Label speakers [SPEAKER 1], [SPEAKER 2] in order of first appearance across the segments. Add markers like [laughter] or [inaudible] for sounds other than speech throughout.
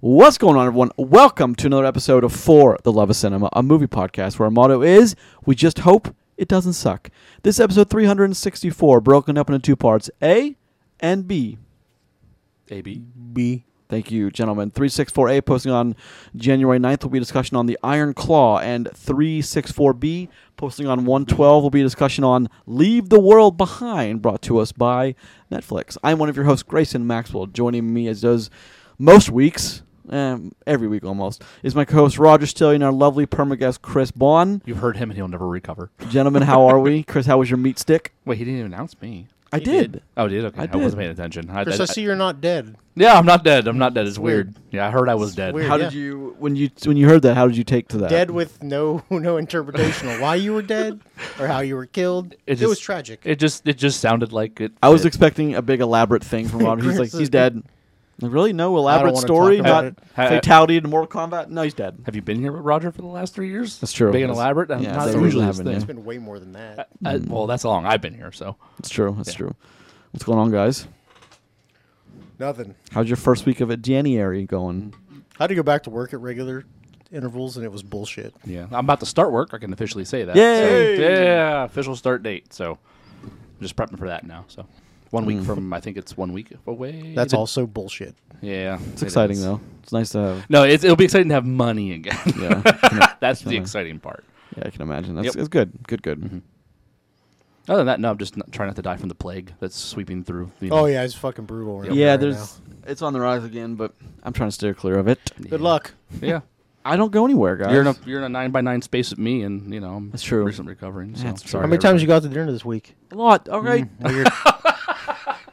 [SPEAKER 1] What's going on, everyone? Welcome to another episode of For the Love of Cinema, a movie podcast where our motto is we just hope it doesn't suck. This is episode 364, broken up into two parts A and B.
[SPEAKER 2] AB.
[SPEAKER 3] B.
[SPEAKER 1] Thank you, gentlemen. 364A posting on January 9th will be a discussion on the Iron Claw, and 364B posting on 112 will be a discussion on Leave the World Behind, brought to us by Netflix. I'm one of your hosts, Grayson Maxwell. Joining me, as does most weeks, um, every week almost, is my co host Roger Stillian, and our lovely perma guest, Chris Bond.
[SPEAKER 2] You've heard him and he'll never recover.
[SPEAKER 1] Gentlemen, how are
[SPEAKER 3] [laughs]
[SPEAKER 1] we? Chris, how was your meat stick?
[SPEAKER 2] Wait, he didn't even announce me.
[SPEAKER 1] I
[SPEAKER 3] He did.
[SPEAKER 1] did.
[SPEAKER 2] Oh, did okay.
[SPEAKER 1] I
[SPEAKER 2] I,
[SPEAKER 1] did.
[SPEAKER 2] wasn't paying attention. I,
[SPEAKER 3] Chris,
[SPEAKER 2] I-
[SPEAKER 3] I see you're not dead.
[SPEAKER 2] yeah, I'm not dead. I'm not dead. It's, weird.
[SPEAKER 3] weird.
[SPEAKER 2] Yeah, I heard I was dead.
[SPEAKER 3] weird.
[SPEAKER 1] How did you when you when you heard that? How did you take to that?
[SPEAKER 3] Dead with no [laughs] no interpretation of why you were dead or how you were killed. It,
[SPEAKER 2] just-
[SPEAKER 3] was tragic.
[SPEAKER 2] It just it just sounded like it.
[SPEAKER 1] I was
[SPEAKER 2] it,
[SPEAKER 1] expecting a big elaborate thing [laughs] from Rob. He's like, he's dead. Like, really? No elaborate
[SPEAKER 3] wanna
[SPEAKER 1] story?
[SPEAKER 3] talk
[SPEAKER 1] Not
[SPEAKER 3] about
[SPEAKER 2] it.
[SPEAKER 1] fatality in Mortal Kombat? No, he's dead.
[SPEAKER 2] have you been here with Roger for the last three years?
[SPEAKER 1] That's true.
[SPEAKER 2] Big and
[SPEAKER 1] That's-
[SPEAKER 2] elaborate. That's
[SPEAKER 1] yeah,
[SPEAKER 2] not
[SPEAKER 1] that's
[SPEAKER 2] usually
[SPEAKER 1] what
[SPEAKER 2] his
[SPEAKER 1] happened,
[SPEAKER 2] thing.
[SPEAKER 3] it's been way more than that.
[SPEAKER 2] I- well, that's how long I've been here. So
[SPEAKER 1] It's true. That's true. What's going on, guys?
[SPEAKER 3] Nothing.
[SPEAKER 1] How's your first week of a January going?
[SPEAKER 3] I had to go back to work at regular intervals, and it was bullshit.
[SPEAKER 2] yeah, I'm about to start work. I can officially say that.
[SPEAKER 1] Yay!
[SPEAKER 2] So, yeah, official start date. So I'm just prepping for that now. So one
[SPEAKER 1] Mm.
[SPEAKER 2] week from I think it's one week away.
[SPEAKER 3] That's
[SPEAKER 2] It-
[SPEAKER 3] also bullshit.
[SPEAKER 2] Yeah,
[SPEAKER 1] It's exciting, though. It's nice to [laughs] have.
[SPEAKER 2] No, it's, it'll be exciting to have money again.
[SPEAKER 1] Yeah, I can-
[SPEAKER 2] that's the exciting part.
[SPEAKER 1] yeah, I can imagine. That's,
[SPEAKER 2] Yep.
[SPEAKER 1] it's good. Good, good.
[SPEAKER 2] Mm-hmm. Other than that, no, I'm just not, trying not to die from the plague that's sweeping through. You know.
[SPEAKER 3] Oh yeah, it's fucking brutal. around
[SPEAKER 1] Yeah,
[SPEAKER 3] here right
[SPEAKER 1] there's. It's on the rise again, but I'm trying to steer clear of it.
[SPEAKER 3] now. Good luck.
[SPEAKER 1] [laughs]
[SPEAKER 2] yeah.
[SPEAKER 1] I don't go anywhere, guys.
[SPEAKER 2] You're in a you're in a nine by nine space with me, and you know I'm
[SPEAKER 1] That's true.
[SPEAKER 2] Recent recovering. So.
[SPEAKER 1] That's true.
[SPEAKER 2] Sorry,
[SPEAKER 3] How many times you go out to dinner this week?
[SPEAKER 1] a lot. All right.
[SPEAKER 2] Mm-hmm.
[SPEAKER 3] Weird.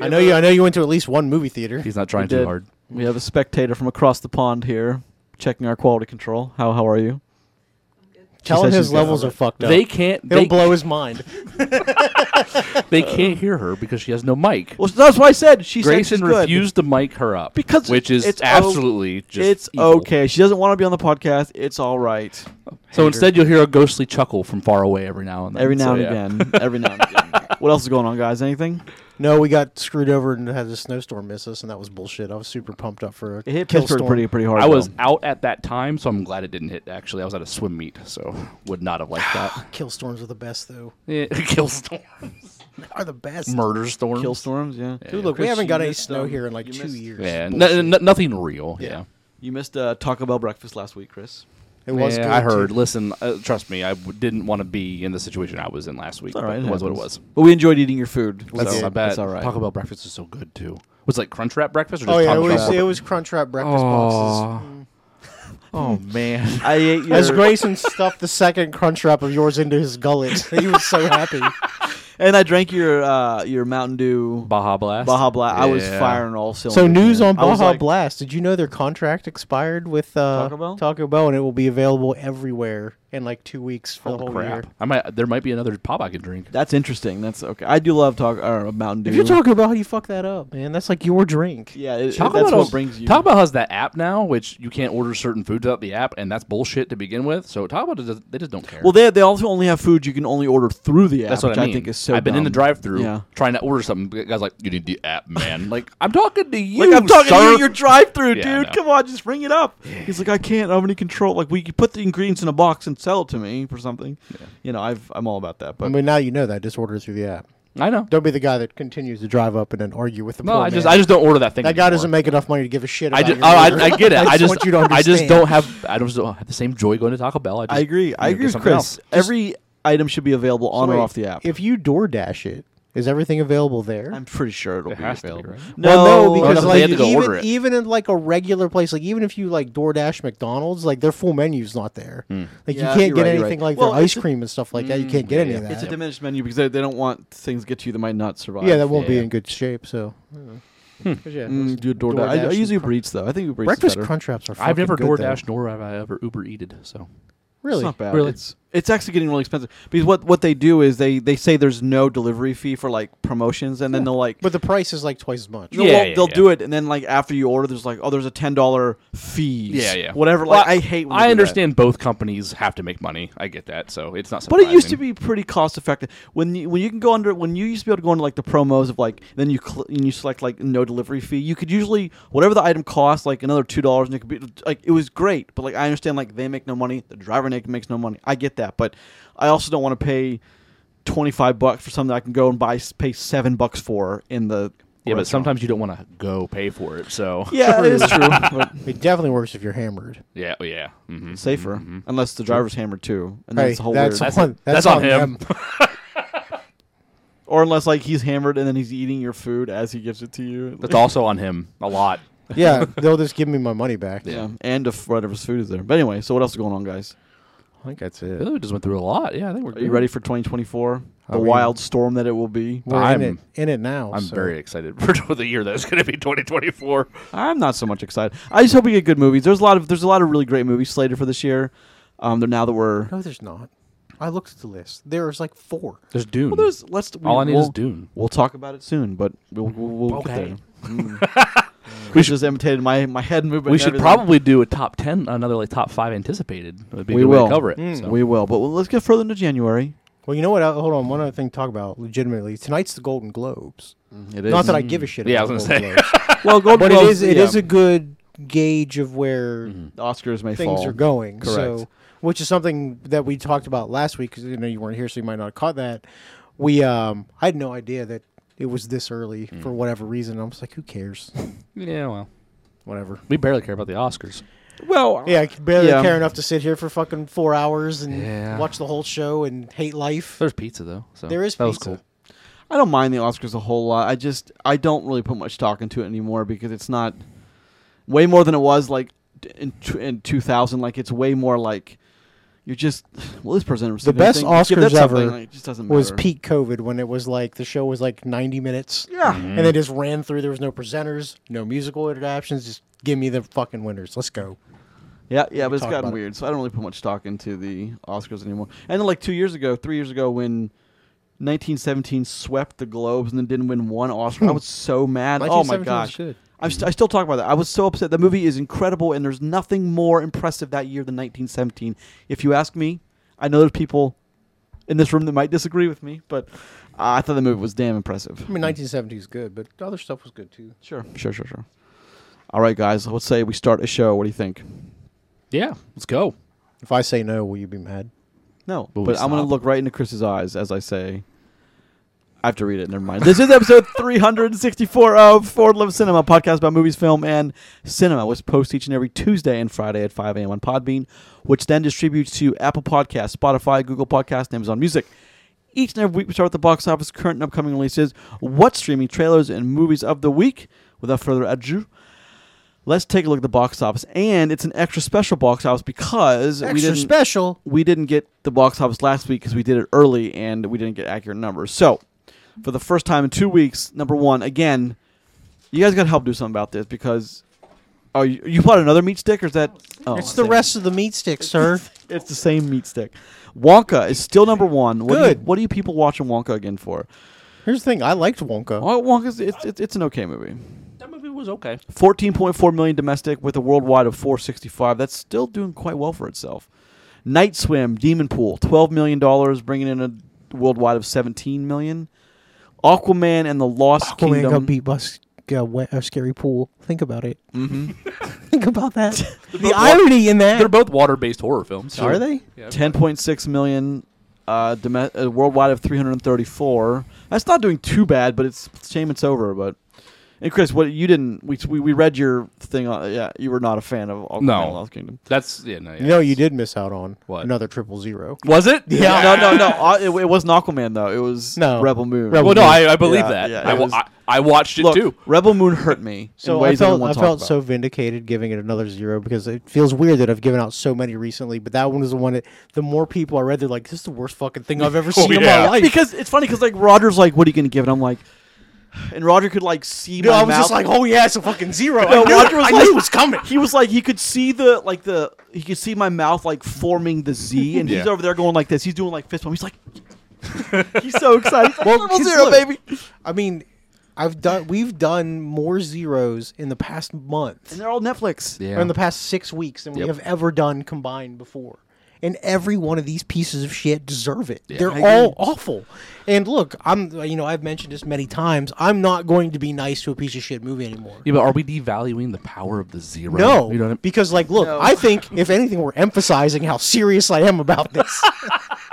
[SPEAKER 3] I know you. I know you went to at least one movie theater.
[SPEAKER 2] He's not trying
[SPEAKER 1] We
[SPEAKER 2] too
[SPEAKER 1] did.
[SPEAKER 2] hard.
[SPEAKER 1] We have a spectator from across the pond here checking our quality control. How how are you?
[SPEAKER 3] Tell him
[SPEAKER 1] says
[SPEAKER 3] his
[SPEAKER 1] she's got
[SPEAKER 3] levels
[SPEAKER 1] it.
[SPEAKER 3] are fucked up.
[SPEAKER 2] They can't.
[SPEAKER 3] It'll
[SPEAKER 2] They,
[SPEAKER 3] blow his mind.
[SPEAKER 2] they can't hear her because she has no mic.
[SPEAKER 1] Well, that's what I said. She said
[SPEAKER 2] Grayson
[SPEAKER 1] she's good.
[SPEAKER 2] refused to mic her up
[SPEAKER 1] Because
[SPEAKER 2] which is
[SPEAKER 1] it's o-
[SPEAKER 2] absolutely just
[SPEAKER 1] It's
[SPEAKER 2] evil.
[SPEAKER 1] okay. She doesn't want to be on the podcast. It's all right.
[SPEAKER 2] So instead, you'll hear a ghostly chuckle from far away every now and then.
[SPEAKER 1] Every now and
[SPEAKER 2] So, yeah.
[SPEAKER 1] again. Every now and again. What else is going on, guys? Anything?
[SPEAKER 3] No, we got screwed over and had a snowstorm miss us, and that was bullshit. I was super pumped up for a
[SPEAKER 1] It hit
[SPEAKER 3] kill
[SPEAKER 1] Pittsburgh
[SPEAKER 3] storm.
[SPEAKER 1] pretty pretty hard.
[SPEAKER 2] I was
[SPEAKER 1] though.
[SPEAKER 2] out at that time, so I'm glad it didn't hit. Actually, I was at a swim meet, so would not have liked
[SPEAKER 1] [sighs]
[SPEAKER 2] that.
[SPEAKER 3] Kill storms are the best, though.
[SPEAKER 2] Yeah, [laughs] Kill storm,
[SPEAKER 3] Are the best.
[SPEAKER 2] murder storm,
[SPEAKER 1] kill storms. Yeah.
[SPEAKER 3] Dude, look, we
[SPEAKER 1] Chris,
[SPEAKER 3] haven't
[SPEAKER 1] you
[SPEAKER 3] got any
[SPEAKER 1] missed,
[SPEAKER 3] snow
[SPEAKER 1] um,
[SPEAKER 3] here in like
[SPEAKER 1] you
[SPEAKER 3] two
[SPEAKER 1] missed-
[SPEAKER 3] years.
[SPEAKER 2] Yeah,
[SPEAKER 3] Bullshit.
[SPEAKER 2] n- n- nothing real. Yeah,
[SPEAKER 3] Yeah.
[SPEAKER 1] You missed uh, Taco Bell breakfast last week, Chris.
[SPEAKER 3] it was.
[SPEAKER 2] Yeah,
[SPEAKER 3] good,
[SPEAKER 2] I heard.
[SPEAKER 3] too.
[SPEAKER 2] Listen, uh, trust me, I w- didn't want to be in the situation I was in last week.
[SPEAKER 1] It's all right.
[SPEAKER 2] but it was what it
[SPEAKER 1] happens.
[SPEAKER 2] was.
[SPEAKER 1] But we enjoyed eating your food.
[SPEAKER 3] That's-
[SPEAKER 1] so
[SPEAKER 2] I
[SPEAKER 3] did.
[SPEAKER 2] bet
[SPEAKER 1] It's all right.
[SPEAKER 2] Taco Bell breakfast is so good too. Was it like Crunchwrap breakfast or just
[SPEAKER 3] Oh yeah, it
[SPEAKER 2] Taco
[SPEAKER 3] was.
[SPEAKER 2] Bell?
[SPEAKER 3] It was Crunchwrap breakfast boxes.
[SPEAKER 2] [laughs] oh man,
[SPEAKER 1] I ate your
[SPEAKER 3] As Grayson stuffed the second Crunchwrap of yours into his gullet, [laughs] he was so happy.
[SPEAKER 1] and I drank your uh, your Mountain Dew
[SPEAKER 2] Baja Blast.
[SPEAKER 1] Baja Blast. I was
[SPEAKER 2] Yeah.
[SPEAKER 1] firing all cylinders.
[SPEAKER 3] So news
[SPEAKER 1] man.
[SPEAKER 3] on
[SPEAKER 1] I was
[SPEAKER 3] Baja
[SPEAKER 1] like,
[SPEAKER 3] Blast. Did you know their contract expired with uh,
[SPEAKER 1] Taco Bell?
[SPEAKER 3] Taco Bell, and it will be available everywhere in like two weeks for the
[SPEAKER 2] Oh,
[SPEAKER 3] whole year.
[SPEAKER 2] crap. I might. There might be another pop I could drink.
[SPEAKER 1] That's interesting. That's okay. I do love talk or Mountain Dew.
[SPEAKER 3] If you're Taco Bell, how do you fuck that up, man? That's like your drink.
[SPEAKER 1] yeah, it,
[SPEAKER 2] Taco
[SPEAKER 1] that's
[SPEAKER 2] Bell
[SPEAKER 1] what
[SPEAKER 2] does-
[SPEAKER 1] brings you.
[SPEAKER 2] Taco Bell has that app now, which you can't order certain foods without the app, and that's bullshit to begin with. So Taco Bell does, they just don't care.
[SPEAKER 1] well, they they also only have food you can only order through the app,
[SPEAKER 2] that's what
[SPEAKER 1] which
[SPEAKER 2] I mean.
[SPEAKER 1] think is so.
[SPEAKER 2] I've been in the
[SPEAKER 1] dumb.
[SPEAKER 2] drive-through
[SPEAKER 1] Yeah.
[SPEAKER 2] trying to order something. The guy's like, "You need the
[SPEAKER 1] [laughs]
[SPEAKER 2] app, man." like I'm talking to you.
[SPEAKER 1] Like I'm talking to
[SPEAKER 2] sir.
[SPEAKER 1] you in your drive-through,
[SPEAKER 2] Yeah, I
[SPEAKER 1] dude.
[SPEAKER 2] know.
[SPEAKER 1] Come on, just ring it up. He's like, I can't. I don't have any control. Like we you put the ingredients in a box and sell it to me for something. You know, I've I'm all about that.
[SPEAKER 3] I
[SPEAKER 1] But
[SPEAKER 3] mean, now you know that. Just order it through the app.
[SPEAKER 2] I know.
[SPEAKER 3] Don't be the guy that continues to drive up and then argue with the
[SPEAKER 2] No,
[SPEAKER 3] poor
[SPEAKER 2] I just
[SPEAKER 3] man.
[SPEAKER 2] I just don't order that thing.
[SPEAKER 3] that guy
[SPEAKER 2] anymore.
[SPEAKER 3] doesn't make enough money to give a shit. About
[SPEAKER 2] I just,
[SPEAKER 3] your
[SPEAKER 2] oh, I,
[SPEAKER 3] order.
[SPEAKER 2] I get it. I just,
[SPEAKER 3] want you to
[SPEAKER 2] I just
[SPEAKER 3] understand.
[SPEAKER 2] don't have, I just don't have the same joy going to Taco Bell. I, just,
[SPEAKER 1] I agree. I agree
[SPEAKER 2] you know, get
[SPEAKER 1] with
[SPEAKER 2] something
[SPEAKER 1] Chris.
[SPEAKER 2] else.
[SPEAKER 1] Every item should be available on
[SPEAKER 3] Wait,
[SPEAKER 1] or off the app.
[SPEAKER 3] If you DoorDash it, is everything available there?
[SPEAKER 1] I'm pretty sure it'll
[SPEAKER 2] It
[SPEAKER 1] be
[SPEAKER 2] has to be,
[SPEAKER 1] available.
[SPEAKER 2] right?
[SPEAKER 1] No,
[SPEAKER 3] well, no,
[SPEAKER 2] no,
[SPEAKER 3] because
[SPEAKER 2] 'cause they
[SPEAKER 3] like
[SPEAKER 2] had to go
[SPEAKER 3] even,
[SPEAKER 2] order it.
[SPEAKER 3] even in like a regular place, like even if you like DoorDash McDonald's, like their full menu's not there.
[SPEAKER 2] Hmm.
[SPEAKER 1] Yeah,
[SPEAKER 3] Like you can't
[SPEAKER 1] you're
[SPEAKER 3] get
[SPEAKER 1] right, you're
[SPEAKER 3] anything
[SPEAKER 1] right.
[SPEAKER 3] like
[SPEAKER 1] Well,
[SPEAKER 3] their ice
[SPEAKER 1] it's a-
[SPEAKER 3] cream and stuff like that. You can't get any of
[SPEAKER 1] it's a
[SPEAKER 3] that.
[SPEAKER 1] diminished menu because they, they don't want things to get to you that might not survive.
[SPEAKER 3] Yeah, that won't be
[SPEAKER 2] Yeah.
[SPEAKER 3] in good shape. So,
[SPEAKER 2] Hmm.
[SPEAKER 3] But yeah,
[SPEAKER 1] Mm,
[SPEAKER 3] listen,
[SPEAKER 1] do DoorDash. I, I
[SPEAKER 3] and
[SPEAKER 1] use Uber
[SPEAKER 3] Crunch-
[SPEAKER 1] Eats though. I think Uber Eats
[SPEAKER 3] breakfast
[SPEAKER 1] is better.
[SPEAKER 3] crunch wraps are.
[SPEAKER 2] I've
[SPEAKER 3] fucking
[SPEAKER 2] never
[SPEAKER 3] good, though.
[SPEAKER 2] DoorDashed nor have I ever Uber eated. So
[SPEAKER 3] Really?
[SPEAKER 1] It's not bad.
[SPEAKER 2] Really?
[SPEAKER 1] It's It's actually getting really expensive because what, what they do is they, they say there's no delivery fee for like promotions, and then they'll like
[SPEAKER 3] But the price is like twice as much.
[SPEAKER 1] No,
[SPEAKER 2] Yeah,
[SPEAKER 1] well,
[SPEAKER 2] yeah,
[SPEAKER 1] they'll
[SPEAKER 2] yeah.
[SPEAKER 1] do it, and then like after you order, there's like, oh, there's a ten dollar fee.
[SPEAKER 2] Yeah, yeah.
[SPEAKER 1] whatever.
[SPEAKER 2] Well,
[SPEAKER 1] Like I hate. When they do
[SPEAKER 2] I
[SPEAKER 1] that.
[SPEAKER 2] understand both companies have to make money. I get that, so it's not.
[SPEAKER 1] but
[SPEAKER 2] Surprising.
[SPEAKER 1] it used to be pretty cost effective when you, when you can go under when you used to be able to go into like the promos of like then you cl- and you select like no delivery fee. You could usually whatever the item cost like another two dollars, and it could be like it was great. But like I understand like they make no money, the driver make- makes no money. I get that, but I also don't want to pay twenty five bucks for something I can go and buy pay seven bucks for in the
[SPEAKER 2] Yeah, but
[SPEAKER 1] restaurant.
[SPEAKER 2] sometimes you don't want to go pay for it. So
[SPEAKER 1] [laughs] yeah, it is
[SPEAKER 2] [laughs]
[SPEAKER 1] true. but-
[SPEAKER 3] It definitely works if you're hammered.
[SPEAKER 2] yeah, yeah. hmm
[SPEAKER 1] safer unless the driver's hammered too and
[SPEAKER 3] Hey,
[SPEAKER 1] that's a whole
[SPEAKER 3] that's,
[SPEAKER 1] weird
[SPEAKER 3] on,
[SPEAKER 2] that's on him. [laughs]
[SPEAKER 3] them.
[SPEAKER 1] or unless like he's hammered and then he's eating your food as he gives it to you
[SPEAKER 2] That's also on him a lot.
[SPEAKER 3] yeah, they'll just give me my money back.
[SPEAKER 1] yeah and if whatever's food is there but anyway so what else is going on guys
[SPEAKER 3] I think that's it.
[SPEAKER 2] Oh, we just went through a lot. Yeah, I think we're.
[SPEAKER 1] are you ready for 2024 the
[SPEAKER 3] Are we-
[SPEAKER 1] wild storm that it will be
[SPEAKER 3] We're
[SPEAKER 2] I'm-
[SPEAKER 3] in it, in it now.
[SPEAKER 2] I'm
[SPEAKER 3] so.
[SPEAKER 2] very excited [laughs] for the year that's going to be 2024.
[SPEAKER 1] i'm not so much excited i just hope we get good movies there's a lot of there's a lot of really great movies slated for this year um they're now that we're
[SPEAKER 3] No, there's not. I looked at the list. There's like four.
[SPEAKER 2] There's Dune.
[SPEAKER 1] well, there's let's
[SPEAKER 2] All I need is
[SPEAKER 1] we'll-
[SPEAKER 2] Dune.
[SPEAKER 1] We'll talk about it soon, but we'll, we'll, we'll get
[SPEAKER 2] Okay.
[SPEAKER 1] there.
[SPEAKER 2] [laughs]
[SPEAKER 1] Mm. we just imitated my, my head movement.
[SPEAKER 2] We
[SPEAKER 1] and
[SPEAKER 2] should
[SPEAKER 1] everything.
[SPEAKER 2] probably do a top ten, another like top five anticipated. Would be a
[SPEAKER 1] We
[SPEAKER 2] good way to
[SPEAKER 1] will.
[SPEAKER 2] cover it.
[SPEAKER 3] Mm.
[SPEAKER 2] so.
[SPEAKER 1] We will, but let's get further into January.
[SPEAKER 3] Well, you know what? Uh, Hold on. One other thing to talk about legitimately. Tonight's the Golden Globes.
[SPEAKER 2] Mm-hmm.
[SPEAKER 1] It
[SPEAKER 3] Not that I give a shit.
[SPEAKER 2] Yeah, I
[SPEAKER 3] about
[SPEAKER 2] was
[SPEAKER 3] the
[SPEAKER 2] gonna
[SPEAKER 3] Golden Globes,
[SPEAKER 1] well, Gold
[SPEAKER 2] [laughs]
[SPEAKER 3] but it
[SPEAKER 1] Globes,
[SPEAKER 3] is it is
[SPEAKER 1] yeah,
[SPEAKER 3] a good gauge of where
[SPEAKER 2] Mm-hmm.
[SPEAKER 1] the Oscars may
[SPEAKER 3] things
[SPEAKER 1] fall.
[SPEAKER 3] are going.
[SPEAKER 1] Correct.
[SPEAKER 3] So, which is something that we talked about last week because you know you weren't here, so you might not have caught that. We um, I had no idea that it was this early
[SPEAKER 1] Mm.
[SPEAKER 3] for whatever reason. I was like, who
[SPEAKER 1] [laughs]
[SPEAKER 3] cares?
[SPEAKER 2] Yeah, well,
[SPEAKER 3] whatever.
[SPEAKER 2] we barely care about the Oscars.
[SPEAKER 1] Well,
[SPEAKER 3] Yeah, I c- barely
[SPEAKER 1] Yeah.
[SPEAKER 3] care enough to sit here for fucking four hours and
[SPEAKER 2] Yeah.
[SPEAKER 3] watch the whole show and hate life.
[SPEAKER 2] There's pizza though. So
[SPEAKER 3] There is
[SPEAKER 2] that
[SPEAKER 3] pizza.
[SPEAKER 2] Was cool.
[SPEAKER 1] I don't mind the Oscars a whole lot. I just I don't really put much stock into it anymore because it's not way more than it was like t- in t- in 2000. Like it's way more like you're just well, this person received
[SPEAKER 3] best
[SPEAKER 1] anything. Just give
[SPEAKER 3] Oscars
[SPEAKER 1] that something,
[SPEAKER 3] ever
[SPEAKER 1] like, it just doesn't
[SPEAKER 3] was
[SPEAKER 1] matter.
[SPEAKER 3] peak COVID when it was like the show was like 90 minutes
[SPEAKER 1] Yeah, Mm.
[SPEAKER 3] and they just ran through. There was no presenters, no musical adaptations. Just give me the fucking winners. Let's go.
[SPEAKER 1] Yeah, yeah, but it's
[SPEAKER 3] talk
[SPEAKER 1] gotten
[SPEAKER 3] about it.
[SPEAKER 1] weird. So I don't really put much stock into the Oscars anymore. And then like two years ago, three years ago, when 1917 swept the Globes and then didn't win one Oscar, I
[SPEAKER 3] [laughs]
[SPEAKER 1] was so mad. Oh my
[SPEAKER 3] 1917 was
[SPEAKER 1] gosh!
[SPEAKER 3] good.
[SPEAKER 1] I'm st- I still talk about that. I was so upset. The movie is incredible, and there's nothing more impressive that year than 1917. If you ask me, I know there's people in this room that might disagree with me, but uh, I thought the movie was damn impressive.
[SPEAKER 3] I mean, 1970 is good, but other stuff was good too.
[SPEAKER 1] Sure, sure, sure, sure. All right, guys, let's say we start a show. What do you think?
[SPEAKER 2] Yeah, let's go.
[SPEAKER 3] If I say no, will you be mad?
[SPEAKER 1] No,
[SPEAKER 2] Will we
[SPEAKER 1] but I'm going to
[SPEAKER 2] stop?
[SPEAKER 1] look right into Chris's eyes as I say. I have to read it. Never mind. This is
[SPEAKER 2] [laughs]
[SPEAKER 1] episode 364 of Ford Love Cinema, a podcast about movies, film, and cinema, which posts each and every Tuesday and Friday at 5 a.m. on Podbean, which then distributes to Apple Podcasts, Spotify, Google Podcasts, and Amazon Music. Each and every week, we start with the box office, current and upcoming releases, what streaming trailers and movies of the week. Without further ado, let's take a look at the box office. And it's an extra special box office because we
[SPEAKER 3] Extra
[SPEAKER 1] didn't
[SPEAKER 3] special.
[SPEAKER 1] we didn't get the box office last week because we did it early and we didn't get accurate numbers. So, for the first time in two weeks, number one, again, you guys got to help do something about this because. Oh, you, you bought another meat stick, or is that? Oh,
[SPEAKER 3] it's the
[SPEAKER 1] same.
[SPEAKER 3] rest of the meat
[SPEAKER 1] [laughs]
[SPEAKER 3] stick, sir.
[SPEAKER 1] It's the same meat stick. Wonka is still number one. What Do you,
[SPEAKER 3] Good.
[SPEAKER 1] what do you people watching Wonka again for?
[SPEAKER 3] Here's the thing. I liked Wonka.
[SPEAKER 1] Oh, Wonka's it's it's, it's an okay movie.
[SPEAKER 2] That movie was okay.
[SPEAKER 1] 14.4 million domestic with a worldwide of 465. That's still doing quite well for itself. Night Swim, Demon Pool, 12 million dollars, bringing in a worldwide of 17 million. Aquaman and the Lost
[SPEAKER 3] Aquaman
[SPEAKER 1] Kingdom.
[SPEAKER 3] got beat by s- got wet, a scary pool. Think about it.
[SPEAKER 1] Mm-hmm.
[SPEAKER 3] [laughs] Think
[SPEAKER 1] [laughs]
[SPEAKER 3] about that. the
[SPEAKER 2] both-
[SPEAKER 3] irony in that.
[SPEAKER 2] They're both water-based horror films.
[SPEAKER 3] Are they?
[SPEAKER 2] Yeah.
[SPEAKER 1] 10.6 million uh, dome- uh, worldwide of 334. That's not doing too bad, but it's shame it's over. But and Chris, what you didn't we we, we read your thing. On, yeah, you were not a fan of Aquaman
[SPEAKER 2] No.
[SPEAKER 1] and the Lost Kingdom.
[SPEAKER 2] That's yeah. No, yeah.
[SPEAKER 3] You know, you did miss out on
[SPEAKER 2] What?
[SPEAKER 3] another triple zero.
[SPEAKER 2] [laughs] Was it?
[SPEAKER 1] No, no, [laughs] no. Uh, it, it wasn't Aquaman though. It was
[SPEAKER 3] No.
[SPEAKER 1] Rebel Moon.
[SPEAKER 2] [laughs]
[SPEAKER 3] Rebel
[SPEAKER 2] Well, no, I, I believe
[SPEAKER 1] Yeah,
[SPEAKER 2] that.
[SPEAKER 1] yeah,
[SPEAKER 2] I,
[SPEAKER 1] it
[SPEAKER 2] wa-
[SPEAKER 1] was-
[SPEAKER 2] I, I watched it
[SPEAKER 1] Look,
[SPEAKER 2] too.
[SPEAKER 1] Rebel Moon hurt
[SPEAKER 3] [laughs]
[SPEAKER 1] me in
[SPEAKER 3] So I
[SPEAKER 1] ways I,
[SPEAKER 3] felt
[SPEAKER 1] didn't
[SPEAKER 3] I
[SPEAKER 1] want to
[SPEAKER 3] felt
[SPEAKER 1] talk
[SPEAKER 3] so
[SPEAKER 1] about.
[SPEAKER 3] vindicated giving it another zero because it feels weird that I've given out so many recently, but that one was the one that the more people I read,
[SPEAKER 1] [laughs]
[SPEAKER 3] they're
[SPEAKER 1] Oh,
[SPEAKER 3] like, "This is the worst fucking thing I've ever seen in
[SPEAKER 2] yeah.
[SPEAKER 3] my life."
[SPEAKER 1] because it's funny because like [sighs] Roger's like, "What are you going to give?" And I'm like, and Roger could like see
[SPEAKER 3] No,
[SPEAKER 1] my
[SPEAKER 3] I was
[SPEAKER 1] mouth.
[SPEAKER 3] just like, oh yeah, it's a fucking zero.
[SPEAKER 1] No,
[SPEAKER 3] I knew,
[SPEAKER 1] Roger
[SPEAKER 3] it.
[SPEAKER 1] was
[SPEAKER 3] I
[SPEAKER 1] like-
[SPEAKER 3] knew it was
[SPEAKER 1] [laughs]
[SPEAKER 3] coming.
[SPEAKER 1] he was like he could see the like the he could see my mouth like forming the
[SPEAKER 3] [laughs]
[SPEAKER 1] Z, and he's
[SPEAKER 2] Yeah.
[SPEAKER 1] over there going like this. He's doing like fist bump. He's like,
[SPEAKER 3] [laughs]
[SPEAKER 1] he's so excited. He's like,
[SPEAKER 3] Well,
[SPEAKER 1] "Triple
[SPEAKER 3] 'cause
[SPEAKER 1] zero,
[SPEAKER 3] look,
[SPEAKER 1] baby.
[SPEAKER 3] I mean, I've done. We've done more zeros in the past month
[SPEAKER 1] And they're all Netflix.
[SPEAKER 2] Yeah.
[SPEAKER 3] or in the past six weeks than we
[SPEAKER 2] Yep.
[SPEAKER 3] have ever done combined before. And every one of these pieces of shit deserve it. They're
[SPEAKER 1] I
[SPEAKER 3] all awful. And look, I'm you know I've mentioned this many times. I'm not going to be nice to a piece of shit movie anymore.
[SPEAKER 2] Yeah, but are we devaluing the power of the zero?
[SPEAKER 3] No,
[SPEAKER 2] You know what I mean?
[SPEAKER 3] because like, look,
[SPEAKER 1] No.
[SPEAKER 3] I think if anything, we're emphasizing how serious I am about this.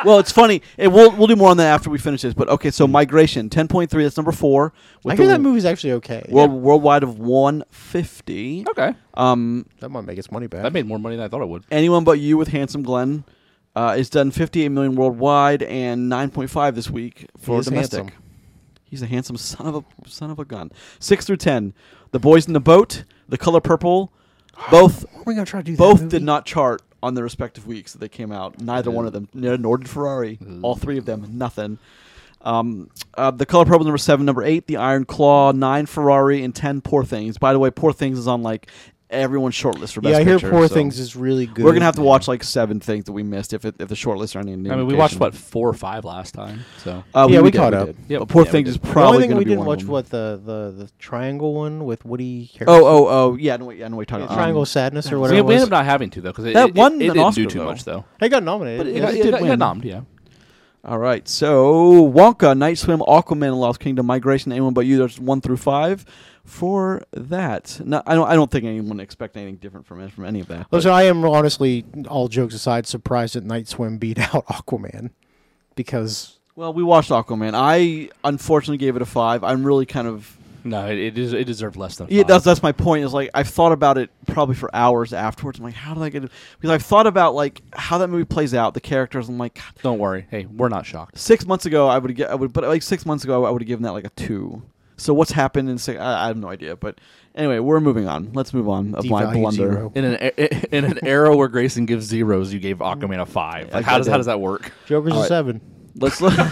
[SPEAKER 1] Well, it's funny. And we'll we'll do more on that after we finish this. But okay, so migration ten point three. That's number four. With
[SPEAKER 3] I hear
[SPEAKER 1] the
[SPEAKER 3] that movie's actually okay.
[SPEAKER 1] World, Worldwide of one fifty.
[SPEAKER 3] Oh.
[SPEAKER 2] Okay.
[SPEAKER 1] Um,
[SPEAKER 3] that might make its money back.
[SPEAKER 2] That made more money than I thought it would.
[SPEAKER 1] anyone but you with Handsome Glenn. Uh, is done 58 million worldwide and 9.5 this week for
[SPEAKER 3] is
[SPEAKER 1] domestic.
[SPEAKER 3] handsome.
[SPEAKER 1] He's a handsome son of a son of a gun. Six through ten, the boys in the boat, the color purple, both
[SPEAKER 3] Are we gonna try to do that
[SPEAKER 1] both
[SPEAKER 3] movie?
[SPEAKER 1] did not chart on their respective weeks that they came out. Neither one of them, nor nor did Ferrari. All three of them, nothing. Um, uh, the color purple number seven, number eight, the Iron Claw, nine Ferrari, and ten Poor Things. By the way, Poor Things is on like everyone's shortlist for best
[SPEAKER 3] Yeah, I hear
[SPEAKER 1] picture,
[SPEAKER 3] Poor
[SPEAKER 1] so
[SPEAKER 3] Things is really good.
[SPEAKER 1] We're gonna have to watch like seven things that we missed if it, if the shortlist are any.
[SPEAKER 2] I mean, we watched what four or five last time. So
[SPEAKER 1] Uh,
[SPEAKER 3] Yeah, we
[SPEAKER 1] did,
[SPEAKER 3] caught up.
[SPEAKER 1] did.
[SPEAKER 2] Yep.
[SPEAKER 1] But Poor
[SPEAKER 2] Yeah, we
[SPEAKER 1] Things
[SPEAKER 2] did.
[SPEAKER 1] is
[SPEAKER 2] The
[SPEAKER 3] The
[SPEAKER 1] probably
[SPEAKER 3] only thing
[SPEAKER 1] gonna
[SPEAKER 3] we
[SPEAKER 1] be
[SPEAKER 3] didn't
[SPEAKER 1] one of
[SPEAKER 3] watch
[SPEAKER 1] them.
[SPEAKER 3] what the the the triangle one with Woody. Harrelson.
[SPEAKER 1] Oh, oh, oh, yeah. No, wait, I know what you're talking
[SPEAKER 3] Yeah,
[SPEAKER 1] about.
[SPEAKER 3] Triangle
[SPEAKER 1] Um,
[SPEAKER 3] of Sadness or
[SPEAKER 2] we,
[SPEAKER 3] whatever.
[SPEAKER 2] we
[SPEAKER 3] it
[SPEAKER 2] ended
[SPEAKER 3] was.
[SPEAKER 2] up not having to though because it,
[SPEAKER 1] That
[SPEAKER 2] it,
[SPEAKER 1] won
[SPEAKER 2] it,
[SPEAKER 1] an
[SPEAKER 2] didn't
[SPEAKER 1] Oscar,
[SPEAKER 2] do too
[SPEAKER 1] though.
[SPEAKER 2] much though.
[SPEAKER 3] It got nominated.
[SPEAKER 1] But it
[SPEAKER 3] yeah.
[SPEAKER 1] got-
[SPEAKER 2] it, got, it
[SPEAKER 1] win.
[SPEAKER 2] got nommed, yeah.
[SPEAKER 1] All right, so Wonka, Night Swim, Aquaman, Lost Kingdom, Migration, anyone but you. There's one through five for that. No, I don't. I don't think anyone expect anything different from from any of that. but-
[SPEAKER 3] Listen, I am honestly, all jokes aside, surprised that Night Swim beat [laughs] out Aquaman because
[SPEAKER 1] well, we watched Aquaman. I unfortunately gave it a five. I'm really kind of
[SPEAKER 2] No, it it, is, it deserved less than.
[SPEAKER 1] Yeah,
[SPEAKER 2] five.
[SPEAKER 1] that's that's my point. Is like I've thought about it probably for hours afterwards. I'm like, how did I get it? Because I've thought about like how that movie plays out, the characters. I'm like, God.
[SPEAKER 2] Don't worry. Hey, we're not shocked.
[SPEAKER 1] six months ago I would get, I would, but like six months ago I would have given that like a two. So what's happened in six? I, I have no idea. But anyway, we're moving on. Let's move on. A blind
[SPEAKER 3] Devalue
[SPEAKER 1] blunder.
[SPEAKER 3] zero.
[SPEAKER 2] In an e- [laughs] in an era where Grayson gives zeros, you gave Aquaman a five. Like,
[SPEAKER 1] Like I
[SPEAKER 2] how does
[SPEAKER 1] did.
[SPEAKER 2] how does that work?
[SPEAKER 3] Joker's
[SPEAKER 1] All
[SPEAKER 3] a
[SPEAKER 1] right.
[SPEAKER 3] seven.
[SPEAKER 1] Let's look. [laughs] you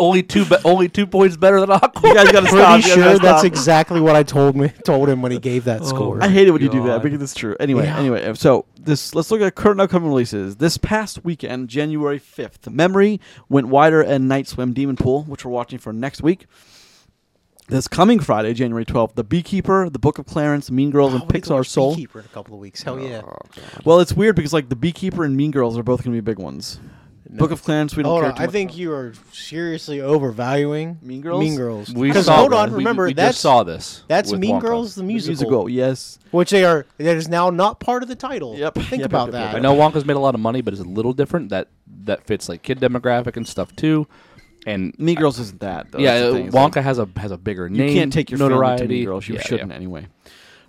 [SPEAKER 2] Only two be- only two points better than Aquaman.
[SPEAKER 1] guys got to stop.
[SPEAKER 3] Pretty
[SPEAKER 1] you guys
[SPEAKER 3] sure
[SPEAKER 1] gotta
[SPEAKER 3] that's
[SPEAKER 1] stop. Oh,
[SPEAKER 3] exactly what I told me [laughs] told him when he gave that score.
[SPEAKER 1] I hate it when you do that
[SPEAKER 2] God.
[SPEAKER 1] because it's true. Anyway,
[SPEAKER 3] Yeah.
[SPEAKER 1] anyway, so this let's look at current upcoming releases. This past weekend, January fifth, Memory went wider and Night Swim Demon Pool, which we're watching for next week. This coming Friday, January twelfth, The Beekeeper, The Book of Clarence, Mean Girls,
[SPEAKER 3] Oh,
[SPEAKER 1] and
[SPEAKER 3] we get to
[SPEAKER 1] Pixar
[SPEAKER 3] watch
[SPEAKER 1] Soul. Oh,
[SPEAKER 3] Beekeeper in a couple of weeks. Hell yeah.
[SPEAKER 1] Well, it's weird because like The Beekeeper and Mean Girls are both going to be big ones. Book of Clarence, we don't
[SPEAKER 3] Hold
[SPEAKER 1] care
[SPEAKER 3] on,
[SPEAKER 1] too
[SPEAKER 3] I
[SPEAKER 1] much
[SPEAKER 3] think
[SPEAKER 1] about.
[SPEAKER 3] you are seriously overvaluing
[SPEAKER 1] Mean Girls?
[SPEAKER 3] Mean Girls.
[SPEAKER 2] [laughs] We
[SPEAKER 3] 'Cause
[SPEAKER 2] saw
[SPEAKER 3] hold
[SPEAKER 2] this.
[SPEAKER 3] on,
[SPEAKER 2] We-
[SPEAKER 3] remember
[SPEAKER 2] we, just
[SPEAKER 3] that's
[SPEAKER 2] saw this.
[SPEAKER 3] that's
[SPEAKER 2] with
[SPEAKER 3] Mean
[SPEAKER 2] Wonka.
[SPEAKER 3] Girls the
[SPEAKER 1] The
[SPEAKER 3] musical,
[SPEAKER 1] musical. Yes,
[SPEAKER 3] which they are that is now not part of the title.
[SPEAKER 1] Yep.
[SPEAKER 3] Think
[SPEAKER 1] Yep, yep,
[SPEAKER 3] about
[SPEAKER 1] yep,
[SPEAKER 3] that.
[SPEAKER 1] yep,
[SPEAKER 2] I know Wonka's made a lot of money, but it's a little different. That that fits like kid demographic and stuff too. And
[SPEAKER 1] Mean Girls isn't that. Though.
[SPEAKER 2] yeah, uh,
[SPEAKER 1] That's the thing.
[SPEAKER 2] Wonka
[SPEAKER 1] It's like-
[SPEAKER 2] has a has a bigger
[SPEAKER 1] you
[SPEAKER 2] name.
[SPEAKER 1] can't take your family to
[SPEAKER 2] notoriety.
[SPEAKER 1] Mean Girls. You
[SPEAKER 2] Yeah,
[SPEAKER 1] shouldn't
[SPEAKER 2] yeah.
[SPEAKER 1] anyway.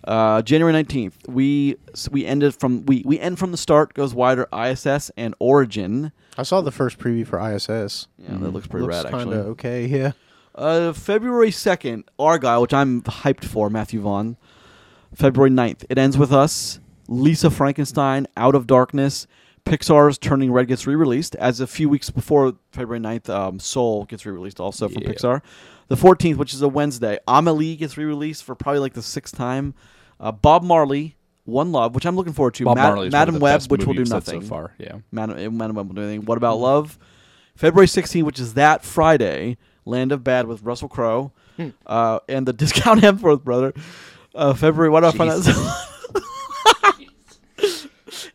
[SPEAKER 1] Uh, January nineteenth, we s- we ended from we we end from the start goes wider. ISS and Origin.
[SPEAKER 3] I saw the first preview for ISS.
[SPEAKER 1] Yeah, that looks pretty rad
[SPEAKER 3] Looks kind
[SPEAKER 1] actually.
[SPEAKER 3] of okay. Yeah.
[SPEAKER 1] Uh, February second, Argyle, which I'm hyped for. Matthew Vaughn. February 9th, it ends with us. Lisa Frankenstein, Out of Darkness. Pixar's Turning Red gets re-released as a few weeks before February 9th. Um, Soul gets re-released also from
[SPEAKER 2] Yeah.
[SPEAKER 1] Pixar. The 14th, which is a Wednesday, Amelie gets re-released for probably like the sixth time. Uh, Bob Marley, One Love, which I'm looking forward to.
[SPEAKER 2] Bob
[SPEAKER 1] Ma-
[SPEAKER 2] Marley's one of
[SPEAKER 1] Madam
[SPEAKER 2] the
[SPEAKER 1] Web,
[SPEAKER 2] best
[SPEAKER 1] which will
[SPEAKER 2] movie
[SPEAKER 1] do
[SPEAKER 2] we've said
[SPEAKER 1] nothing.
[SPEAKER 2] so far. Yeah.
[SPEAKER 1] Madam, eh, Madam Web will do anything. What about Love? February 16th, which is that Friday, Land of Bad with Russell Crowe uh, and the [laughs] Discount Hemsworth brother. Uh, February, what do I find out? [laughs]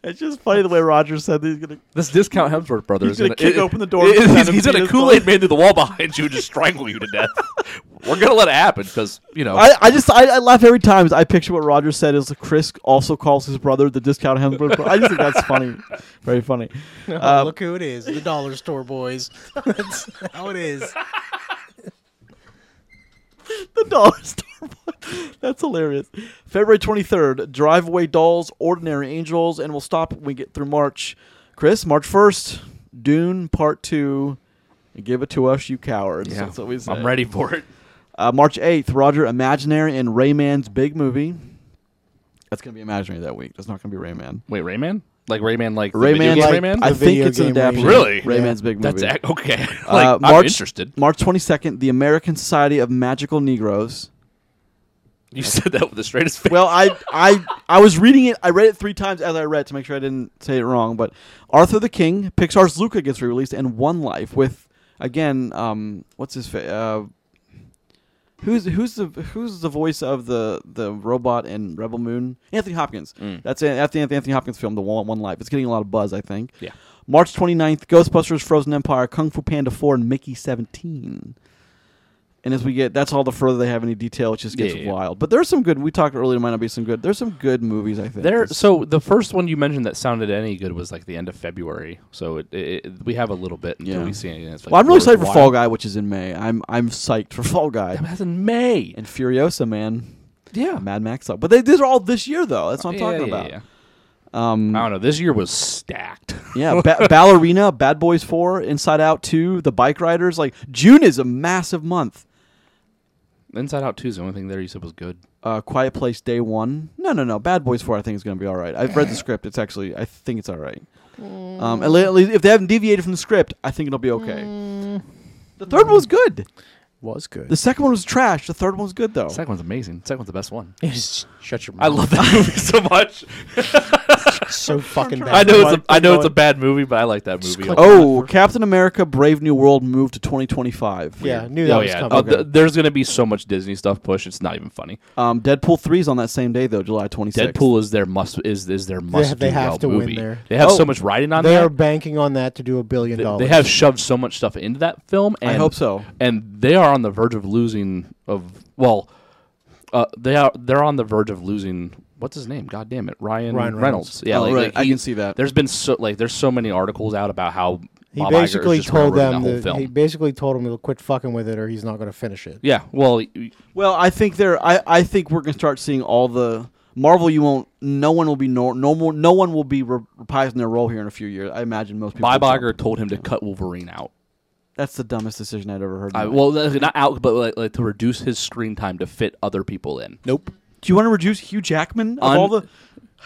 [SPEAKER 1] It's just funny the way Roger said that he's gonna.
[SPEAKER 2] This discount Hemsworth brother
[SPEAKER 1] He's
[SPEAKER 2] is
[SPEAKER 1] gonna kick open the door
[SPEAKER 2] it-
[SPEAKER 1] and
[SPEAKER 2] it-
[SPEAKER 1] send
[SPEAKER 2] [laughs] he's
[SPEAKER 1] him
[SPEAKER 2] he's gonna
[SPEAKER 1] penis
[SPEAKER 2] Kool Aid
[SPEAKER 1] balls.
[SPEAKER 2] man to the wall behind you and just strangle you to death. [laughs] We're gonna let it happen because you know
[SPEAKER 1] I, I just I, I laugh every time I picture what Roger said is Chris also calls his brother the Discount Hemsworth. brother. I just think that's funny, very funny.
[SPEAKER 3] Oh,
[SPEAKER 1] Uh,
[SPEAKER 3] look who it is. The dollar
[SPEAKER 2] [laughs]
[SPEAKER 3] store boys. That's how it is.
[SPEAKER 1] the dollar [laughs] store boy. That's hilarious. February 23rd, Drive Away Dolls, Ordinary Angels, and we'll stop when we get through March. Chris, March 1st, Dune Part 2. Give it to us, you cowards. That's what we say.
[SPEAKER 2] I'm ready for it.
[SPEAKER 1] Uh, March 8th, Roger Imaginary and Rayman's Big Movie. That's going to be Imaginary that week. That's not going to be Rayman.
[SPEAKER 2] Wait, Rayman? Like Rayman, like the
[SPEAKER 1] Rayman,
[SPEAKER 2] video game
[SPEAKER 1] like,
[SPEAKER 2] Rayman.
[SPEAKER 1] I
[SPEAKER 4] The
[SPEAKER 1] think
[SPEAKER 4] video
[SPEAKER 1] it's an
[SPEAKER 4] game
[SPEAKER 1] adaptation.
[SPEAKER 4] Rayman.
[SPEAKER 2] Really?
[SPEAKER 1] Rayman's big movie.
[SPEAKER 2] That's ac- okay. [laughs] like
[SPEAKER 1] Uh,
[SPEAKER 2] I'm interested.
[SPEAKER 1] March 22nd, the American Society of Magical Negroes.
[SPEAKER 2] You said that with the straightest
[SPEAKER 1] [laughs]
[SPEAKER 2] face.
[SPEAKER 1] Well, I, I, I was reading it. I read it three times as I read to make sure I didn't say it wrong. But Arthur the King, Pixar's Luca gets re-released, and One Life with again, um, what's his fa- uh, who's who's the who's the voice of the the robot in Rebel Moon? Anthony Hopkins.
[SPEAKER 2] Mm.
[SPEAKER 1] That's it. That's the Anthony Anthony Hopkins film, The One, One Life. It's getting a lot of buzz, I think.
[SPEAKER 2] Yeah.
[SPEAKER 1] March 29th, Ghostbusters, Frozen Empire, Kung Fu Panda 4, and Mickey 17. And as we get, that's all the further they have any detail, it just gets
[SPEAKER 2] Yeah, yeah, yeah.
[SPEAKER 1] wild. But there's some good. We talked earlier, there might not be some good. There's some good movies, I think.
[SPEAKER 2] There.
[SPEAKER 1] It's-
[SPEAKER 2] So the first one you mentioned that sounded any good was like the end of February. So it, it, it- we have a little bit until
[SPEAKER 1] Yeah.
[SPEAKER 2] we see anything. That's like
[SPEAKER 1] well, I'm really excited for
[SPEAKER 2] worthwhile.
[SPEAKER 1] Fall Guy, which is in May. I'm I'm psyched for Fall
[SPEAKER 2] Damn,
[SPEAKER 1] Guy
[SPEAKER 2] That's in May.
[SPEAKER 1] and Furiosa, man,
[SPEAKER 2] Yeah.
[SPEAKER 1] Mad Max. Up. But they, these are all this year, though. That's what I'm
[SPEAKER 2] Yeah,
[SPEAKER 1] talking
[SPEAKER 2] yeah,
[SPEAKER 1] about.
[SPEAKER 2] yeah.
[SPEAKER 1] Um,
[SPEAKER 2] I don't know. This year was stacked.
[SPEAKER 1] Yeah, ba- Ballerina, Bad Boys 4, Inside Out 2, The Bike Riders. Like, June is a massive month.
[SPEAKER 2] [laughs] Inside Out 2 is the only thing there you said was good.
[SPEAKER 1] Uh, Quiet Place Day 1. No, no, no. Bad Boys 4, I think, is going to be all right. I've read
[SPEAKER 2] Eh.
[SPEAKER 1] the script. It's actually, I think it's all right.
[SPEAKER 2] Mm.
[SPEAKER 1] Um, at le- at least if they haven't deviated from the script, I think it'll be okay.
[SPEAKER 2] Mm.
[SPEAKER 1] The third one was good.
[SPEAKER 4] was good.
[SPEAKER 1] The second one was trash. The third one was good, though.
[SPEAKER 2] The second one's amazing. The second one's the best one.
[SPEAKER 4] Shut your mouth.
[SPEAKER 2] I love [laughs] that movie so much.
[SPEAKER 4] so fucking bad.
[SPEAKER 2] [laughs] I know it's a,
[SPEAKER 4] Keep
[SPEAKER 2] I know it's a
[SPEAKER 4] going.
[SPEAKER 2] bad movie, but I like that
[SPEAKER 4] Just
[SPEAKER 2] movie.
[SPEAKER 4] click
[SPEAKER 2] a lot.
[SPEAKER 1] oh, Captain America Brave New World moved to 2025.
[SPEAKER 4] Yeah, I knew that
[SPEAKER 2] oh
[SPEAKER 4] was
[SPEAKER 2] yeah.
[SPEAKER 4] coming.
[SPEAKER 2] Uh, th- there's gonna be so much Disney stuff pushed. It's not even funny.
[SPEAKER 1] Um, Deadpool 3 is on that same day, though, July 26th.
[SPEAKER 2] Deadpool is their must is is their must
[SPEAKER 4] they have to win
[SPEAKER 2] movie.
[SPEAKER 4] there.
[SPEAKER 2] They have
[SPEAKER 1] Oh,
[SPEAKER 2] so much riding on
[SPEAKER 4] they
[SPEAKER 2] that.
[SPEAKER 4] are banking on that to do a billion
[SPEAKER 2] They-
[SPEAKER 4] dollars.
[SPEAKER 2] they have shoved so much stuff into that film. And,
[SPEAKER 1] I hope so.
[SPEAKER 2] And they are on the verge of losing of well, uh, they are they're on the verge of losing. What's his name? God damn it, Ryan,
[SPEAKER 4] Ryan Reynolds.
[SPEAKER 2] Yeah,
[SPEAKER 1] Oh,
[SPEAKER 2] like,
[SPEAKER 1] right.
[SPEAKER 2] like
[SPEAKER 1] I
[SPEAKER 2] he-
[SPEAKER 1] can see that.
[SPEAKER 2] There's been so like there's so many articles out about how
[SPEAKER 4] He
[SPEAKER 2] Bob Iger is
[SPEAKER 4] basically
[SPEAKER 2] just gonna
[SPEAKER 4] told
[SPEAKER 2] ruin
[SPEAKER 4] them
[SPEAKER 2] that whole
[SPEAKER 4] that,
[SPEAKER 2] film.
[SPEAKER 4] he basically told them to quit fucking with it or he's not going to finish it.
[SPEAKER 2] yeah, well, y-
[SPEAKER 1] Well, I think there. I, I think we're gonna start seeing all the Marvel. You won't. No one will be nor, no more. No one will be re- reprising their role here in a few years. I imagine most people.
[SPEAKER 2] Bob
[SPEAKER 1] will.
[SPEAKER 2] Iger told him to cut Wolverine out.
[SPEAKER 1] That's the dumbest decision I'd ever heard.
[SPEAKER 2] I,
[SPEAKER 1] in my-
[SPEAKER 2] well, uh, not out, but like, like to reduce his screen time to fit other people in.
[SPEAKER 4] Nope.
[SPEAKER 1] Do you want to reduce Hugh Jackman of
[SPEAKER 2] Un-
[SPEAKER 1] all the?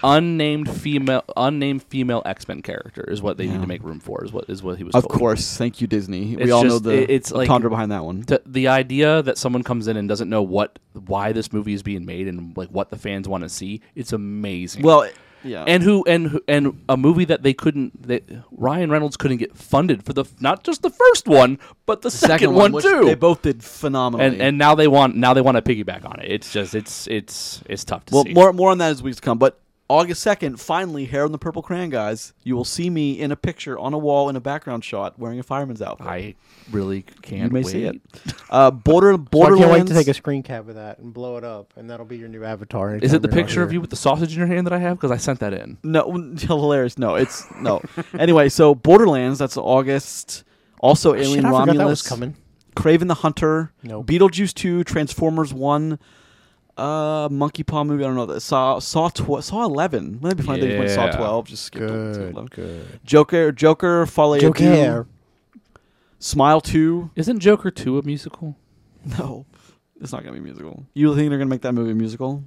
[SPEAKER 2] unnamed female unnamed female X Men character is what they
[SPEAKER 1] Yeah.
[SPEAKER 2] need to make room for. Is what is what he was.
[SPEAKER 1] Of
[SPEAKER 2] told.
[SPEAKER 1] course, thank you, Disney. we
[SPEAKER 2] It's
[SPEAKER 1] all know
[SPEAKER 2] just-
[SPEAKER 1] the
[SPEAKER 2] it- it's like-
[SPEAKER 1] Tondra behind that one.
[SPEAKER 2] T- the idea that someone comes in and doesn't know what why this movie is being made and like what the fans want to see, it's amazing.
[SPEAKER 1] Well, yeah,
[SPEAKER 2] and who and who- and a movie that they couldn't that Ryan Reynolds couldn't get funded for the f- not just the first one but the, second, one
[SPEAKER 1] which
[SPEAKER 2] too.
[SPEAKER 1] They both did phenomenally.
[SPEAKER 2] and and now they want now they want to piggyback on it. It's just it's it's it's tough to
[SPEAKER 1] well,
[SPEAKER 2] see.
[SPEAKER 1] more more on that as weeks come, but. August second, finally, hair on the purple crayon, guys. You will see me in a picture on a wall in a background shot wearing a fireman's outfit.
[SPEAKER 2] I really
[SPEAKER 1] you
[SPEAKER 2] can't
[SPEAKER 1] may
[SPEAKER 2] wait.
[SPEAKER 1] see it. Uh, border
[SPEAKER 4] [laughs] So I
[SPEAKER 1] Borderlands.
[SPEAKER 4] can't wait to take a screen cap of that and blow it up, and that'll be your new avatar.
[SPEAKER 2] Is
[SPEAKER 4] anytime
[SPEAKER 2] it the
[SPEAKER 4] you're not
[SPEAKER 2] picture of
[SPEAKER 4] here.
[SPEAKER 2] you with the sausage in your hand that I have? Because I sent that in.
[SPEAKER 1] No, [laughs] hilarious. No, it's no. anyway, so Borderlands. That's August.
[SPEAKER 4] [laughs]
[SPEAKER 1] Also, Alien
[SPEAKER 4] Oh, Shit, I forgot
[SPEAKER 1] Romulus.
[SPEAKER 4] that was coming.
[SPEAKER 1] Craven the Hunter.
[SPEAKER 4] Nope.
[SPEAKER 1] Beetlejuice Two. Transformers One. Uh, Monkey Paw movie. I don't know. That Saw Saw tw- Saw Eleven. Wouldn't that be funny if they went Saw
[SPEAKER 2] Yeah.
[SPEAKER 1] Twelve? Just skip
[SPEAKER 4] Good, good.
[SPEAKER 1] Joker. Joker. Folly. Ado,
[SPEAKER 4] Joker.
[SPEAKER 1] Smile Two. [laughs]
[SPEAKER 2] Isn't Joker two a musical?
[SPEAKER 1] No, it's not gonna be a musical. You think they're gonna make that movie a musical?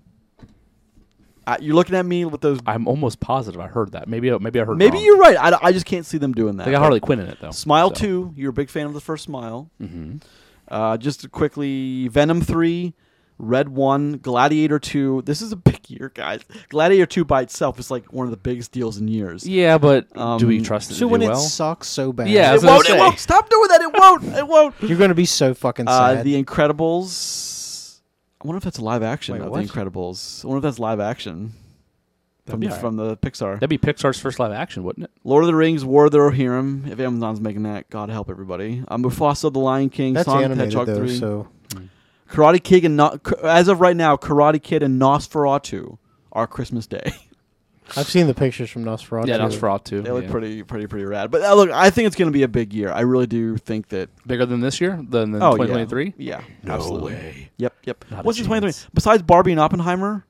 [SPEAKER 1] Uh, you're looking at me with those
[SPEAKER 2] I'm almost positive I heard that. Maybe I- maybe I heard.
[SPEAKER 1] Maybe
[SPEAKER 2] wrong.
[SPEAKER 1] you're right. I, I just can't see them doing that.
[SPEAKER 2] They got Harley Quinn in it though.
[SPEAKER 1] Smile
[SPEAKER 2] so.
[SPEAKER 1] 2, you're a big fan of the first Smile.
[SPEAKER 4] Mm-hmm.
[SPEAKER 2] Mhm.
[SPEAKER 1] Uh, just quickly, Venom 3, Red 1, Gladiator 2. This is a big year, guys. Gladiator 2 by itself is like one of the biggest deals in years.
[SPEAKER 2] Yeah, but
[SPEAKER 1] Um,
[SPEAKER 2] do we trust it
[SPEAKER 4] So
[SPEAKER 2] to
[SPEAKER 4] when
[SPEAKER 2] do
[SPEAKER 4] it
[SPEAKER 2] well?
[SPEAKER 4] sucks so bad,
[SPEAKER 2] Yeah,
[SPEAKER 1] It
[SPEAKER 2] that's what I
[SPEAKER 1] won't, it
[SPEAKER 2] say.
[SPEAKER 1] won't. Stop doing that. It won't.
[SPEAKER 4] [laughs]
[SPEAKER 1] It won't.
[SPEAKER 4] you're going to be so fucking sad.
[SPEAKER 1] Uh, the Incredibles. I wonder if that's a live action
[SPEAKER 4] Wait,
[SPEAKER 1] of
[SPEAKER 4] what?
[SPEAKER 1] The Incredibles. I wonder if that's live action from,
[SPEAKER 2] be
[SPEAKER 1] the,
[SPEAKER 2] all right.
[SPEAKER 1] from the Pixar.
[SPEAKER 2] That'd be Pixar's first live action, wouldn't it?
[SPEAKER 1] Lord of the Rings, War of the Rohirrim. If Amazon's making that, God help everybody. Um, Mufasa, The Lion King,
[SPEAKER 4] That's
[SPEAKER 1] Song of the
[SPEAKER 4] animated
[SPEAKER 1] Hedgehog
[SPEAKER 4] though,
[SPEAKER 1] 3.
[SPEAKER 4] so
[SPEAKER 1] Karate Kid and no- as of right now, Karate Kid and Nosferatu are Christmas Day. [laughs]
[SPEAKER 4] I've seen the pictures from Nosferatu.
[SPEAKER 2] Yeah, that's Fraud too.
[SPEAKER 1] they look
[SPEAKER 2] yeah.
[SPEAKER 1] pretty, pretty, pretty rad. But uh, look, I think it's going to be a big year. I really do think that.
[SPEAKER 2] bigger than this year than
[SPEAKER 1] Oh, yeah.
[SPEAKER 2] 2023.
[SPEAKER 1] Yeah,
[SPEAKER 2] No
[SPEAKER 1] absolutely.
[SPEAKER 2] way.
[SPEAKER 1] Yep, yep.
[SPEAKER 2] Not a
[SPEAKER 1] What's in
[SPEAKER 2] chance.
[SPEAKER 1] 2023? Besides Barbie and Oppenheimer,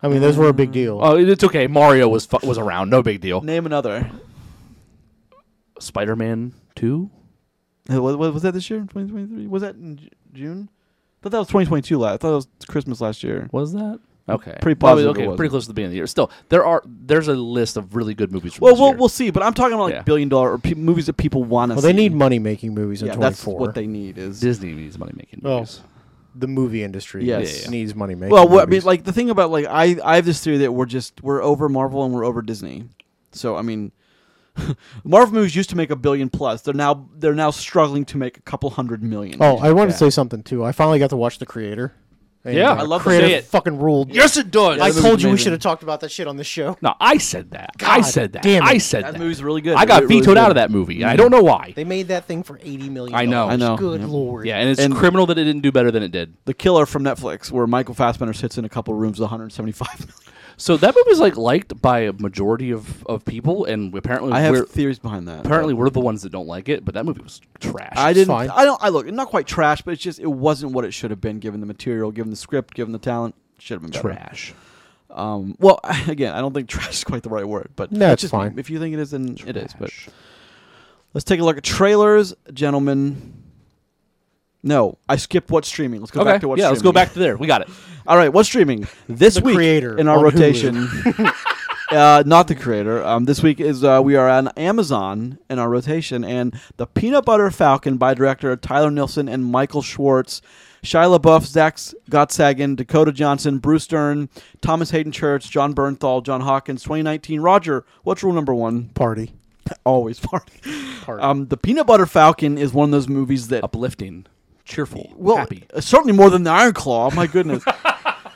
[SPEAKER 4] I mean, those were a big deal.
[SPEAKER 2] Oh, it's okay. Mario was fu- was around. No big deal.
[SPEAKER 1] name another.
[SPEAKER 2] Spider Man two.
[SPEAKER 1] Uh, What, what was that this year? 2023? Was that in J- June? I thought that was 2022 last. I thought it was Christmas last year.
[SPEAKER 2] Was that? Okay.
[SPEAKER 1] Pretty
[SPEAKER 2] Well, I
[SPEAKER 1] positive
[SPEAKER 2] mean,
[SPEAKER 1] it
[SPEAKER 2] okay,
[SPEAKER 1] wasn't.
[SPEAKER 2] pretty close to the beginning of the year. Still, there are there's a list of really good movies. From
[SPEAKER 1] Well,
[SPEAKER 2] this
[SPEAKER 1] we'll,
[SPEAKER 2] year.
[SPEAKER 1] we'll see. But I'm talking about like
[SPEAKER 2] Yeah.
[SPEAKER 1] billion dollar or pe- movies that people want to.
[SPEAKER 3] Well,
[SPEAKER 1] see.
[SPEAKER 3] they need money making movies in
[SPEAKER 1] Yeah,
[SPEAKER 3] 24.
[SPEAKER 1] that's what they need is.
[SPEAKER 2] Disney needs money making
[SPEAKER 3] Oh.
[SPEAKER 2] movies.
[SPEAKER 3] the movie industry
[SPEAKER 1] Yes.
[SPEAKER 2] Yeah, yeah.
[SPEAKER 3] needs money making.
[SPEAKER 1] Well, what, I mean,
[SPEAKER 3] movies.
[SPEAKER 1] like the thing about like I I have this theory that we're just we're over Marvel and we're over Disney. So I mean, [laughs] Marvel movies used to make a billion plus. They're now they're now struggling to make a couple hundred million.
[SPEAKER 3] oh, I wanted
[SPEAKER 2] Yeah.
[SPEAKER 3] to say something too. I finally got to watch The Creator. And,
[SPEAKER 4] uh,
[SPEAKER 2] Yeah.
[SPEAKER 1] I love to
[SPEAKER 3] Creator
[SPEAKER 2] say it.
[SPEAKER 3] Fucking ruled.
[SPEAKER 2] Yes, it does.
[SPEAKER 1] Yeah,
[SPEAKER 3] I
[SPEAKER 1] that movie's
[SPEAKER 3] told you we
[SPEAKER 1] amazing.
[SPEAKER 3] should have talked about that shit on the show.
[SPEAKER 2] no, I said that. I
[SPEAKER 3] God
[SPEAKER 2] said that.
[SPEAKER 3] damn it.
[SPEAKER 2] I said
[SPEAKER 1] that
[SPEAKER 2] that.
[SPEAKER 1] movie's really good.
[SPEAKER 2] I got
[SPEAKER 1] It really-
[SPEAKER 2] vetoed
[SPEAKER 1] really
[SPEAKER 2] out
[SPEAKER 1] good. Mm-hmm.
[SPEAKER 2] of that movie. I don't know why.
[SPEAKER 3] They made that thing for eighty million.
[SPEAKER 2] I know.
[SPEAKER 1] I know.
[SPEAKER 3] Good
[SPEAKER 1] Yeah.
[SPEAKER 3] lord.
[SPEAKER 2] Yeah, and it's
[SPEAKER 1] And-
[SPEAKER 2] criminal that it didn't do better than it did.
[SPEAKER 1] The Killer from Netflix, where Michael Fassbender sits in a couple rooms, with 175 million.
[SPEAKER 2] So that movie was like liked by a majority of, of people, and apparently
[SPEAKER 1] I have
[SPEAKER 2] we're
[SPEAKER 1] theories behind that.
[SPEAKER 2] apparently we're the ones that don't like it. But that movie was trash.
[SPEAKER 1] I didn't.
[SPEAKER 3] fine.
[SPEAKER 1] I don't. I look not quite trash, but it's just it wasn't what it should have been given the material, given the script, given the talent. Should have been better.
[SPEAKER 2] trash.
[SPEAKER 1] Um, well, [laughs] again, I don't think trash is quite the right word, but
[SPEAKER 3] No, it's
[SPEAKER 1] just-
[SPEAKER 3] fine.
[SPEAKER 1] If you think it is, then it is. But
[SPEAKER 2] Trash.
[SPEAKER 1] let's take a look at trailers, gentlemen. No, I skipped what's streaming. Let's go
[SPEAKER 2] okay,
[SPEAKER 1] back to what's
[SPEAKER 2] yeah,
[SPEAKER 1] streaming.
[SPEAKER 2] let's go back to there. We got it.
[SPEAKER 1] All right, what's streaming this
[SPEAKER 3] The
[SPEAKER 1] week
[SPEAKER 3] Creator
[SPEAKER 1] in our
[SPEAKER 3] on Hulu.
[SPEAKER 1] rotation?
[SPEAKER 3] [laughs]
[SPEAKER 1] uh, not the creator. Um, this week is uh, we are on Amazon in our rotation, and the Peanut Butter Falcon by director Tyler Nielsen and Michael Schwartz, Shia LaBeouf, Zach Gottsagen, Dakota Johnson, Bruce Dern, Thomas Hayden Church, John Bernthal, John Hawkins, 2019. Roger, what's rule number one?
[SPEAKER 3] Party.
[SPEAKER 1] [laughs] Always party.
[SPEAKER 3] Party.
[SPEAKER 1] Um, the Peanut Butter Falcon is one of those movies that
[SPEAKER 2] Uplifting, cheerful,
[SPEAKER 1] well,
[SPEAKER 2] happy.
[SPEAKER 1] uh, certainly more than the Iron Claw. My goodness.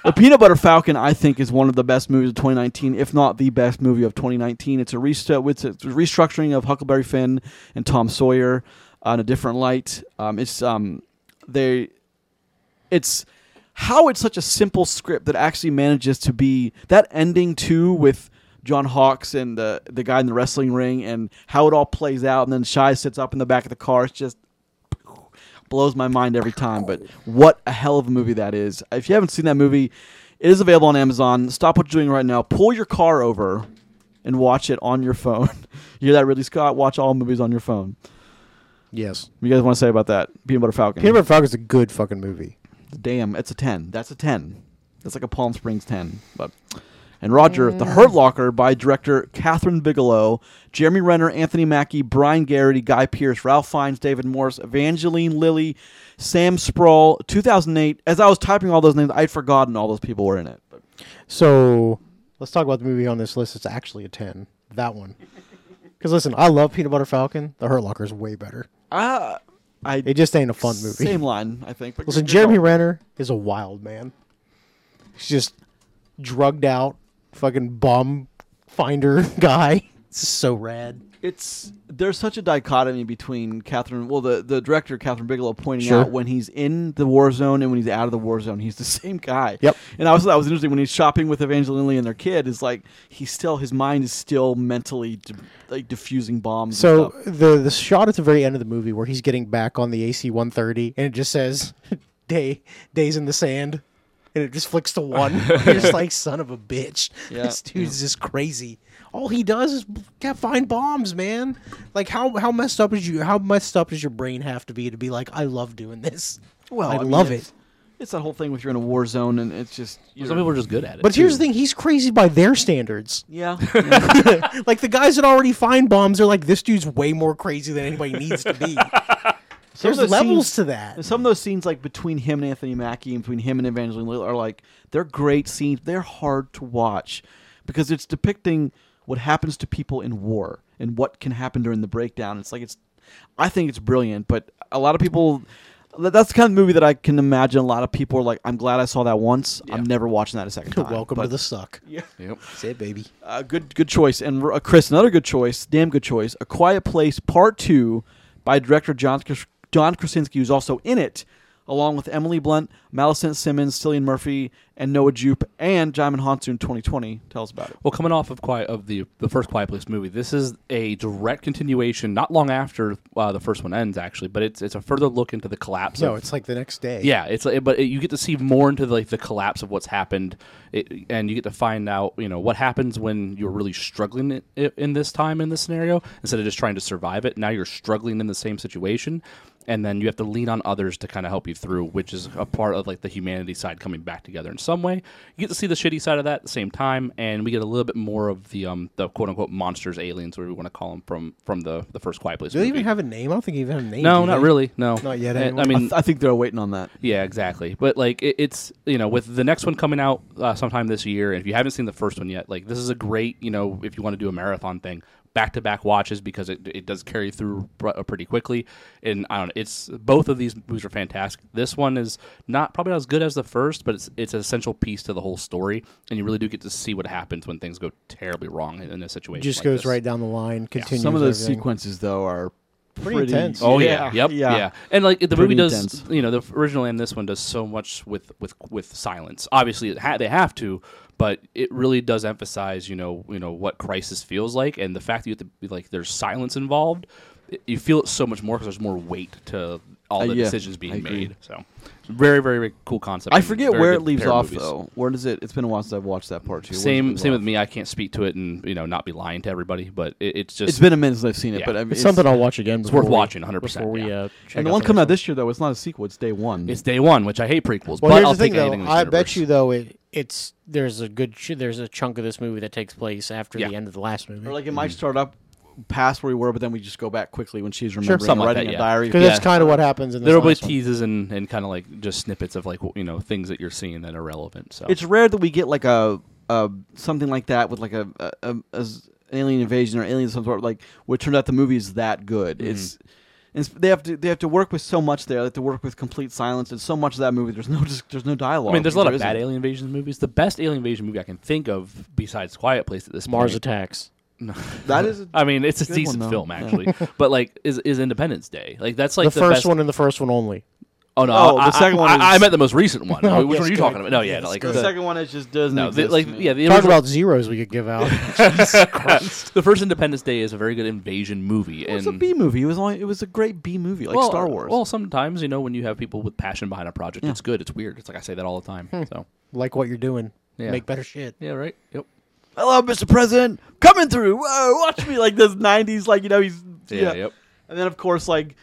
[SPEAKER 1] the Peanut Butter Falcon, I think, is one of the best movies of 2019, if not the best movie of 2019. It's a, rest- it's a restructuring of Huckleberry Finn and Tom Sawyer on a different light. Um, it's um, they, it's how it's such a simple script that actually manages to be that ending too with. John Hawks and the the guy in the wrestling ring and how it all plays out and then Shy sits up in the back of the car. It's just blows my mind every time. But what a hell of a movie that is! If you haven't seen that movie, it is available on Amazon. Stop what you're doing right now. Pull your car over and watch it on your phone. [laughs] you hear that, Ridley Scott? Watch all movies on your phone.
[SPEAKER 3] Yes.
[SPEAKER 1] What you guys want to say about that? Peanut Butter Falcon.
[SPEAKER 3] Peanut Butter Falcon's a good fucking movie.
[SPEAKER 1] Damn, it's a ten. That's a ten. That's like a Palm Springs ten. But and Roger, The Hurt Locker by director Catherine Bigelow, Jeremy Renner, Anthony Mackie, Brian Garrity, Guy Pearce, Ralph Fiennes, David Morse, Evangeline Lilly, Sam Sproul, 2008. As I was typing all those names, I'd forgotten all those people were in it. But
[SPEAKER 3] So let's talk about the movie on this list. It's actually a ten. That one. Because listen, I love Peanut Butter Falcon. The Hurt Locker is way better.
[SPEAKER 1] I, I
[SPEAKER 3] It just ain't a fun movie. [laughs]
[SPEAKER 1] same line, I think. But
[SPEAKER 3] Listen,
[SPEAKER 1] you're- you're
[SPEAKER 3] Jeremy
[SPEAKER 1] right.
[SPEAKER 3] Renner is a wild man. He's just drugged out, fucking bum finder [laughs] guy. It's just so rad.
[SPEAKER 1] it's there's such a dichotomy between Catherine, well, the, the director Catherine Bigelow pointing
[SPEAKER 3] Sure.
[SPEAKER 1] out when he's in the war zone and when he's out of the war zone, he's the [laughs] same guy.
[SPEAKER 3] Yyep.
[SPEAKER 1] And I also thought it was interesting when he's shopping with Evangeline Lee and their kid. Is like he's still his mind is still mentally d- like diffusing bombs.
[SPEAKER 3] So
[SPEAKER 1] and stuff.
[SPEAKER 3] the the shot at the very end of the movie where he's getting back on the AC 130 and it just says [laughs] day days in the sand and it just flicks
[SPEAKER 1] [laughs]
[SPEAKER 3] to one. You're just like son of a bitch.
[SPEAKER 1] Yeah,
[SPEAKER 3] this dude's just crazy. All he does is b- ca- find bombs, man. Like how how messed up is you? How messed up does your brain have to be to be like I love doing this? I,
[SPEAKER 1] mean,
[SPEAKER 3] love
[SPEAKER 1] it's-
[SPEAKER 3] it.
[SPEAKER 1] It's that whole thing with you're in a war zone and it's just you're,
[SPEAKER 2] Some people are just good at it.
[SPEAKER 3] But here's the thing: he's crazy by their standards.
[SPEAKER 1] yeah.
[SPEAKER 3] like the guys that already find bombs are like, this dude's way more crazy than anybody needs to be.
[SPEAKER 1] Some of
[SPEAKER 3] There's
[SPEAKER 1] those
[SPEAKER 3] levels
[SPEAKER 1] scenes-
[SPEAKER 3] to that.
[SPEAKER 1] Some of those scenes, like between him and Anthony Mackie, and between him and Evangeline Lilly, are like they're great scenes. They're hard to watch because it's depicting what happens to people in war and what can happen during the breakdown. It's like it's, I think it's brilliant, but a lot of people. tha- That's the kind of movie that I can imagine. A lot of people are like, "I'm glad I saw that once. I'm never watching that a
[SPEAKER 3] [laughs]
[SPEAKER 1] second time."
[SPEAKER 3] Welcome
[SPEAKER 1] But-
[SPEAKER 3] to the suck.
[SPEAKER 2] Yep.
[SPEAKER 3] Say it, baby.
[SPEAKER 1] uh, good, good choice. And uh, Chris, another good choice. Damn good choice. A Quiet Place Part Two by director John Kras- John Krasinski, who's also in it, along with Emily Blunt, Millicent Simmons, Cillian Murphy, and Noah Jupe, and Jaimin Hansu in 2020. Tell us about it.
[SPEAKER 2] Well, coming off of quiet of the the first Quiet Place movie, this is a direct continuation, not long after uh, the first one ends, actually, but it's it's a further look into the collapse.
[SPEAKER 3] No,
[SPEAKER 2] of,
[SPEAKER 3] it's like the next day.
[SPEAKER 2] yeah, it's like, but you get to see more into like the collapse of what's happened, it, and you get to find out you know what happens when you're really struggling i- in this time in this scenario instead of just trying to survive it. Now you're struggling in the same situation, and then you have to lean on others to kind of help you through, which is a part of like the humanity side coming back together in some way. You get to see the shitty side of that at the same time, and we get a little bit more of the um the quote unquote monsters, aliens, whatever we want to call them from from the the first Quiet Place.
[SPEAKER 3] Do they
[SPEAKER 2] movie.
[SPEAKER 3] even have a name? I don't think they even have a name.
[SPEAKER 2] no,
[SPEAKER 3] do
[SPEAKER 2] not
[SPEAKER 3] they?
[SPEAKER 2] really. No,
[SPEAKER 3] Not yet,
[SPEAKER 2] I- I
[SPEAKER 3] anyway.
[SPEAKER 1] I,
[SPEAKER 2] mean,
[SPEAKER 1] th- I think they're waiting on that.
[SPEAKER 2] yeah, exactly. But like it, it's you know with the next one coming out uh, sometime this year, and if you haven't seen the first one yet, like this is a great you know if you want to do a marathon thing, back to back watches because it it does carry through pr- uh, pretty quickly. And I don't know, it's both of these movies are fantastic. This one is not probably not as good as the first, but it's it's an essential piece to the whole story, and you really do get to see what happens when things go terribly wrong in, in a situation.
[SPEAKER 3] Just
[SPEAKER 2] like
[SPEAKER 3] goes
[SPEAKER 2] this.
[SPEAKER 3] right down the line. Continues.
[SPEAKER 1] Some of those
[SPEAKER 3] everything.
[SPEAKER 1] sequences though are
[SPEAKER 3] Pretty
[SPEAKER 1] pretty,
[SPEAKER 3] intense.
[SPEAKER 2] Oh yeah. Yep. Yeah. And like the
[SPEAKER 1] Pretty
[SPEAKER 2] movie does,
[SPEAKER 1] intense.
[SPEAKER 2] you know, the original and this one does so much with with with silence. Obviously, it ha- they have to, but it really does emphasize, you know, you know what crisis feels like, and the fact that you have to be like there's silence involved, it- you feel it so much more because there's more weight to all
[SPEAKER 1] Uh,
[SPEAKER 2] the
[SPEAKER 1] yeah,
[SPEAKER 2] decisions being
[SPEAKER 1] I agree.
[SPEAKER 2] made. So, very very, very cool concept.
[SPEAKER 1] I
[SPEAKER 2] and
[SPEAKER 1] forget
[SPEAKER 2] very
[SPEAKER 1] where it
[SPEAKER 2] good
[SPEAKER 1] leaves
[SPEAKER 2] pair of
[SPEAKER 1] off
[SPEAKER 2] movies.
[SPEAKER 1] though. Where does it? It's been a while since I've watched that part too. Where does it
[SPEAKER 2] Same
[SPEAKER 1] leave
[SPEAKER 2] same
[SPEAKER 1] off?
[SPEAKER 2] with me. I can't speak to it and you know not be lying to everybody, but it, it's just
[SPEAKER 1] It's been a minute since I've seen it,
[SPEAKER 2] Yeah.
[SPEAKER 1] but I mean,
[SPEAKER 3] It's something I'll watch again. It's
[SPEAKER 2] worth watching 100%,
[SPEAKER 3] Before we,
[SPEAKER 2] yeah.
[SPEAKER 3] uh, check
[SPEAKER 1] And the one
[SPEAKER 3] the
[SPEAKER 1] coming out
[SPEAKER 3] next
[SPEAKER 1] this year though, it's not a sequel. It's day one.
[SPEAKER 2] it's day one, which I hate prequels,
[SPEAKER 3] Well,
[SPEAKER 2] but
[SPEAKER 3] here's
[SPEAKER 2] I'll
[SPEAKER 3] the thing,
[SPEAKER 2] take
[SPEAKER 3] though.
[SPEAKER 2] anything. in this
[SPEAKER 3] I
[SPEAKER 2] universe.
[SPEAKER 3] bet you though it.
[SPEAKER 5] It's there's a good ch- there's a chunk of this movie that takes place after
[SPEAKER 2] Yeah.
[SPEAKER 5] the end of the last movie.
[SPEAKER 1] or like it might start up past where we were, but then we just go back quickly when she's remembering,
[SPEAKER 2] Something like
[SPEAKER 1] writing a
[SPEAKER 2] that, yeah.
[SPEAKER 1] diary.
[SPEAKER 3] Because
[SPEAKER 2] Yeah.
[SPEAKER 3] that's kind of what happens in this
[SPEAKER 2] There will be
[SPEAKER 3] last one.
[SPEAKER 2] teases and, and kind of like just snippets of like w- you know things that you're seeing that are relevant. So
[SPEAKER 1] It's rare that we get like a, a something like that with like a, a, a- as an alien invasion or alien of some sort. Like, what turned out the movie is that good.
[SPEAKER 2] Mm-hmm.
[SPEAKER 1] It's, it's they have to they have to work with so much there. They have to work with complete silence and so much of that movie. There's no just, there's no dialogue.
[SPEAKER 2] I mean, there's a lot
[SPEAKER 1] There
[SPEAKER 2] of bad
[SPEAKER 1] isn't.
[SPEAKER 2] alien invasion movies. The best alien invasion movie I can think of besides Quiet Place at this
[SPEAKER 5] Mars
[SPEAKER 2] point.
[SPEAKER 5] Attacks.
[SPEAKER 1] That
[SPEAKER 2] [laughs]
[SPEAKER 1] is.
[SPEAKER 2] I mean, it's a
[SPEAKER 1] Good one,
[SPEAKER 2] decent
[SPEAKER 1] though.
[SPEAKER 2] film
[SPEAKER 1] Yeah.
[SPEAKER 2] actually,
[SPEAKER 1] [laughs]
[SPEAKER 2] but like is is Independence Day like that's like
[SPEAKER 3] the,
[SPEAKER 2] the,
[SPEAKER 3] first
[SPEAKER 2] best-
[SPEAKER 3] one and the first one only.
[SPEAKER 2] Oh no,
[SPEAKER 1] Oh,
[SPEAKER 2] I-
[SPEAKER 1] the
[SPEAKER 2] I-
[SPEAKER 1] second one
[SPEAKER 2] I, I
[SPEAKER 1] is-
[SPEAKER 2] meant the most
[SPEAKER 1] [laughs]
[SPEAKER 2] recent one.
[SPEAKER 3] No,
[SPEAKER 2] Which
[SPEAKER 3] yes,
[SPEAKER 2] one are you
[SPEAKER 3] good.
[SPEAKER 2] talking about? No, yeah,
[SPEAKER 3] Yes,
[SPEAKER 2] like
[SPEAKER 3] good.
[SPEAKER 1] The, second one is just doesn't
[SPEAKER 2] no, the,
[SPEAKER 1] exist
[SPEAKER 2] like
[SPEAKER 1] to me.
[SPEAKER 2] yeah, the
[SPEAKER 3] Talk
[SPEAKER 2] original-
[SPEAKER 3] about zeros we could give out.
[SPEAKER 2] [laughs] the first Independence Day is a very good invasion movie.
[SPEAKER 1] Well, it's a
[SPEAKER 2] and
[SPEAKER 1] B movie. It was only, it was a great B movie, like
[SPEAKER 2] well,
[SPEAKER 1] Star Wars.
[SPEAKER 2] Well, sometimes you know when you have people with passion behind a project, it's good. It's weird. It's like I say that all the time.
[SPEAKER 1] Hmm.
[SPEAKER 2] So
[SPEAKER 3] like what you're doing.
[SPEAKER 2] Yeah.
[SPEAKER 3] Make better shit.
[SPEAKER 2] yeah, right. Yep.
[SPEAKER 1] Hello, Mr. President, coming through. Whoa, watch me like this '90s, like you know he's
[SPEAKER 2] Yeah, yep.
[SPEAKER 1] And then of course like,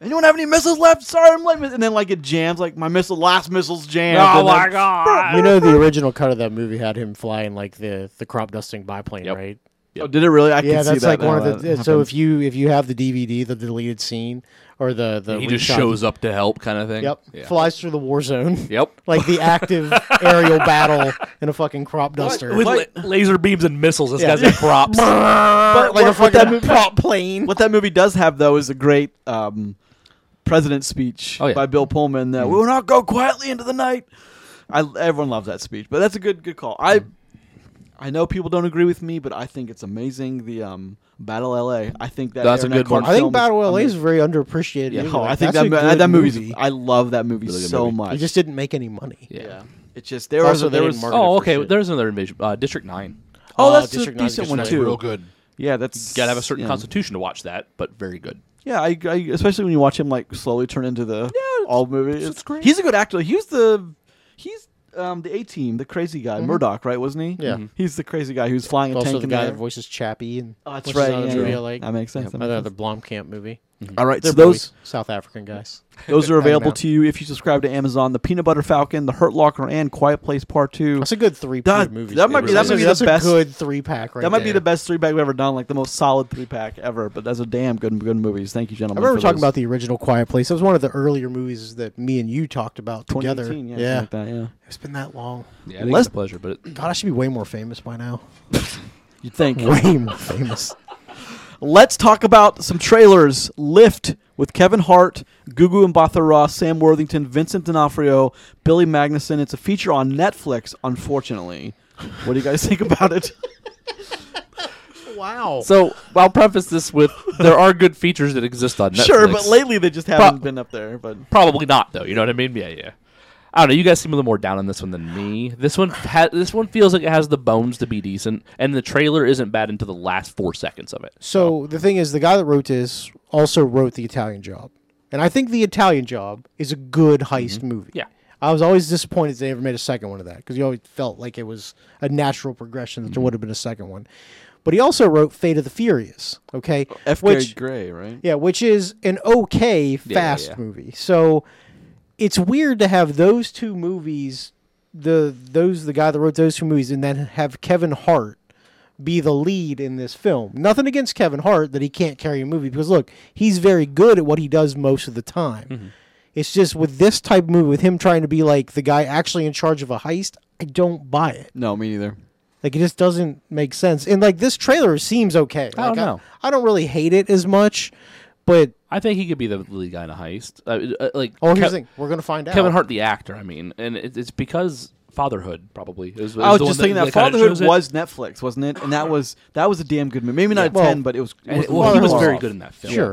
[SPEAKER 1] anyone have any missiles left? Sorry, I'm letting. And then like it jams, like my missile, last missile's jammed. and then-
[SPEAKER 2] Oh god!
[SPEAKER 3] You know the original cut of that movie had him flying like the the crop dusting biplane,
[SPEAKER 2] Yep.
[SPEAKER 3] right?
[SPEAKER 1] Oh, did it really? I
[SPEAKER 3] yeah,
[SPEAKER 1] can
[SPEAKER 3] that's
[SPEAKER 1] see that
[SPEAKER 3] like one
[SPEAKER 1] now uh,
[SPEAKER 3] of
[SPEAKER 1] that
[SPEAKER 3] the. So
[SPEAKER 1] happened.
[SPEAKER 3] if you if you have the DVD, the deleted scene or the the
[SPEAKER 2] he just
[SPEAKER 3] reshot-
[SPEAKER 2] shows up to help, kind of thing.
[SPEAKER 3] Yep,
[SPEAKER 2] Yeah.
[SPEAKER 3] flies through the war zone.
[SPEAKER 2] Yep.
[SPEAKER 3] [laughs] like the active aerial battle in a fucking crop duster.
[SPEAKER 2] With la- laser beams and missiles, this
[SPEAKER 3] Yeah.
[SPEAKER 2] guy's got props.
[SPEAKER 1] But
[SPEAKER 3] like a
[SPEAKER 1] what- what that
[SPEAKER 3] fucking
[SPEAKER 1] movie-
[SPEAKER 3] prop plane.
[SPEAKER 1] what that movie does have though is a great um, president's speech
[SPEAKER 2] Oh, yeah.
[SPEAKER 1] by Bill Pullman that we will not go quietly into the night. I everyone loves that speech, but that's a good good call. I I know people don't agree with me, but I think it's amazing. The um, Battle LA, I think that
[SPEAKER 2] That's a
[SPEAKER 1] Aaron
[SPEAKER 2] good
[SPEAKER 1] Eckhart
[SPEAKER 2] one.
[SPEAKER 3] I think
[SPEAKER 1] film is
[SPEAKER 3] Battle LA is
[SPEAKER 1] amazing.
[SPEAKER 3] a very underappreciated.
[SPEAKER 1] Yeah,
[SPEAKER 3] movie.
[SPEAKER 1] oh,
[SPEAKER 3] Like,
[SPEAKER 1] I think
[SPEAKER 3] that's
[SPEAKER 1] that
[SPEAKER 3] a
[SPEAKER 1] mo-
[SPEAKER 3] good
[SPEAKER 1] that movie's.
[SPEAKER 3] movie.
[SPEAKER 1] I love that movie
[SPEAKER 2] good
[SPEAKER 1] so
[SPEAKER 2] movie.
[SPEAKER 1] much.
[SPEAKER 3] It just didn't make any money.
[SPEAKER 2] Yeah.
[SPEAKER 1] yeah, it's just there
[SPEAKER 3] Also,
[SPEAKER 1] was
[SPEAKER 3] they
[SPEAKER 1] there
[SPEAKER 3] didn't
[SPEAKER 1] was
[SPEAKER 3] market
[SPEAKER 2] Oh,
[SPEAKER 3] for
[SPEAKER 2] okay.
[SPEAKER 3] shit.
[SPEAKER 2] There's another invasion. Uh, District Nine.
[SPEAKER 1] oh
[SPEAKER 3] Uh,
[SPEAKER 1] that's a
[SPEAKER 3] District Nine is
[SPEAKER 1] decent
[SPEAKER 3] just
[SPEAKER 1] one
[SPEAKER 3] nice.
[SPEAKER 1] too.
[SPEAKER 2] Real good.
[SPEAKER 1] Yeah, that's
[SPEAKER 2] Got to have a certain
[SPEAKER 1] yeah.
[SPEAKER 2] constitution to watch that, but very good.
[SPEAKER 1] Yeah, I, I especially when you watch him like slowly turn into the
[SPEAKER 2] it's-
[SPEAKER 1] all movie.
[SPEAKER 2] it's great.
[SPEAKER 1] He's a good actor. He was the he's um the A team, the crazy guy,
[SPEAKER 2] Mm-hmm.
[SPEAKER 1] Murdoch, right? Wasn't he?
[SPEAKER 3] Yeah. Mhm.
[SPEAKER 1] he's the crazy guy who's flying a
[SPEAKER 3] also
[SPEAKER 1] tank
[SPEAKER 3] the
[SPEAKER 1] in
[SPEAKER 3] guy
[SPEAKER 1] the
[SPEAKER 3] that voices Chappie and
[SPEAKER 1] Oh, that's
[SPEAKER 3] which
[SPEAKER 1] right.
[SPEAKER 3] Is another
[SPEAKER 1] yeah,
[SPEAKER 3] movie
[SPEAKER 1] yeah.
[SPEAKER 3] I like.
[SPEAKER 1] That makes sense. that makes
[SPEAKER 3] another
[SPEAKER 1] sense.
[SPEAKER 3] Blomkamp movie.
[SPEAKER 1] All right,
[SPEAKER 3] They're
[SPEAKER 1] so those
[SPEAKER 3] boys, South African guys.
[SPEAKER 1] those are
[SPEAKER 3] [laughs] I don't
[SPEAKER 1] available
[SPEAKER 3] know.
[SPEAKER 1] to you if you subscribe to Amazon. The Peanut Butter Falcon, The Hurt Locker, and Quiet Place Part Two.
[SPEAKER 3] That's a good three
[SPEAKER 1] That-
[SPEAKER 3] pack movie.
[SPEAKER 1] that might
[SPEAKER 2] be- that might
[SPEAKER 1] be
[SPEAKER 3] that's
[SPEAKER 1] the
[SPEAKER 3] a
[SPEAKER 1] best-
[SPEAKER 3] good three pack right
[SPEAKER 1] that might be
[SPEAKER 3] there.
[SPEAKER 1] the best three pack we've ever done, like the most solid three pack ever. But that's a damn good good movies. Thank you,
[SPEAKER 3] I
[SPEAKER 1] gentlemen.
[SPEAKER 3] remember
[SPEAKER 1] for
[SPEAKER 3] talking
[SPEAKER 1] those.
[SPEAKER 3] about the original Quiet Place. That was one of the earlier movies that me and you talked about together.
[SPEAKER 1] 2018, yeah,
[SPEAKER 3] yeah.
[SPEAKER 1] something like that, yeah.
[SPEAKER 3] It's been that long.
[SPEAKER 2] Yeah, I
[SPEAKER 1] think
[SPEAKER 2] think
[SPEAKER 1] Let's-
[SPEAKER 2] it's
[SPEAKER 1] it's
[SPEAKER 2] a pleasure. But
[SPEAKER 3] God, I should be way more famous
[SPEAKER 1] [laughs]
[SPEAKER 3] by now.
[SPEAKER 1] You'd think.
[SPEAKER 3] Way more famous.
[SPEAKER 1] Let's talk about some trailers. Lift with Kevin Hart, Gugu Mbatha Raw, Sam Worthington, Vincent D'Onofrio, Billy Magnuson. It's a feature on Netflix, unfortunately. What do you guys [laughs] think about it?
[SPEAKER 3] Wow.
[SPEAKER 2] [laughs] so I'll preface this with there are good features that exist on Netflix.
[SPEAKER 1] Sure, but lately they just haven't
[SPEAKER 2] But-
[SPEAKER 1] been up there. But
[SPEAKER 2] probably not though. You know what I mean? Yeah, yeah. I don't know. You guys seem a little more down on this one than me. This one ha- this one feels like it has the bones to be decent, and the trailer isn't bad until the last four seconds of it.
[SPEAKER 3] So the thing is, the guy that wrote this also wrote The Italian Job, and I think The Italian Job is a good heist
[SPEAKER 1] Mm-hmm.
[SPEAKER 3] movie.
[SPEAKER 2] Yeah.
[SPEAKER 3] I was always disappointed
[SPEAKER 1] Mm-hmm.
[SPEAKER 3] they never made a second one of that because you always felt like it was a natural progression that there would have been a second one. But he also wrote Fate of the Furious. Okay,
[SPEAKER 1] F. Gary
[SPEAKER 3] which
[SPEAKER 1] Gray, right?
[SPEAKER 3] yeah, which is an okay fast
[SPEAKER 2] yeah.
[SPEAKER 3] movie. So it's weird to have those two movies, the those the guy that wrote those two movies, and then have Kevin Hart be the lead in this film. Nothing against Kevin Hart that he can't carry a movie because look, he's very good at what he does most of the time.
[SPEAKER 2] Mm-hmm.
[SPEAKER 3] It's just with this type of movie, with him trying to be like the guy actually in charge of a heist, I don't buy it.
[SPEAKER 1] No, me neither.
[SPEAKER 3] Like it just doesn't make sense. And like this trailer seems okay. Like,
[SPEAKER 2] I don't know.
[SPEAKER 3] I, don't really hate it as much, but
[SPEAKER 2] I think he could be the lead guy in a heist. Uh, uh, like
[SPEAKER 3] oh, here's
[SPEAKER 2] Kev-
[SPEAKER 3] the thing: we're gonna find out.
[SPEAKER 2] Kevin Hart, the actor. I mean, and it, it's because fatherhood probably. It was, it
[SPEAKER 1] I was
[SPEAKER 2] the
[SPEAKER 1] just
[SPEAKER 2] one
[SPEAKER 1] thinking that,
[SPEAKER 2] kinda
[SPEAKER 1] Fatherhood
[SPEAKER 2] shows it.
[SPEAKER 1] was Netflix, wasn't it? And that was that was a damn good movie. Maybe not
[SPEAKER 3] Yeah.
[SPEAKER 1] a
[SPEAKER 3] Well,
[SPEAKER 1] ten, but it was. Uh-huh. It
[SPEAKER 2] And it-
[SPEAKER 1] wasn't
[SPEAKER 2] well, he
[SPEAKER 1] far
[SPEAKER 2] was
[SPEAKER 1] off.
[SPEAKER 2] very good in that film.
[SPEAKER 3] Sure.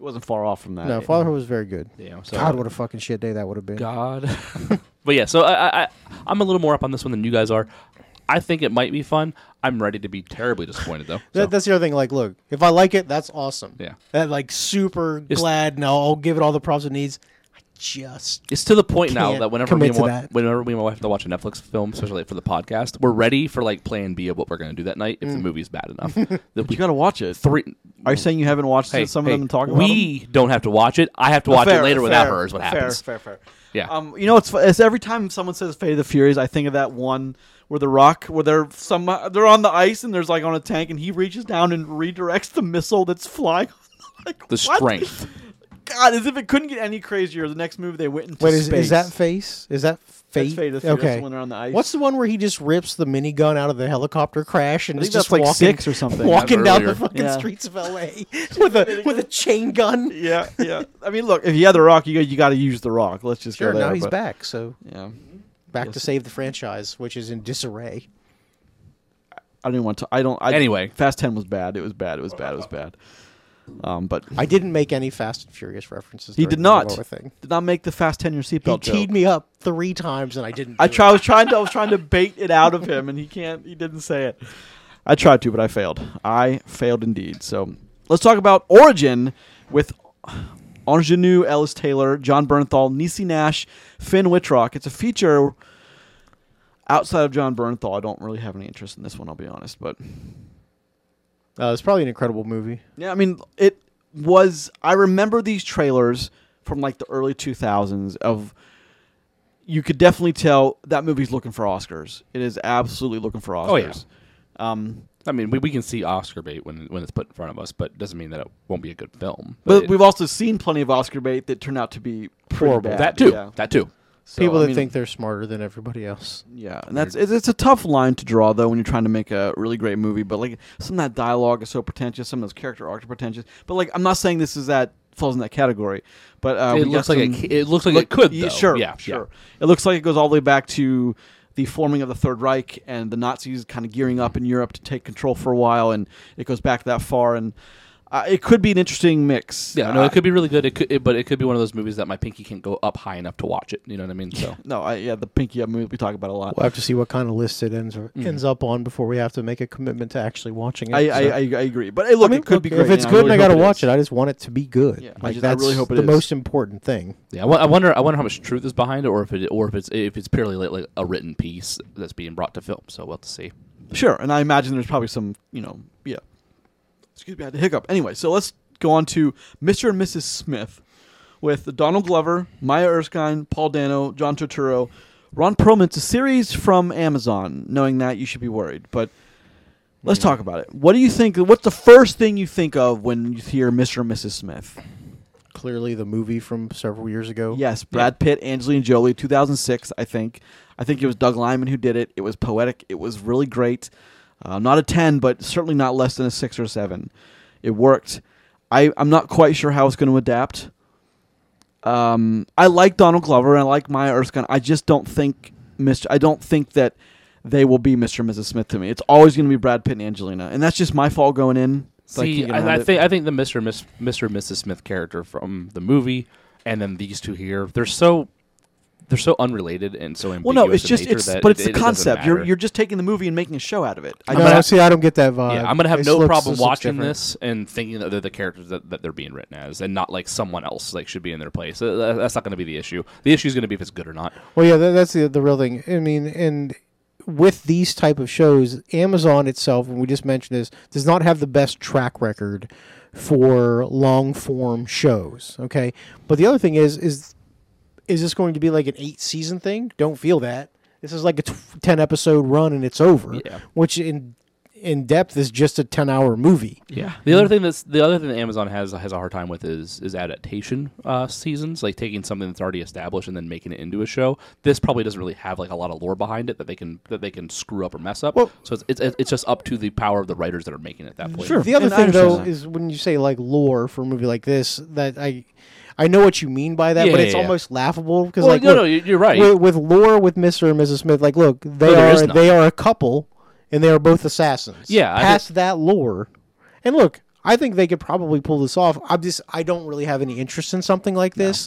[SPEAKER 1] It wasn't far off from that.
[SPEAKER 3] No, Fatherhood was very good.
[SPEAKER 2] Yeah. So
[SPEAKER 3] God, what a fucking shit day that would have been.
[SPEAKER 2] God. [laughs] but yeah, so I, I, I I'm a little more up on this one than you guys are. I think it might be fun. I'm ready to be terribly disappointed though.
[SPEAKER 3] That,
[SPEAKER 2] So,
[SPEAKER 3] That's the other thing. Like, look, if I like it, that's awesome.
[SPEAKER 2] Yeah.
[SPEAKER 3] That like super
[SPEAKER 2] It's-
[SPEAKER 3] glad. No, I'll give it all the props it needs. I just
[SPEAKER 2] it's to the point now
[SPEAKER 3] Can't
[SPEAKER 2] that whenever me
[SPEAKER 3] commit
[SPEAKER 2] and
[SPEAKER 3] to
[SPEAKER 2] wa-
[SPEAKER 3] that.
[SPEAKER 2] whenever me and my wife have to watch a Netflix film, especially for the podcast, we're ready for like Plan B of what we're going to do that night if
[SPEAKER 3] Mm.
[SPEAKER 2] the movie's bad
[SPEAKER 3] [laughs]
[SPEAKER 2] enough. that
[SPEAKER 1] you
[SPEAKER 2] we
[SPEAKER 1] gotta watch it.
[SPEAKER 2] three.
[SPEAKER 1] Are you saying you haven't watched
[SPEAKER 2] Hey,
[SPEAKER 1] it, some
[SPEAKER 2] hey,
[SPEAKER 1] of them talking about? them?
[SPEAKER 2] we don't have to watch it. I have to
[SPEAKER 1] Uh,
[SPEAKER 2] watch
[SPEAKER 1] fair,
[SPEAKER 2] it later without
[SPEAKER 1] fair,
[SPEAKER 2] her. Is what
[SPEAKER 1] fair,
[SPEAKER 2] happens.
[SPEAKER 1] Fair, fair,
[SPEAKER 2] Yeah.
[SPEAKER 1] Um, you know, it's, it's every time someone says Fate of the Furies, I think of that one where the rock, where they're some, they're on the ice and there's like on a tank, and he reaches down and redirects the missile that's flying. [laughs] like
[SPEAKER 2] The
[SPEAKER 1] what?
[SPEAKER 2] strength.
[SPEAKER 1] God, as if it couldn't get any crazier. The next move they went into
[SPEAKER 3] wait. Is,
[SPEAKER 1] space.
[SPEAKER 3] is that face? Is that fate?
[SPEAKER 1] That's Fate of the Furies,
[SPEAKER 3] okay.
[SPEAKER 1] when they're on the ice.
[SPEAKER 3] What's the one where he just rips the minigun out of the helicopter crash and
[SPEAKER 1] I
[SPEAKER 3] is
[SPEAKER 1] think
[SPEAKER 3] just
[SPEAKER 1] that's like
[SPEAKER 3] walking,
[SPEAKER 1] six or something.
[SPEAKER 3] [laughs] walking down
[SPEAKER 2] Earlier.
[SPEAKER 3] the fucking
[SPEAKER 1] Yeah.
[SPEAKER 3] streets
[SPEAKER 1] [laughs]
[SPEAKER 3] of L.A. with a [laughs] with a chain gun?
[SPEAKER 1] Yeah, yeah. I mean, look, if you had the rock, you got, you got to use the rock. Let's just
[SPEAKER 3] Sure.
[SPEAKER 1] go there.
[SPEAKER 3] Now he's
[SPEAKER 1] but-
[SPEAKER 3] back. So
[SPEAKER 1] Yeah,
[SPEAKER 3] back to save the franchise, which is in disarray.
[SPEAKER 1] I didn't want to. I don't. I,
[SPEAKER 2] Anyway.
[SPEAKER 1] Fast Ten was bad. It was bad. It was bad. It was bad. Um, but
[SPEAKER 3] I didn't make any Fast and Furious references.
[SPEAKER 1] he
[SPEAKER 3] during
[SPEAKER 1] did
[SPEAKER 3] the
[SPEAKER 1] not
[SPEAKER 3] Momoa Thing.
[SPEAKER 1] did not make the Fast Ten your
[SPEAKER 3] He
[SPEAKER 1] seatbelt joke.
[SPEAKER 3] teed me up three times and I didn't.
[SPEAKER 1] I
[SPEAKER 3] do
[SPEAKER 1] try, I
[SPEAKER 3] it.
[SPEAKER 1] was trying to I was trying to bait it out of him, and he can't. He didn't say it. I tried to, but I failed. I failed indeed. So let's talk about Origin with Ingenue, Ellis Taylor, John Bernthal, Nisi Nash, Finn Wittrock. It's a feature outside of John Bernthal. I don't really have any interest in this one. I'll be honest, but
[SPEAKER 3] Uh, it's probably an incredible movie.
[SPEAKER 1] yeah, I mean, it was. I remember these trailers from like the early 2000s of. You could definitely tell that movie's looking for Oscars. It is absolutely looking for Oscars.
[SPEAKER 2] Oh, yeah.
[SPEAKER 1] Um,
[SPEAKER 2] I mean, we, we can see Oscar bait when when it's put in front of us, but it doesn't mean that it won't be a good film.
[SPEAKER 1] but
[SPEAKER 2] it-
[SPEAKER 1] we've also seen plenty of Oscar bait that turned out to be pretty
[SPEAKER 3] Horrible.
[SPEAKER 1] bad.
[SPEAKER 2] that too.
[SPEAKER 1] Yeah.
[SPEAKER 2] That too.
[SPEAKER 1] So,
[SPEAKER 3] People
[SPEAKER 1] I
[SPEAKER 3] that
[SPEAKER 1] mean,
[SPEAKER 3] think they're smarter than everybody else.
[SPEAKER 1] Yeah, and that's it's, it's a tough line to draw though when you're trying to make a really great movie. But like some of that dialogue is so pretentious, some of those character arcs are pretentious. But like I'm not saying this is that falls in that category, but uh, we
[SPEAKER 2] it
[SPEAKER 1] got
[SPEAKER 2] looks like it,
[SPEAKER 1] some-
[SPEAKER 2] ca- it looks like it
[SPEAKER 1] Look-
[SPEAKER 2] could.
[SPEAKER 1] yeah,
[SPEAKER 2] Though.
[SPEAKER 1] sure,
[SPEAKER 2] Yeah.
[SPEAKER 1] sure. It looks like it goes all the way back to the forming of the Third Reich and the Nazis kind of gearing up in Europe to take control for a while, and it goes back that far. And uh, it could be an interesting mix. Uh,
[SPEAKER 2] Yeah. no,
[SPEAKER 1] I-
[SPEAKER 2] it could be really good. It could, it, but it could be one of those movies that my pinky can't go up high enough to watch it. You know what I mean? So
[SPEAKER 1] [laughs] no, I, yeah, the Pinky Up movie we talk about a lot.
[SPEAKER 3] We'll have to see what kind of list it ends ends up on before we have to make a commitment to actually watching it.
[SPEAKER 1] Mm-hmm. I, I,
[SPEAKER 3] So-
[SPEAKER 1] I, I agree, but hey, look,
[SPEAKER 3] I mean,
[SPEAKER 1] it could
[SPEAKER 3] look,
[SPEAKER 1] be great.
[SPEAKER 3] If it's
[SPEAKER 1] and
[SPEAKER 3] good, and
[SPEAKER 1] really
[SPEAKER 3] I
[SPEAKER 1] hope
[SPEAKER 3] gotta
[SPEAKER 1] is.
[SPEAKER 3] watch it. I just want it to be good.
[SPEAKER 1] Yeah, I
[SPEAKER 3] like
[SPEAKER 1] just- I
[SPEAKER 3] that's
[SPEAKER 1] really hope it
[SPEAKER 3] the
[SPEAKER 1] is.
[SPEAKER 3] most important thing.
[SPEAKER 2] yeah, I won- I wonder. I wonder how much truth is behind it, or if it, or if it's if it's purely like, like a written piece that's being brought to film. So we'll have to see.
[SPEAKER 1] Sure, and I imagine there's probably some, you know, yeah. Excuse me, I had a hiccup. Anyway, so let's go on to Mr. and Mrs. Smith with Donald Glover, Maya Erskine, Paul Dano, John Turturro, Ron Perlman. It's a series from Amazon. Knowing that, you should be worried. But let's talk about it. What do you think? What's the first thing you think of when you hear Mr. and Mrs. Smith?
[SPEAKER 3] Clearly, the movie from several years ago.
[SPEAKER 1] Yes, Brad Pitt, Angelina Jolie, 2006, I think. I think it was Doug Lyman who did it. It was poetic. It was really great. Uh, not a 10, but certainly not less than a 6 or 7. It worked. I, I'm not quite sure how it's going to adapt. Um, I like Donald Glover and I like Maya Erskine. I just don't think Mr. I don't think that they will be Mr. and Mrs. Smith to me. It's always going to be Brad Pitt and Angelina, and that's just my fault going in. So
[SPEAKER 2] See,
[SPEAKER 1] can't get around
[SPEAKER 2] I, I
[SPEAKER 1] it.
[SPEAKER 2] think I think the Mr. and Miss, Mr. and Mrs. Smith character from the movie, and then these two here, they're so they're so unrelated and so
[SPEAKER 1] Well,
[SPEAKER 2] ambiguous.
[SPEAKER 1] no, it's
[SPEAKER 2] in
[SPEAKER 1] just
[SPEAKER 2] nature
[SPEAKER 1] it's
[SPEAKER 2] that
[SPEAKER 1] but
[SPEAKER 2] it-
[SPEAKER 1] it's
[SPEAKER 2] it
[SPEAKER 1] the
[SPEAKER 2] doesn't
[SPEAKER 1] concept. You're
[SPEAKER 2] matter.
[SPEAKER 1] you're just taking the movie and making a show out of it. I
[SPEAKER 3] no,
[SPEAKER 1] don't-
[SPEAKER 2] gonna-
[SPEAKER 3] see, I don't get that vibe.
[SPEAKER 1] uh,
[SPEAKER 2] yeah, I'm gonna have
[SPEAKER 3] This
[SPEAKER 2] no
[SPEAKER 3] looks-
[SPEAKER 2] problem
[SPEAKER 3] this looks
[SPEAKER 2] watching
[SPEAKER 3] different.
[SPEAKER 2] this and thinking that they're the characters that, that they're being written as, and not like someone else like should be in their place. Uh, that- that's not gonna be the issue. The issue is gonna be if it's good or not.
[SPEAKER 3] Well, yeah, that, that's the the real thing. I mean, and with these type of shows, Amazon itself, and we just mentioned this, does not have the best track record for long form shows. Okay, but the other thing is, is is this going to be like an eight season thing? Don't feel that. This is like a t- ten episode run and it's over.
[SPEAKER 2] Yeah.
[SPEAKER 3] Which in in depth is just a ten hour movie.
[SPEAKER 2] Yeah. The other thing that's the other thing that Amazon has has a hard time with is is adaptation uh, seasons, like taking something that's already established and then making it into a show. This probably doesn't really have like a lot of lore behind it that they can that they can screw up or mess up.
[SPEAKER 3] Well-
[SPEAKER 2] so it's, it's it's just up to the power of the writers that are making it at that point.
[SPEAKER 1] Sure.
[SPEAKER 3] The other
[SPEAKER 1] And I
[SPEAKER 3] thing though
[SPEAKER 1] understand that.
[SPEAKER 3] is when you say like lore for a movie like this, that I I know what you mean by that,
[SPEAKER 2] Yeah,
[SPEAKER 3] but
[SPEAKER 2] yeah,
[SPEAKER 3] it's
[SPEAKER 2] yeah.
[SPEAKER 3] almost laughable because
[SPEAKER 2] Well,
[SPEAKER 3] like
[SPEAKER 2] no,
[SPEAKER 3] look,
[SPEAKER 2] no, you- you're right.
[SPEAKER 3] with, with lore with Mr. and Mrs. Smith, like look, they
[SPEAKER 2] No, there is
[SPEAKER 3] are
[SPEAKER 2] none.
[SPEAKER 3] they are a couple and they are both assassins.
[SPEAKER 2] Yeah, I
[SPEAKER 3] Past that lore. And look, I think they could probably pull this off. I'm just I don't really have any interest in something like this.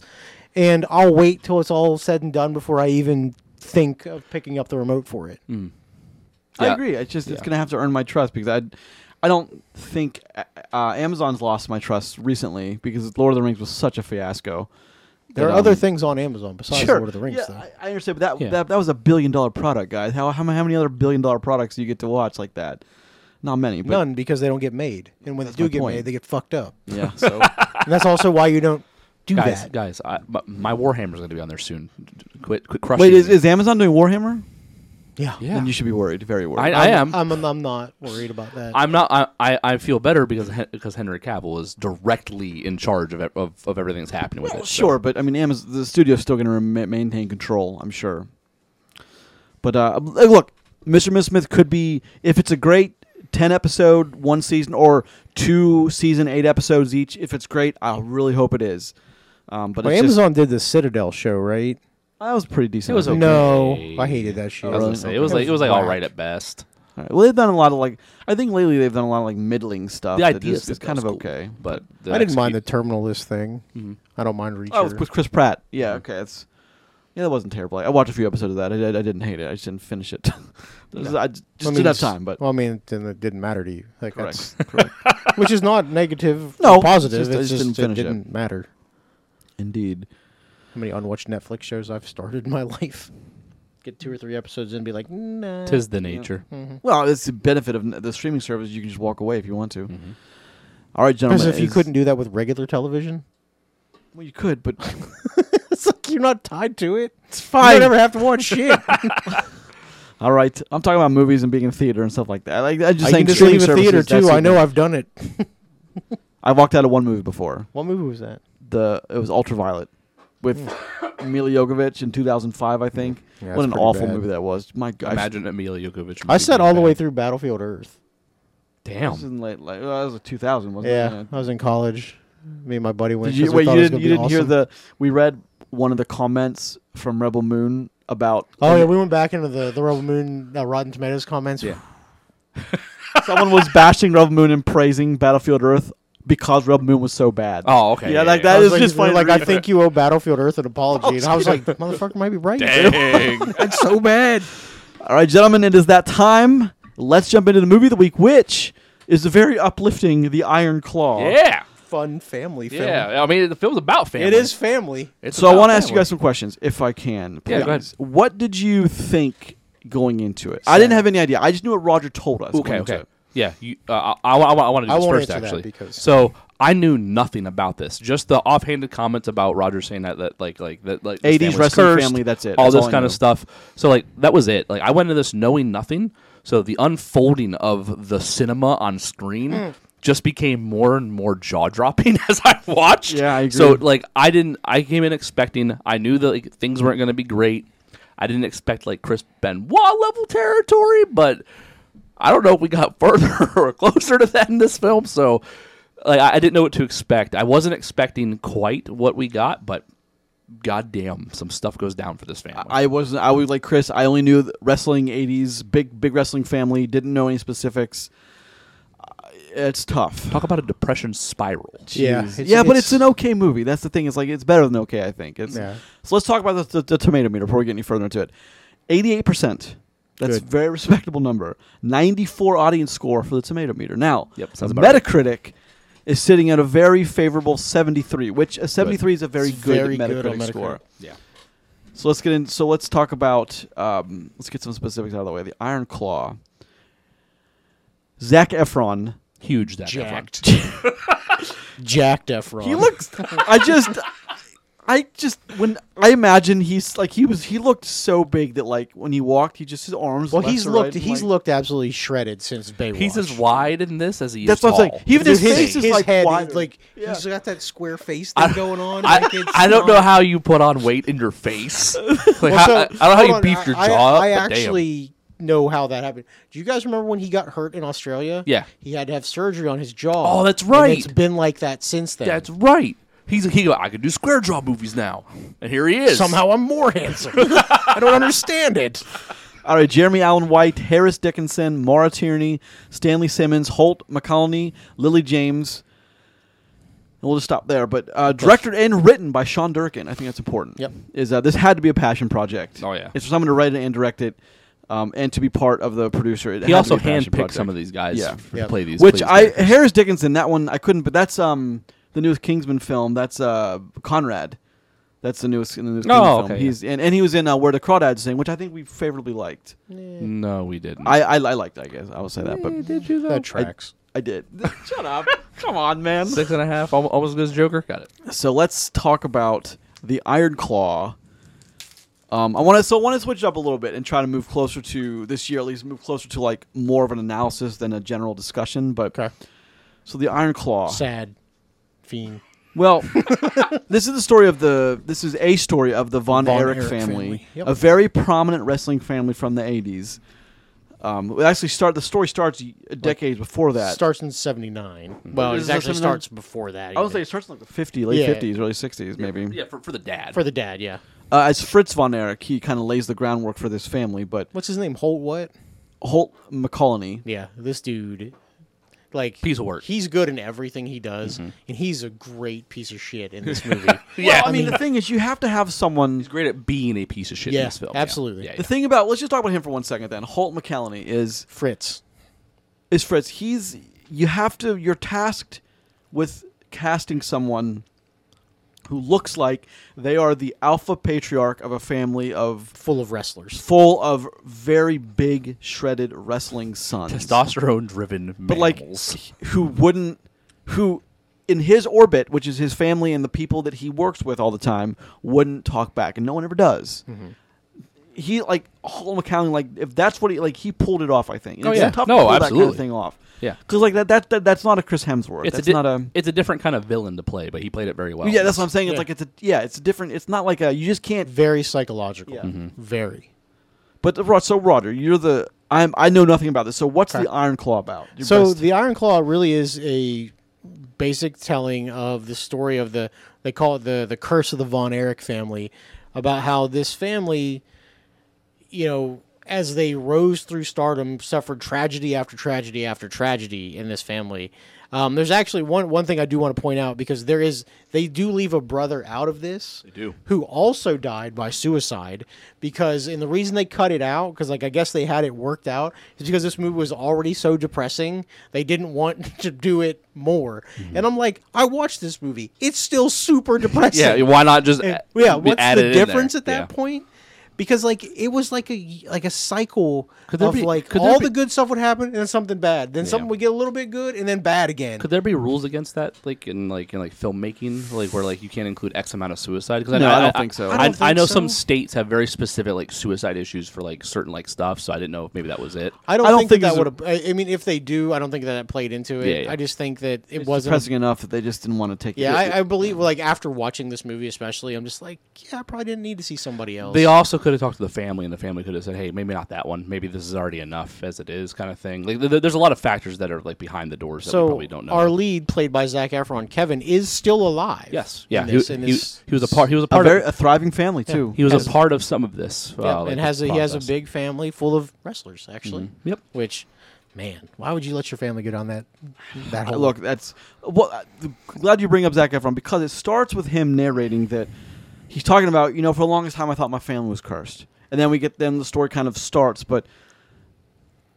[SPEAKER 3] And I'll wait till it's all said and done before I even think of picking up the remote for it.
[SPEAKER 2] Mm.
[SPEAKER 1] I
[SPEAKER 2] Yeah.
[SPEAKER 1] agree. It's just it's
[SPEAKER 2] Yeah.
[SPEAKER 1] gonna have to earn my trust because I, I don't think uh, uh, Amazon's lost my trust recently because Lord of the Rings was such a fiasco.
[SPEAKER 3] There are
[SPEAKER 1] But, um,
[SPEAKER 3] other things on Amazon besides
[SPEAKER 1] Sure.
[SPEAKER 3] Lord of the Rings
[SPEAKER 1] yeah,
[SPEAKER 3] though.
[SPEAKER 1] I, I understand, but that,
[SPEAKER 2] Yeah.
[SPEAKER 1] that that was a billion dollar product, guys. How how, how many other billion dollar products do you get to watch like that? Not many, but
[SPEAKER 3] None because they don't get made. And when they
[SPEAKER 1] my
[SPEAKER 3] do get
[SPEAKER 1] point.
[SPEAKER 3] made, they get fucked up. [laughs]
[SPEAKER 1] yeah. So
[SPEAKER 3] And that's also why you don't do
[SPEAKER 2] guys,
[SPEAKER 3] that.
[SPEAKER 2] guys, I, my, my Warhammer's going to be on there soon. Quit, quit crushing.
[SPEAKER 1] wait, is,
[SPEAKER 2] me.
[SPEAKER 1] is Amazon doing Warhammer?
[SPEAKER 3] Yeah.
[SPEAKER 2] yeah?
[SPEAKER 1] Then you should be worried, very
[SPEAKER 2] I,
[SPEAKER 1] worried.
[SPEAKER 2] I am.
[SPEAKER 3] I'm, I'm I'm not worried about that.
[SPEAKER 2] I'm not. I, I, I feel better because Hen- because Henry Cavill is directly in charge of e- of, of everything that's happening with
[SPEAKER 1] Well,
[SPEAKER 2] it. so-
[SPEAKER 1] sure, but I mean, Amazon, the studio's still going to rem- maintain control, I'm sure. But uh, um, look, Mr. and Miss Smith could be if it's a great ten episode, one season, or two season, eight episodes each. If it's great, I really hope it is. Um, but
[SPEAKER 3] Well,
[SPEAKER 1] it's just-
[SPEAKER 3] Amazon did the Citadel show, right?
[SPEAKER 1] that was pretty decent.
[SPEAKER 2] It was
[SPEAKER 1] I think.
[SPEAKER 2] okay.
[SPEAKER 3] No, I hated that shit.
[SPEAKER 2] I was
[SPEAKER 1] Really?
[SPEAKER 2] gonna say, it was like it was like all right at best.
[SPEAKER 1] All right. Well, they've done a lot of like I think lately they've done a lot of like middling stuff.
[SPEAKER 2] The
[SPEAKER 1] that
[SPEAKER 2] idea
[SPEAKER 1] is- is kind of okay,
[SPEAKER 2] but the Mm-hmm.
[SPEAKER 3] I didn't mind the
[SPEAKER 2] execute-
[SPEAKER 3] terminalist thing. I don't mind Reacher.
[SPEAKER 1] Oh, with Chris- Chris Pratt. Yeah, okay. It's yeah, that wasn't terrible. I I watched a few episodes of that. I, did, I didn't hate it. I just didn't finish it. [laughs] Just- I just
[SPEAKER 3] I mean,
[SPEAKER 1] didn't have
[SPEAKER 3] it's-
[SPEAKER 1] time. But
[SPEAKER 3] well, I mean, then it didn't matter to you. Like,
[SPEAKER 1] correct,
[SPEAKER 3] that's- [laughs]
[SPEAKER 1] correct.
[SPEAKER 3] which is not negative.
[SPEAKER 2] [laughs]
[SPEAKER 1] No,
[SPEAKER 3] or positive.
[SPEAKER 1] it's just- I
[SPEAKER 3] it's
[SPEAKER 1] just
[SPEAKER 3] just,
[SPEAKER 1] didn't finish
[SPEAKER 3] it
[SPEAKER 1] it.
[SPEAKER 3] didn't matter.
[SPEAKER 1] Indeed.
[SPEAKER 3] How many unwatched Netflix shows I've started in my [laughs] life? Get two or three episodes in and be like, nah.
[SPEAKER 2] Tis the nature.
[SPEAKER 3] Mm-hmm.
[SPEAKER 1] Well, it's the benefit of n- the streaming service. You can just walk away if you want to.
[SPEAKER 2] Mm-hmm.
[SPEAKER 1] All right, gentlemen.
[SPEAKER 3] Because Mm. if you
[SPEAKER 1] is-
[SPEAKER 3] couldn't do that with regular television, [laughs]
[SPEAKER 1] well, you could, but
[SPEAKER 3] it's like you're not tied to it.
[SPEAKER 1] [laughs] it's
[SPEAKER 3] You
[SPEAKER 1] fine.
[SPEAKER 3] don't ever have to
[SPEAKER 1] [laughs]
[SPEAKER 3] watch shit.
[SPEAKER 1] All right, I'm talking about movies and being in theater and stuff like that. Like I just
[SPEAKER 3] I
[SPEAKER 1] saying
[SPEAKER 3] can just
[SPEAKER 1] streaming
[SPEAKER 3] leave a
[SPEAKER 1] services,
[SPEAKER 3] theater
[SPEAKER 1] that's
[SPEAKER 3] too. I
[SPEAKER 1] even-
[SPEAKER 3] know I've done it.
[SPEAKER 1] I walked out of one movie before.
[SPEAKER 3] What movie was that?
[SPEAKER 1] The it was Ultraviolet with Mila Jovovich in 2005, I think.
[SPEAKER 3] Mm. Yeah,
[SPEAKER 1] what
[SPEAKER 3] it's
[SPEAKER 1] an
[SPEAKER 3] pretty
[SPEAKER 1] awful
[SPEAKER 3] bad.
[SPEAKER 1] movie that was. My God,
[SPEAKER 2] Imagine Emilio Jokovic.
[SPEAKER 3] I sat all the way through Battlefield Earth.
[SPEAKER 1] This
[SPEAKER 2] Damn.
[SPEAKER 1] is in late, like, well, that was a 2000, wasn't it?
[SPEAKER 3] Yeah, I was in college. Me and my buddy went.
[SPEAKER 1] Did you,
[SPEAKER 3] 'cause we
[SPEAKER 1] wait, you
[SPEAKER 3] thought it was
[SPEAKER 1] didn't,
[SPEAKER 3] gonna
[SPEAKER 1] you
[SPEAKER 3] be
[SPEAKER 1] didn't hear
[SPEAKER 3] awesome.
[SPEAKER 1] the? We read one of the comments from Rebel Moon about.
[SPEAKER 3] Oh yeah, we went back into the the Rebel Moon uh, Rotten Tomatoes comments.
[SPEAKER 2] Yeah.
[SPEAKER 1] someone was bashing Rebel Moon and praising Battlefield Earth because Rebel Moon was so bad.
[SPEAKER 2] Oh, okay.
[SPEAKER 1] Yeah, like
[SPEAKER 3] I
[SPEAKER 1] that
[SPEAKER 3] was
[SPEAKER 1] is
[SPEAKER 3] like,
[SPEAKER 1] just Oh, funny.
[SPEAKER 3] Like I think you owe Battlefield Earth an apology, and I was like, motherfucker, might be
[SPEAKER 2] [laughs]
[SPEAKER 3] right.
[SPEAKER 2] Dang.
[SPEAKER 3] It's so bad.
[SPEAKER 1] All right, gentlemen, it is that time. Let's jump into the movie of the week, which is the very uplifting The Iron Claw.
[SPEAKER 2] [laughs] yeah.
[SPEAKER 3] Fun family film.
[SPEAKER 2] Yeah. I mean, the film's about family.
[SPEAKER 3] It is family.
[SPEAKER 2] It's
[SPEAKER 1] So I
[SPEAKER 2] about
[SPEAKER 1] want to ask you
[SPEAKER 2] family.
[SPEAKER 1] guys some questions, if I can. Please.
[SPEAKER 2] Yeah, go ahead.
[SPEAKER 1] What did you think going into it? I didn't have any idea. I just knew what Roger told us. going
[SPEAKER 2] Okay,
[SPEAKER 1] into
[SPEAKER 2] okay.
[SPEAKER 1] it.
[SPEAKER 2] Yeah, you, uh, I, I, I want to
[SPEAKER 3] I
[SPEAKER 2] do this
[SPEAKER 3] wanna
[SPEAKER 2] first,
[SPEAKER 3] answer that
[SPEAKER 2] actually.
[SPEAKER 3] because-
[SPEAKER 2] So I knew nothing about this. Just the offhanded comments about Roger saying that, that like, like, that, like, this
[SPEAKER 1] 80s
[SPEAKER 2] man was
[SPEAKER 1] wrestling
[SPEAKER 2] cursed,
[SPEAKER 1] family, that's it.
[SPEAKER 2] All
[SPEAKER 1] That's
[SPEAKER 2] this
[SPEAKER 1] all I
[SPEAKER 2] kind of
[SPEAKER 1] knew.
[SPEAKER 2] stuff. So like, that was it. Like, I went into this knowing nothing. So the unfolding of the cinema on screen.
[SPEAKER 1] Mm.
[SPEAKER 2] Just became more and more jaw dropping [laughs] as I watched.
[SPEAKER 1] Yeah, I
[SPEAKER 2] So
[SPEAKER 1] agree.
[SPEAKER 2] like, I didn't. I came in expecting. I knew that like, things weren't going to be great. I didn't expect like Chris Benoit level territory, but I don't know if we got [laughs] further or closer to that in this film. So, like, I, I didn't know what to expect. I wasn't expecting quite what we got, but goddamn, some stuff goes down for this family.
[SPEAKER 1] I wasn't. I was like Chris. I only knew th- wrestling '80s, big big wrestling family. Didn't know any specifics. Uh, It's tough.
[SPEAKER 2] Talk about a depression spiral.
[SPEAKER 3] Yeah,
[SPEAKER 1] Jeez.
[SPEAKER 3] it's-
[SPEAKER 1] yeah, but
[SPEAKER 3] it's-
[SPEAKER 1] it's an okay movie. That's the thing. It's like it's better than okay. I think. It's,
[SPEAKER 3] Yeah.
[SPEAKER 1] So let's talk about the, the, the tomato meter before we get any further into it. Eighty-eight percent. That's a
[SPEAKER 3] Good.
[SPEAKER 1] very respectable number. Ninety-four audience score for the tomato meter. Now,
[SPEAKER 2] Yep,
[SPEAKER 1] the
[SPEAKER 2] sounds about right.
[SPEAKER 1] Metacritic is sitting at a very favorable seventy-three, which a seventy-three is a very
[SPEAKER 3] It's
[SPEAKER 1] good
[SPEAKER 3] very
[SPEAKER 1] Metacritic
[SPEAKER 3] good on Metacritic.
[SPEAKER 1] score.
[SPEAKER 2] Yeah.
[SPEAKER 1] So let's get in. So let's talk about. Um, let's get some specifics out of the way. The Iron Claw. Zach Efron.
[SPEAKER 2] Huge that
[SPEAKER 3] Jacked. Jack Efron.
[SPEAKER 4] Oh.
[SPEAKER 1] He looks. I just. I just when I imagine he's like he was he looked so big that like when he walked he just his arms
[SPEAKER 4] Well,
[SPEAKER 1] left
[SPEAKER 4] he's
[SPEAKER 1] to
[SPEAKER 4] looked
[SPEAKER 1] right,
[SPEAKER 4] he's
[SPEAKER 1] like-
[SPEAKER 4] looked absolutely shredded since Baywatch.
[SPEAKER 2] [laughs] He's as wide in this as he
[SPEAKER 1] that's
[SPEAKER 2] is tall.
[SPEAKER 1] what I'm saying even his,
[SPEAKER 4] his,
[SPEAKER 1] face is
[SPEAKER 4] his
[SPEAKER 1] like
[SPEAKER 4] head,
[SPEAKER 1] wider.
[SPEAKER 4] like
[SPEAKER 1] Yeah.
[SPEAKER 4] he's got that square face thing going on. like,
[SPEAKER 2] I,
[SPEAKER 4] it's
[SPEAKER 2] I don't know
[SPEAKER 4] not-
[SPEAKER 2] how you put on weight in your face. Like,
[SPEAKER 4] Well,
[SPEAKER 2] how-
[SPEAKER 4] so-
[SPEAKER 2] I, I don't know how
[SPEAKER 4] hold
[SPEAKER 2] you
[SPEAKER 4] on,
[SPEAKER 2] beefed your
[SPEAKER 4] I-
[SPEAKER 2] jaw up.
[SPEAKER 4] I,
[SPEAKER 2] but damn.
[SPEAKER 4] actually know how that happened. Do you guys remember when he got hurt in Australia?
[SPEAKER 2] Yeah.
[SPEAKER 4] he had to have surgery on his jaw.
[SPEAKER 2] Oh, that's
[SPEAKER 4] and
[SPEAKER 2] right.
[SPEAKER 4] it's been like that since then.
[SPEAKER 2] That's right. He's he. go, I can do square jaw movies now, and here he is.
[SPEAKER 3] Somehow I'm more
[SPEAKER 2] [laughs]
[SPEAKER 3] handsome. I don't understand it.
[SPEAKER 1] All right, Jeremy Allen White, Harris Dickinson, Mara Tierney, Stanley Simmons, Holt McCallany, Lily James. And we'll just stop there. But uh, directed and written by Sean Durkin. I think that's important.
[SPEAKER 3] Yep.
[SPEAKER 1] Is uh, this had to be a passion project?
[SPEAKER 2] Oh, yeah.
[SPEAKER 1] It's for someone to write it and direct it, um, and to be part of the producer. It
[SPEAKER 2] he
[SPEAKER 1] had to
[SPEAKER 2] also
[SPEAKER 1] be a passion
[SPEAKER 2] handpicked some
[SPEAKER 1] project.
[SPEAKER 2] of these guys
[SPEAKER 1] Yeah.
[SPEAKER 2] f- to
[SPEAKER 4] Yeah.
[SPEAKER 2] play these.
[SPEAKER 1] Which
[SPEAKER 2] play
[SPEAKER 1] I
[SPEAKER 2] these characters.
[SPEAKER 1] Harris Dickinson that one I couldn't, but that's um the newest Kingsman film. That's uh Conrad. That's the newest, the newest
[SPEAKER 2] Oh,
[SPEAKER 1] Kingsman
[SPEAKER 2] okay,
[SPEAKER 1] film.
[SPEAKER 2] yeah.
[SPEAKER 1] He's and, and he was in uh, Where the Crawdads Sing, which I think we favorably liked.
[SPEAKER 2] No, we didn't.
[SPEAKER 1] I, I, I liked it, I guess. I will say that, but
[SPEAKER 2] did you though?
[SPEAKER 3] That tracks.
[SPEAKER 1] I did. [laughs] Shut up. Come on, man.
[SPEAKER 2] Six and a half, al- almost as good as Joker. Got it.
[SPEAKER 1] So let's talk about the Iron Claw. Um, I want to so want to switch up a little bit and try to move closer to this year, at least move closer to like more of an analysis than a general discussion. But
[SPEAKER 3] Okay.
[SPEAKER 1] so the Iron Claw.
[SPEAKER 3] Sad. Fiend.
[SPEAKER 1] [laughs] Well, this is the story of the. This is a story of the von,
[SPEAKER 3] Von
[SPEAKER 1] Erich,
[SPEAKER 3] Erich
[SPEAKER 1] family,
[SPEAKER 3] family, yep.
[SPEAKER 1] a very prominent wrestling family from the '80s. Um, it actually, start the story starts decades before that.
[SPEAKER 3] Starts in 79.
[SPEAKER 2] Mm-hmm.
[SPEAKER 3] Well,
[SPEAKER 1] Is
[SPEAKER 3] it
[SPEAKER 1] that
[SPEAKER 3] actually
[SPEAKER 1] 79?
[SPEAKER 3] starts before that.
[SPEAKER 1] I would
[SPEAKER 3] even.
[SPEAKER 1] say it starts in like the 50, late
[SPEAKER 3] Yeah.
[SPEAKER 1] 50s, early 60s, maybe.
[SPEAKER 2] Yeah, for, for the dad.
[SPEAKER 3] For the dad, yeah.
[SPEAKER 1] Uh, as Fritz von Erich, he kind of lays the groundwork for this family, but
[SPEAKER 4] What's his name? Holt what?
[SPEAKER 1] Holt McCallany,
[SPEAKER 3] Yeah, this dude, like
[SPEAKER 2] Piece of work.
[SPEAKER 3] He's good in everything he does, and he's a great piece of shit in
[SPEAKER 1] [laughs]
[SPEAKER 3] this movie.
[SPEAKER 2] yeah,
[SPEAKER 1] Well, Mm-hmm. I mean, the thing is, you have to have someone.
[SPEAKER 2] he's great at being a piece of shit
[SPEAKER 3] Yeah,
[SPEAKER 2] in this film.
[SPEAKER 3] absolutely.
[SPEAKER 2] Yeah, yeah,
[SPEAKER 1] The thing about let's just talk about him for one second. Then Holt McCallany is
[SPEAKER 3] Fritz,
[SPEAKER 1] is Fritz. He's you have to you're tasked with casting someone who looks like they are the alpha patriarch of a family of
[SPEAKER 3] full of wrestlers.
[SPEAKER 1] full of very big shredded wrestling sons.
[SPEAKER 2] [laughs] Testosterone driven
[SPEAKER 1] but like who wouldn't who in his orbit which is his family and the people that he works with all the time wouldn't talk back and no one ever does
[SPEAKER 2] Mm-hmm.
[SPEAKER 1] he like Hall McCallum like if that's what he like he pulled it off I think
[SPEAKER 2] Oh,
[SPEAKER 1] it's
[SPEAKER 2] yeah.
[SPEAKER 1] tough
[SPEAKER 2] No,
[SPEAKER 1] to pull that kind
[SPEAKER 2] absolutely.
[SPEAKER 1] of thing off
[SPEAKER 2] Yeah.
[SPEAKER 1] because like that, that that that's not a Chris Hemsworth
[SPEAKER 2] it's a
[SPEAKER 1] that's
[SPEAKER 2] di- Oh,
[SPEAKER 1] not a
[SPEAKER 2] it's a different kind of villain to play, but he played it very well.
[SPEAKER 1] yeah that's what I'm saying it's
[SPEAKER 3] Yeah.
[SPEAKER 1] like it's a yeah it's a different it's not like a you just can't
[SPEAKER 3] Very psychological.
[SPEAKER 1] Yeah. Mhm.
[SPEAKER 3] Very.
[SPEAKER 1] but Ro- so Roger you're the I'm I know nothing about this so what's the Iron Claw about Your
[SPEAKER 3] so
[SPEAKER 1] best-
[SPEAKER 3] the Iron Claw really is a basic telling of the story of the they call it the the curse of the von Erich family about how this family you know as they rose through stardom suffered tragedy after tragedy after tragedy in this family um, there's actually one one thing I do want to point out because there is they do leave a brother out of this they
[SPEAKER 2] do.
[SPEAKER 3] who also died by suicide because and the reason they cut it out because like i guess they had it worked out is because this movie was already so depressing they didn't want [laughs] to do it more
[SPEAKER 2] Mm-hmm.
[SPEAKER 3] and i'm like i watched this movie it's still super depressing
[SPEAKER 2] Yeah, why not just
[SPEAKER 3] And-
[SPEAKER 2] a-
[SPEAKER 3] yeah
[SPEAKER 2] be-
[SPEAKER 3] what's
[SPEAKER 2] add it
[SPEAKER 3] the
[SPEAKER 2] in there?
[SPEAKER 3] difference at that
[SPEAKER 2] Yeah.
[SPEAKER 3] point because like it was like a like a cycle
[SPEAKER 2] Could there
[SPEAKER 3] of
[SPEAKER 2] be-
[SPEAKER 3] like
[SPEAKER 2] could there
[SPEAKER 3] all
[SPEAKER 2] be-
[SPEAKER 3] the good stuff would happen and then something bad then something would get a little bit good and then bad again
[SPEAKER 2] Could there be rules against that, like in like in like filmmaking, like where like you can't include X amount of suicide? Because
[SPEAKER 1] No, I don't think so.
[SPEAKER 2] I,
[SPEAKER 1] I
[SPEAKER 3] don't
[SPEAKER 2] I
[SPEAKER 3] think
[SPEAKER 2] know
[SPEAKER 3] so.
[SPEAKER 2] some states have very specific like suicide issues for like certain like stuff, so I didn't know if maybe that was it.
[SPEAKER 3] I don't,
[SPEAKER 1] I don't
[SPEAKER 3] think,
[SPEAKER 1] think
[SPEAKER 3] that,
[SPEAKER 1] there's
[SPEAKER 3] would. have I I mean, if they do, I don't think that that played into it.
[SPEAKER 2] Yeah, yeah.
[SPEAKER 3] I just think that it
[SPEAKER 1] it's
[SPEAKER 3] wasn't. a
[SPEAKER 1] depressing enough that they just didn't want to take
[SPEAKER 3] Yeah,
[SPEAKER 1] it.
[SPEAKER 3] I, I believe like after watching this movie, especially, I'm just like, yeah, I probably didn't need to see somebody else.
[SPEAKER 2] They also could have talked to the family, and the family could have said, "Hey, maybe not that one. Maybe this is already enough as it is," kind of thing. Like, th- th- there's a lot of factors that are like behind the doors that we
[SPEAKER 3] so
[SPEAKER 2] probably don't know.
[SPEAKER 3] our lead, played by Zach Efron, Kevin, is still alive.
[SPEAKER 2] yes, yeah,
[SPEAKER 3] in
[SPEAKER 2] he,
[SPEAKER 3] this-
[SPEAKER 2] he,
[SPEAKER 3] in
[SPEAKER 2] he
[SPEAKER 3] this-
[SPEAKER 2] was a part. He was a
[SPEAKER 1] a
[SPEAKER 2] part
[SPEAKER 1] very
[SPEAKER 2] of.
[SPEAKER 1] a thriving family too
[SPEAKER 2] He was
[SPEAKER 3] has-
[SPEAKER 2] a part of some of this. uh,
[SPEAKER 3] yeah,
[SPEAKER 2] like,
[SPEAKER 3] and has a, he has a
[SPEAKER 2] process. Mm-hmm.
[SPEAKER 3] big family full of wrestlers, actually.
[SPEAKER 2] Yep.
[SPEAKER 3] Which, man, why would you let your family get on that that whole
[SPEAKER 1] Look, that's well. uh, th- Glad you bring up Zac Efron because it starts with him narrating that he's talking about. You know, for the longest time, I thought my family was cursed, and then we get then the story kind of starts. But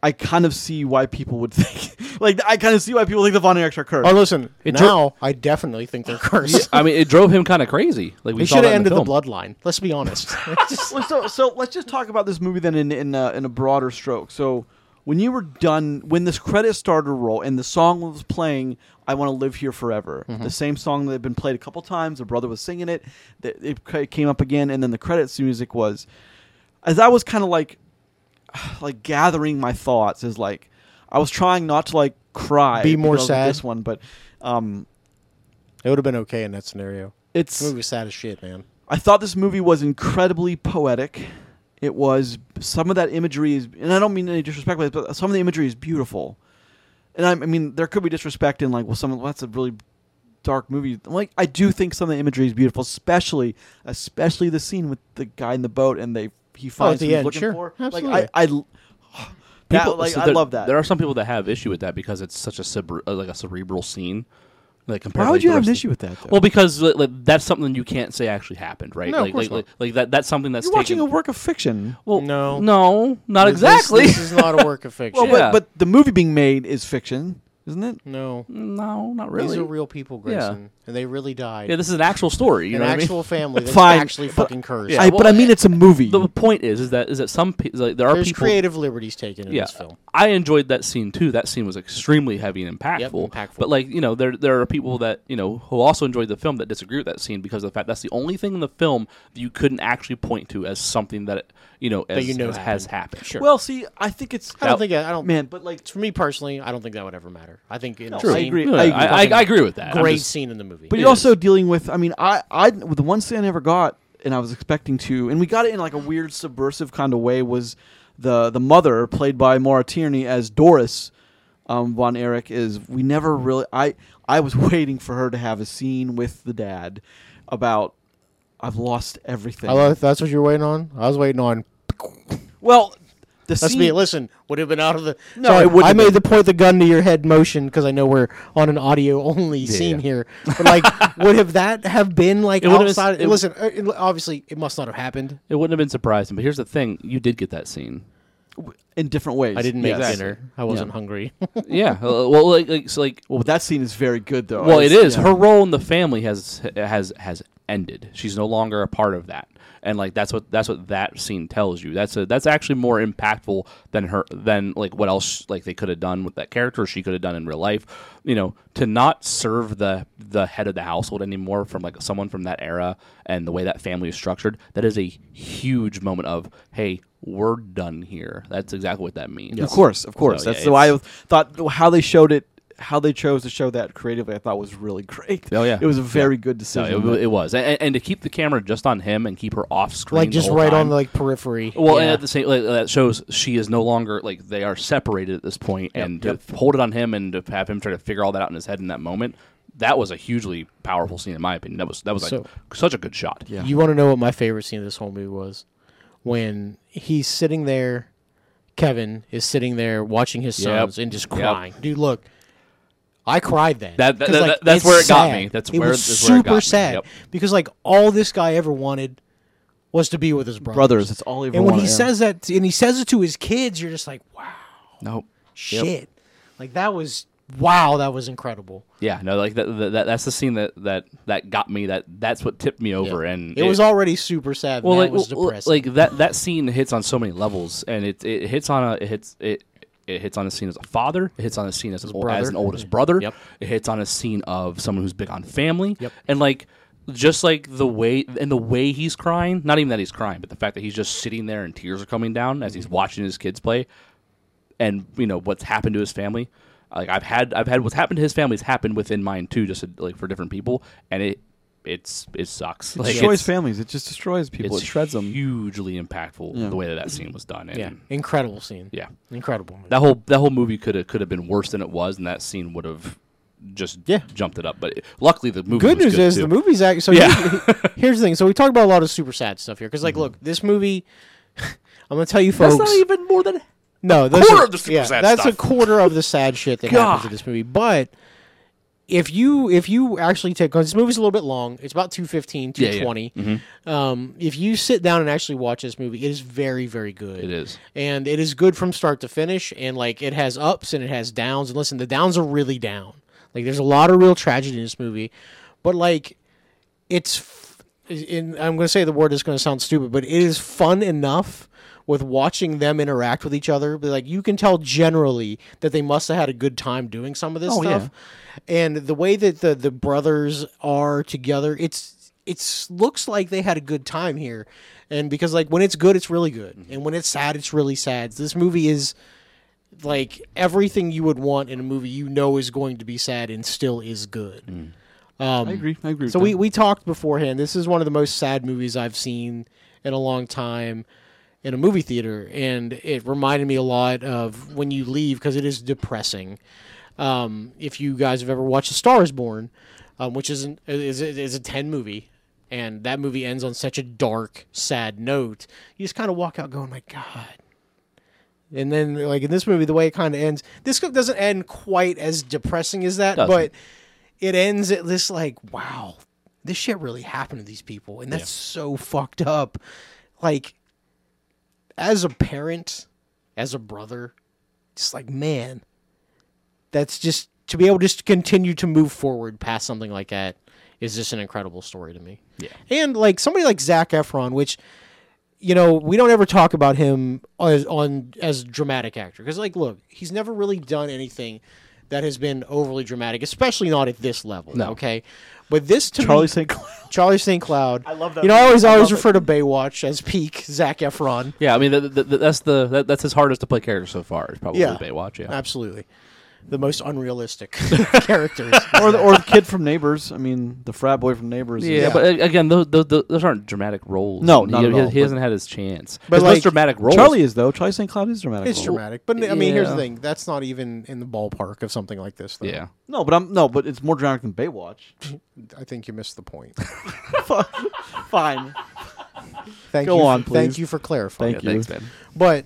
[SPEAKER 1] I kind of see why people would [laughs] think. like, I kind of see why people think the Von Erichs are cursed.
[SPEAKER 3] Oh, listen.
[SPEAKER 2] It dro-
[SPEAKER 3] now I definitely
[SPEAKER 2] [laughs]
[SPEAKER 3] think they're cursed.
[SPEAKER 2] I mean, it drove him kind of crazy. Like we
[SPEAKER 3] They
[SPEAKER 2] saw
[SPEAKER 3] should
[SPEAKER 2] that
[SPEAKER 3] have
[SPEAKER 2] in
[SPEAKER 3] ended
[SPEAKER 2] the,
[SPEAKER 3] the,
[SPEAKER 2] film.
[SPEAKER 3] bloodline. Let's
[SPEAKER 2] [laughs]
[SPEAKER 3] be honest. Just-
[SPEAKER 1] Well, so, so let's just talk about this movie then in in, uh, in a broader stroke. So when you were done, when this credit started to roll and the song was playing, "I Want to Live Here Forever,"
[SPEAKER 3] Mm-hmm.
[SPEAKER 1] the same song that had been played a couple times. The brother was singing it. That it ca- came up again, and then the credits music was. As I was kind of like, [sighs] like gathering my thoughts, is like I was trying not to like cry.
[SPEAKER 3] Be more
[SPEAKER 1] because of
[SPEAKER 3] sad?
[SPEAKER 1] This one, but um,
[SPEAKER 3] it would have been okay in that scenario.
[SPEAKER 1] it's
[SPEAKER 3] The movie was sad as shit, man.
[SPEAKER 1] I thought this movie was incredibly poetic. It was some of that imagery is, and I don't mean any disrespect, by this, but some of the imagery is beautiful. And I, I mean, there could be disrespect in like, well, some well, that's a really dark movie. Like, I do think some of the imagery is beautiful, especially especially the scene with the guy in the boat and they he finds
[SPEAKER 3] the
[SPEAKER 1] who he's
[SPEAKER 3] end,
[SPEAKER 1] looking
[SPEAKER 3] sure.
[SPEAKER 1] for.
[SPEAKER 3] Absolutely.
[SPEAKER 1] Like, I, I l- [sighs] that,
[SPEAKER 2] People-
[SPEAKER 1] like,
[SPEAKER 2] so
[SPEAKER 1] I
[SPEAKER 2] there-
[SPEAKER 1] love that.
[SPEAKER 2] There are some people that have issue with that because it's such a cerebr- uh, like a cerebral scene. Like compared
[SPEAKER 1] Why
[SPEAKER 2] to,
[SPEAKER 1] would
[SPEAKER 2] like,
[SPEAKER 1] you
[SPEAKER 2] the
[SPEAKER 1] have an
[SPEAKER 2] rest
[SPEAKER 1] issue
[SPEAKER 2] of-
[SPEAKER 1] with that? Though?
[SPEAKER 2] Well, because like, like, that's something you can't say actually happened, right?
[SPEAKER 3] No, of
[SPEAKER 2] like,
[SPEAKER 3] course
[SPEAKER 2] like,
[SPEAKER 3] not.
[SPEAKER 2] like, like that that's something that's
[SPEAKER 1] you're watching a
[SPEAKER 2] taken-
[SPEAKER 1] work of fiction.
[SPEAKER 2] Well,
[SPEAKER 3] No.
[SPEAKER 2] no, not
[SPEAKER 3] This-
[SPEAKER 2] exactly.
[SPEAKER 3] This, is not a work of fiction.
[SPEAKER 1] Well,
[SPEAKER 2] Yeah.
[SPEAKER 1] but, but the movie being made is fiction, isn't it?
[SPEAKER 3] no.
[SPEAKER 2] [laughs] no, not
[SPEAKER 3] These
[SPEAKER 2] really.
[SPEAKER 3] are real people,
[SPEAKER 2] Yeah.
[SPEAKER 3] Grayson, and they really died.
[SPEAKER 2] yeah, this is an actual story. You
[SPEAKER 3] an
[SPEAKER 2] know what I mean?
[SPEAKER 3] actual family that's
[SPEAKER 1] Fine,
[SPEAKER 3] actually
[SPEAKER 1] but-
[SPEAKER 3] fucking cursed.
[SPEAKER 2] Yeah,
[SPEAKER 1] I, but
[SPEAKER 2] well, eh,
[SPEAKER 1] I mean, it's a movie.
[SPEAKER 2] the point is, is that is that some pe- like there are
[SPEAKER 3] There's
[SPEAKER 2] people.
[SPEAKER 3] creative liberties taken in
[SPEAKER 2] yeah,
[SPEAKER 3] this film.
[SPEAKER 2] I enjoyed that scene too. That scene was extremely heavy and impactful.
[SPEAKER 3] Yep, impactful.
[SPEAKER 2] But like you know, there there are people that you know who also enjoyed the film that disagree with that scene because of the fact that's the only thing in the film that you couldn't actually point to as something that you know as,
[SPEAKER 3] you know
[SPEAKER 2] as has happened. Sure.
[SPEAKER 1] Well, see, I think it's
[SPEAKER 3] I don't think I don't.
[SPEAKER 1] man, but like
[SPEAKER 3] for me personally, I don't think that would ever matter. I think in
[SPEAKER 1] True. I agree.
[SPEAKER 2] I, I, I agree with that. I'm
[SPEAKER 3] Great
[SPEAKER 2] just-
[SPEAKER 3] scene in the movie.
[SPEAKER 1] but you're also dealing with I mean, I I the one thing I never got and I was expecting to and we got it in like a weird subversive kind of way was the the mother played by Maura Tierney as Doris um, von Erich is we never really I I was [laughs] waiting for her to have a scene with the dad about I've lost everything.
[SPEAKER 3] that's what you're waiting on. I was waiting on.
[SPEAKER 1] well, the
[SPEAKER 3] Let's
[SPEAKER 1] scene
[SPEAKER 3] be listen. Would have been out of the.
[SPEAKER 1] No,
[SPEAKER 3] Sorry,
[SPEAKER 1] it wouldn't
[SPEAKER 3] I
[SPEAKER 1] have
[SPEAKER 3] made
[SPEAKER 1] been.
[SPEAKER 3] the point the gun to your head motion because I know we're on an audio only scene here.
[SPEAKER 1] [laughs]
[SPEAKER 3] But like, would have that have been like
[SPEAKER 2] It would have been-
[SPEAKER 3] outside?
[SPEAKER 2] it-
[SPEAKER 3] listen, uh, it- obviously it must not have happened.
[SPEAKER 2] It wouldn't have been surprising, but here's the thing: you did get that scene. [laughs]
[SPEAKER 1] in different ways.
[SPEAKER 3] I didn't make
[SPEAKER 1] Yes.
[SPEAKER 3] dinner. I wasn't hungry.
[SPEAKER 2] yeah. uh, Well, like, like, so like
[SPEAKER 1] Well, that scene is very good though.
[SPEAKER 2] Well, it
[SPEAKER 1] It's-
[SPEAKER 2] is.
[SPEAKER 1] yeah.
[SPEAKER 2] Her role in the family has has has ended. She's no longer a part of that. And like that's what that's what that scene tells you. That's a, that's actually more impactful than her than like what else like they could have done with that character. Or she could have done in real life. You know, to not serve the the head of the household anymore from like someone from that era and the way that family is structured. That is a huge moment of hey, we're done here. That's exactly what that means.
[SPEAKER 1] Of course, of course.
[SPEAKER 2] So, Oh, yeah,
[SPEAKER 1] That's why I
[SPEAKER 2] it's-
[SPEAKER 1] thought how they showed it, how they chose to show that creatively. I thought was really great.
[SPEAKER 2] Oh, yeah.
[SPEAKER 1] it was a very good
[SPEAKER 2] No,
[SPEAKER 1] decision.
[SPEAKER 2] it, it was, and, and to keep the camera just on him and keep her off screen,
[SPEAKER 3] [laughs] like
[SPEAKER 2] the
[SPEAKER 3] just
[SPEAKER 2] whole
[SPEAKER 3] right on
[SPEAKER 2] time.
[SPEAKER 3] the like periphery.
[SPEAKER 2] Well, and
[SPEAKER 3] Yeah.
[SPEAKER 2] at the same, like, that shows she is no longer like they are separated at this point, and to hold it on him and to have him try to figure all that out in his head in that moment, that was a hugely powerful scene in my opinion. That was that was like
[SPEAKER 3] So-
[SPEAKER 2] such a good shot.
[SPEAKER 1] Yeah.
[SPEAKER 3] You want to know what my favorite scene of this whole movie was? When he's sitting there, Kevin is sitting there watching his
[SPEAKER 2] Yep.
[SPEAKER 3] sons and just
[SPEAKER 2] Yep.
[SPEAKER 3] crying. Dude, look, I cried then.
[SPEAKER 2] That- that-
[SPEAKER 3] 'Cause,
[SPEAKER 2] that- that's
[SPEAKER 3] it's
[SPEAKER 2] where it got me. That's
[SPEAKER 3] it
[SPEAKER 2] where-
[SPEAKER 3] was
[SPEAKER 2] that's
[SPEAKER 3] super
[SPEAKER 2] where it got me.
[SPEAKER 3] sad
[SPEAKER 2] Yep.
[SPEAKER 3] because like all this guy ever wanted was to be with his brothers.
[SPEAKER 1] Brothers, it's all he ever
[SPEAKER 3] And when
[SPEAKER 1] wanted,
[SPEAKER 3] he
[SPEAKER 1] yeah.
[SPEAKER 3] says that, and he says it to his kids, you're just like, wow,
[SPEAKER 2] Nope.
[SPEAKER 3] shit, like that was wow, that was incredible.
[SPEAKER 2] Yeah. No. Like that, that, that. That's the scene that that that got me. That that's what tipped me over. And
[SPEAKER 3] It, was already super sad.
[SPEAKER 2] well,
[SPEAKER 3] that
[SPEAKER 2] like,
[SPEAKER 3] was
[SPEAKER 2] well,
[SPEAKER 3] depressing.
[SPEAKER 2] like that that scene hits on so many levels, and it it hits on a it hits it. It hits on a scene as a father. It hits on a scene as, an ol- as
[SPEAKER 3] brother.
[SPEAKER 2] an oldest brother.
[SPEAKER 3] Yep.
[SPEAKER 2] It hits on a scene of someone who's big on family.
[SPEAKER 3] Yep.
[SPEAKER 2] And like just like the way and the way he's crying, not even that he's crying, but the fact that he's just sitting there and tears are coming down as
[SPEAKER 3] Mm-hmm.
[SPEAKER 2] he's watching his kids play and you know what's happened to his family. Like I've had I've had what's happened to his family's happened within mine too, just like for different people. And it it's it sucks.
[SPEAKER 1] it
[SPEAKER 2] Like,
[SPEAKER 1] destroys
[SPEAKER 2] it's-
[SPEAKER 1] families. It just destroys people. It shreds them.
[SPEAKER 2] Hugely impactful the way that that scene was done. And
[SPEAKER 3] yeah,
[SPEAKER 2] yeah,
[SPEAKER 3] incredible scene. incredible. Movie.
[SPEAKER 2] that whole that whole movie could have could have been worse than it was, and that scene would have just
[SPEAKER 3] Yeah.
[SPEAKER 2] jumped it up. But it- luckily, the movie.
[SPEAKER 3] good
[SPEAKER 2] was
[SPEAKER 3] news is
[SPEAKER 2] too.
[SPEAKER 3] the movie's actually. So
[SPEAKER 2] Yeah. [laughs] Mm-hmm.
[SPEAKER 3] here's- here's the thing. So we talked about a lot of super sad stuff here because, like, look, this movie. [laughs] I'm gonna tell you folks.
[SPEAKER 2] even more than.
[SPEAKER 3] no, that's
[SPEAKER 2] quarter
[SPEAKER 3] a-
[SPEAKER 2] of the super
[SPEAKER 3] yeah,
[SPEAKER 2] sad
[SPEAKER 3] That's
[SPEAKER 2] stuff. [laughs]
[SPEAKER 3] a quarter of the sad shit that happens in
[SPEAKER 2] God.
[SPEAKER 3] this movie, but. if you if you actually take because this movie's a little bit long, it's about 215,
[SPEAKER 2] Yeah, Mm-hmm. yeah.
[SPEAKER 3] 220. Um, if you sit down and actually watch this movie, it is very very good.
[SPEAKER 2] It is.
[SPEAKER 3] and it is good from start to finish. And like it has ups and it has downs. And listen, the downs are really down. Like there's a lot of real tragedy in this movie, but like it's f- in, I'm going to say the word is going to sound stupid, but it is fun enough with watching them interact with each other. But like you can tell generally that they must have had a good time doing some of this stuff. And the way that the the brothers are together, it's it's looks like they had a good time here. And because like when it's good, it's really good, and when it's sad, it's really sad. This movie is like everything you would want in a movie you know is going to be sad and still is good. Um,
[SPEAKER 1] I agree. I agree.
[SPEAKER 3] so
[SPEAKER 1] with
[SPEAKER 3] we,
[SPEAKER 1] that.
[SPEAKER 3] we talked beforehand. This is one of the most sad movies I've seen in a long time in a movie theater, and it reminded me a lot of when you leave because it is depressing. Um, if you guys have ever watched *A Star Is Born*, um, which is an, is is a ten movie, and that movie ends on such a dark, sad note, you just kind of walk out going, "My God." And then, like in this movie, the way it kind of ends, this doesn't end quite as depressing as that,
[SPEAKER 2] Doesn't.
[SPEAKER 3] but it ends at this like wow this shit really happened to these people and that's so fucked up like as a parent as a brother just like man that's just to be able to just continue to move forward past something like that is just an incredible story to me
[SPEAKER 2] Yeah.
[SPEAKER 3] and like somebody like zach efron which you know we don't ever talk about him as on as dramatic actor because like look he's never really done anything that has been overly dramatic especially not at this level
[SPEAKER 2] No.
[SPEAKER 3] okay but this to
[SPEAKER 1] Charlie
[SPEAKER 3] me,
[SPEAKER 1] St. Cloud.
[SPEAKER 3] Charlie St. Cloud. I
[SPEAKER 1] love that
[SPEAKER 3] You know, I
[SPEAKER 1] movie.
[SPEAKER 3] always
[SPEAKER 1] I
[SPEAKER 3] always
[SPEAKER 1] love it.
[SPEAKER 3] refer to Baywatch as peak [laughs] Zach Efron.
[SPEAKER 2] Yeah, I mean th th th that's the that, that's his hardest to play character so far. Is probably
[SPEAKER 3] Yeah. Uh,
[SPEAKER 2] Baywatch. Yeah,
[SPEAKER 3] Absolutely, the most
[SPEAKER 1] [laughs]
[SPEAKER 3] unrealistic characters.
[SPEAKER 1] or the, or the kid from Neighbors. I mean, the frat boy from Neighbors. is-
[SPEAKER 2] yeah, but a- again, those, those, those aren't dramatic roles.
[SPEAKER 1] No,
[SPEAKER 2] he,
[SPEAKER 1] not at
[SPEAKER 2] he-
[SPEAKER 1] all,
[SPEAKER 2] he
[SPEAKER 1] but-
[SPEAKER 2] hasn't had his chance.
[SPEAKER 3] But
[SPEAKER 2] But his
[SPEAKER 3] like,
[SPEAKER 2] most dramatic roles.
[SPEAKER 1] Charlie is though. Charlie St. Cloud is dramatic.
[SPEAKER 3] It's
[SPEAKER 1] role.
[SPEAKER 3] dramatic, but I mean, here's the
[SPEAKER 2] Yeah.
[SPEAKER 3] thing: that's not even in the ballpark of something like this. Though.
[SPEAKER 2] Yeah,
[SPEAKER 1] No, but I'm no, but it's more dramatic than Baywatch.
[SPEAKER 3] I think you missed the point.
[SPEAKER 1] [laughs] Fine.
[SPEAKER 3] Thank
[SPEAKER 1] Go
[SPEAKER 3] you.
[SPEAKER 1] on,
[SPEAKER 3] Thank
[SPEAKER 1] please.
[SPEAKER 3] you for clarifying.
[SPEAKER 1] Thank
[SPEAKER 2] yeah
[SPEAKER 1] you.
[SPEAKER 2] thanks, man.
[SPEAKER 3] But